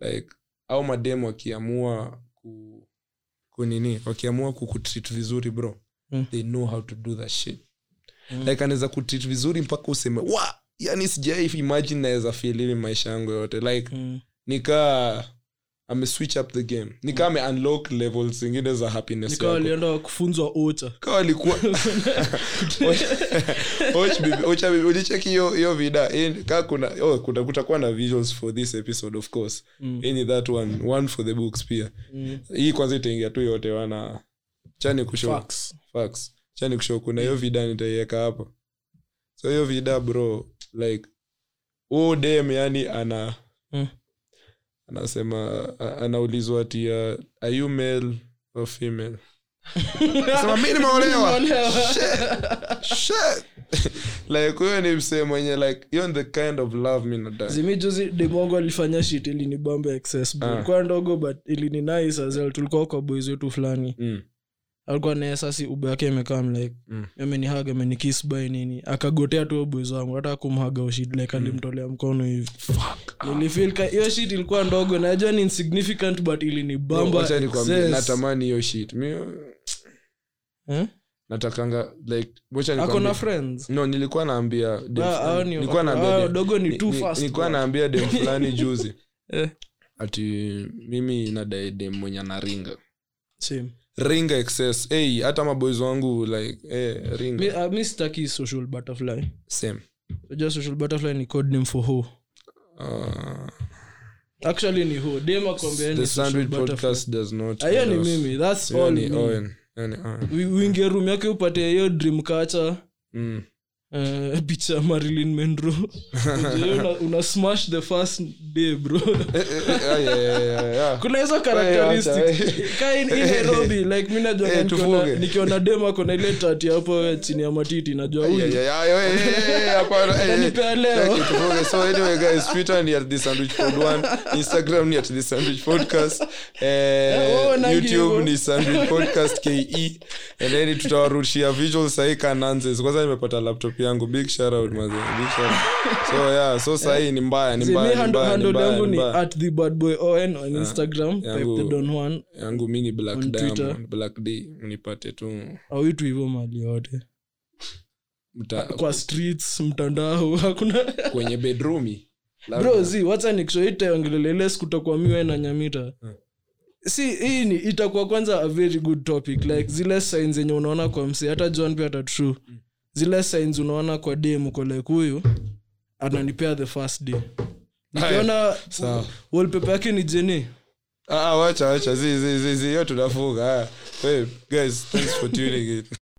Speaker 3: like au madem wakiamua ku, kunini wakiamua kukutreat vizuri bro
Speaker 2: Mm.
Speaker 3: they know how to do that shit like anaweza kutreat vizuri mpaka useme wa yani sijai imagine naweza feel hivi maisha yangu yote like
Speaker 2: Mm.
Speaker 3: nikaa ameswitch up the game nikaa ameunlock levels zingine za happiness
Speaker 2: Nikawa
Speaker 3: yako
Speaker 2: walienda wakufunzwa
Speaker 3: [LAUGHS]
Speaker 2: ocha
Speaker 3: Kaa walikuwa
Speaker 2: [LAUGHS]
Speaker 3: Och bibi- ocha bibi, ulicheki hiyo hiyo vida In- kaa kuna oh, kuna kutakuwa na visuals for this episode of course
Speaker 2: Mm.
Speaker 3: any that one one for the books pia
Speaker 2: Mm.
Speaker 3: hii kwanza itaingia tu yote wana chani kushow
Speaker 2: Facts.
Speaker 3: facts chani kushow kuna hiyo vida nitaiweka hapo so hiyo vida bro like oh dem yani ana
Speaker 2: Mm.
Speaker 3: anasema a- anaulizwa ati uh, are you male or
Speaker 2: [LAUGHS]
Speaker 3: female Anasema, "Mi nimeolewa."
Speaker 2: Nimeolewa.
Speaker 3: Shit. [LAUGHS] like huyo ni msee mwenye like hiyo ni the kind of love mi nadai
Speaker 2: zimi juzi demongo alifanya shit ili ni bambe excess bro
Speaker 3: Ah.
Speaker 2: ilikuwa ndogo but ili ni nice as well tulikuwa kwa boys wetu fulani
Speaker 3: Mm.
Speaker 2: alikuwa naye sasi ube yake imekam like
Speaker 3: Mm.
Speaker 2: amenihaga amenikiss by nini akagotea tu boys wangu hata kumhaga ushid like
Speaker 3: Mm.
Speaker 2: alimtolea mkono hivi nilifeel ka hiyo shit ilikuwa ndogo najua ni insignificant but ili ni bamba
Speaker 3: Wacha nikwambie,
Speaker 2: excess.
Speaker 3: natamani hiyo shit mi
Speaker 2: Eh?
Speaker 3: natakanga like wacha
Speaker 2: ako
Speaker 3: nikwambie.
Speaker 2: na friends
Speaker 3: no nilikuwa naambia dem
Speaker 2: Ah, hao
Speaker 3: fulani-
Speaker 2: ni-
Speaker 3: nilikuwa naambia
Speaker 2: hao
Speaker 3: dem-
Speaker 2: dogo ni
Speaker 3: ni-
Speaker 2: too
Speaker 3: ni-
Speaker 2: fast,
Speaker 3: nilikuwa
Speaker 2: bro.
Speaker 3: naambia dem
Speaker 2: [LAUGHS]
Speaker 3: fulani juzi
Speaker 2: Eh.
Speaker 3: ati mimi nadai dem mwenye anaringa
Speaker 2: same
Speaker 3: ringa excess hey, hata maboys wangu like eh, ringa
Speaker 2: mi, uh, mi sitaki social butterfly
Speaker 3: same
Speaker 2: najua social butterfly ni code name for hoe
Speaker 3: Uh,
Speaker 2: actually ni hoe dem akwambia
Speaker 3: the
Speaker 2: ni social
Speaker 3: Sandwich
Speaker 2: butterfly
Speaker 3: podcast does not
Speaker 2: Ah, hiyo ni
Speaker 3: endorse.
Speaker 2: mimi thats
Speaker 3: Hiyo
Speaker 2: all
Speaker 3: ni
Speaker 2: me.
Speaker 3: Owen. Hiyo ni Owen.
Speaker 2: Wi- uingie room yake upate hiyo dream catcher
Speaker 3: Mm.
Speaker 2: eh, picha ya marilyn menro una, una smash the first day bro [LAUGHS]
Speaker 3: Eh, eh, eh, ah, yeah, yeah, yeah, yeah.
Speaker 2: kuna hizo
Speaker 3: Hey, acha, eh.
Speaker 2: characteristics
Speaker 3: hey.
Speaker 2: ka in, in nairobi like mi najua
Speaker 3: Hey,
Speaker 2: nikiona-
Speaker 3: tufunge.
Speaker 2: nikiona dem ako na ile tati hapo eh, chini ya matiti najua
Speaker 3: Yeah,
Speaker 2: huyu
Speaker 3: yeah, yeah, yeah, yeah, yeah, yeah, yeah,
Speaker 2: [LAUGHS]
Speaker 3: hapana, eh, eh.
Speaker 2: Utanipea Yaani leo.
Speaker 3: Okay, tufunge. So anyway, guys, Twitter ni at The Sandwich Pod One, Instagram ni at The Sandwich Podcast, eh,
Speaker 2: Eh, wewe nangi
Speaker 3: YouTube
Speaker 2: hivyo.
Speaker 3: ni Sandwich Podcast KE, and then tutawarushia visuals sahi ka nonsense. Kwanza nimepata laptop yangu. Big shout out, mazee. Big shout out. So, yeah, so sahi ni mbaya, ni
Speaker 2: See,
Speaker 3: mbaya,
Speaker 2: Eh. mi
Speaker 3: ni
Speaker 2: handle
Speaker 3: mbaya, ni
Speaker 2: handle
Speaker 3: mbaya,
Speaker 2: yangu
Speaker 3: ni
Speaker 2: ni
Speaker 3: mbaya.
Speaker 2: at the bad boy on on instagram type
Speaker 3: yangu-
Speaker 2: the don one
Speaker 3: yangu mi ni black
Speaker 2: On Twitter.
Speaker 3: diamond black d nipate tu
Speaker 2: auitu hivyo mali yote
Speaker 3: mta,
Speaker 2: kwa streets mtandao [LAUGHS] hakuna
Speaker 3: kwenye bedroomi
Speaker 2: bro zi wacha nikusho itaongelelele sikutakua miwe na nyamita si hii ni itakuwa kwanza a very good topic like zile signs zenye unaona kwa msi hata john pia tatru
Speaker 3: Mm.
Speaker 2: zile signs unaona kwa dem uko like huyu ananipea the first day nikiona
Speaker 3: Sawa.
Speaker 2: wallpaper yake ni jeni
Speaker 3: ah, ah, wacha wacha zi zi zi zi hiyo tunafunga ah. Hey, guys thanks for tuning in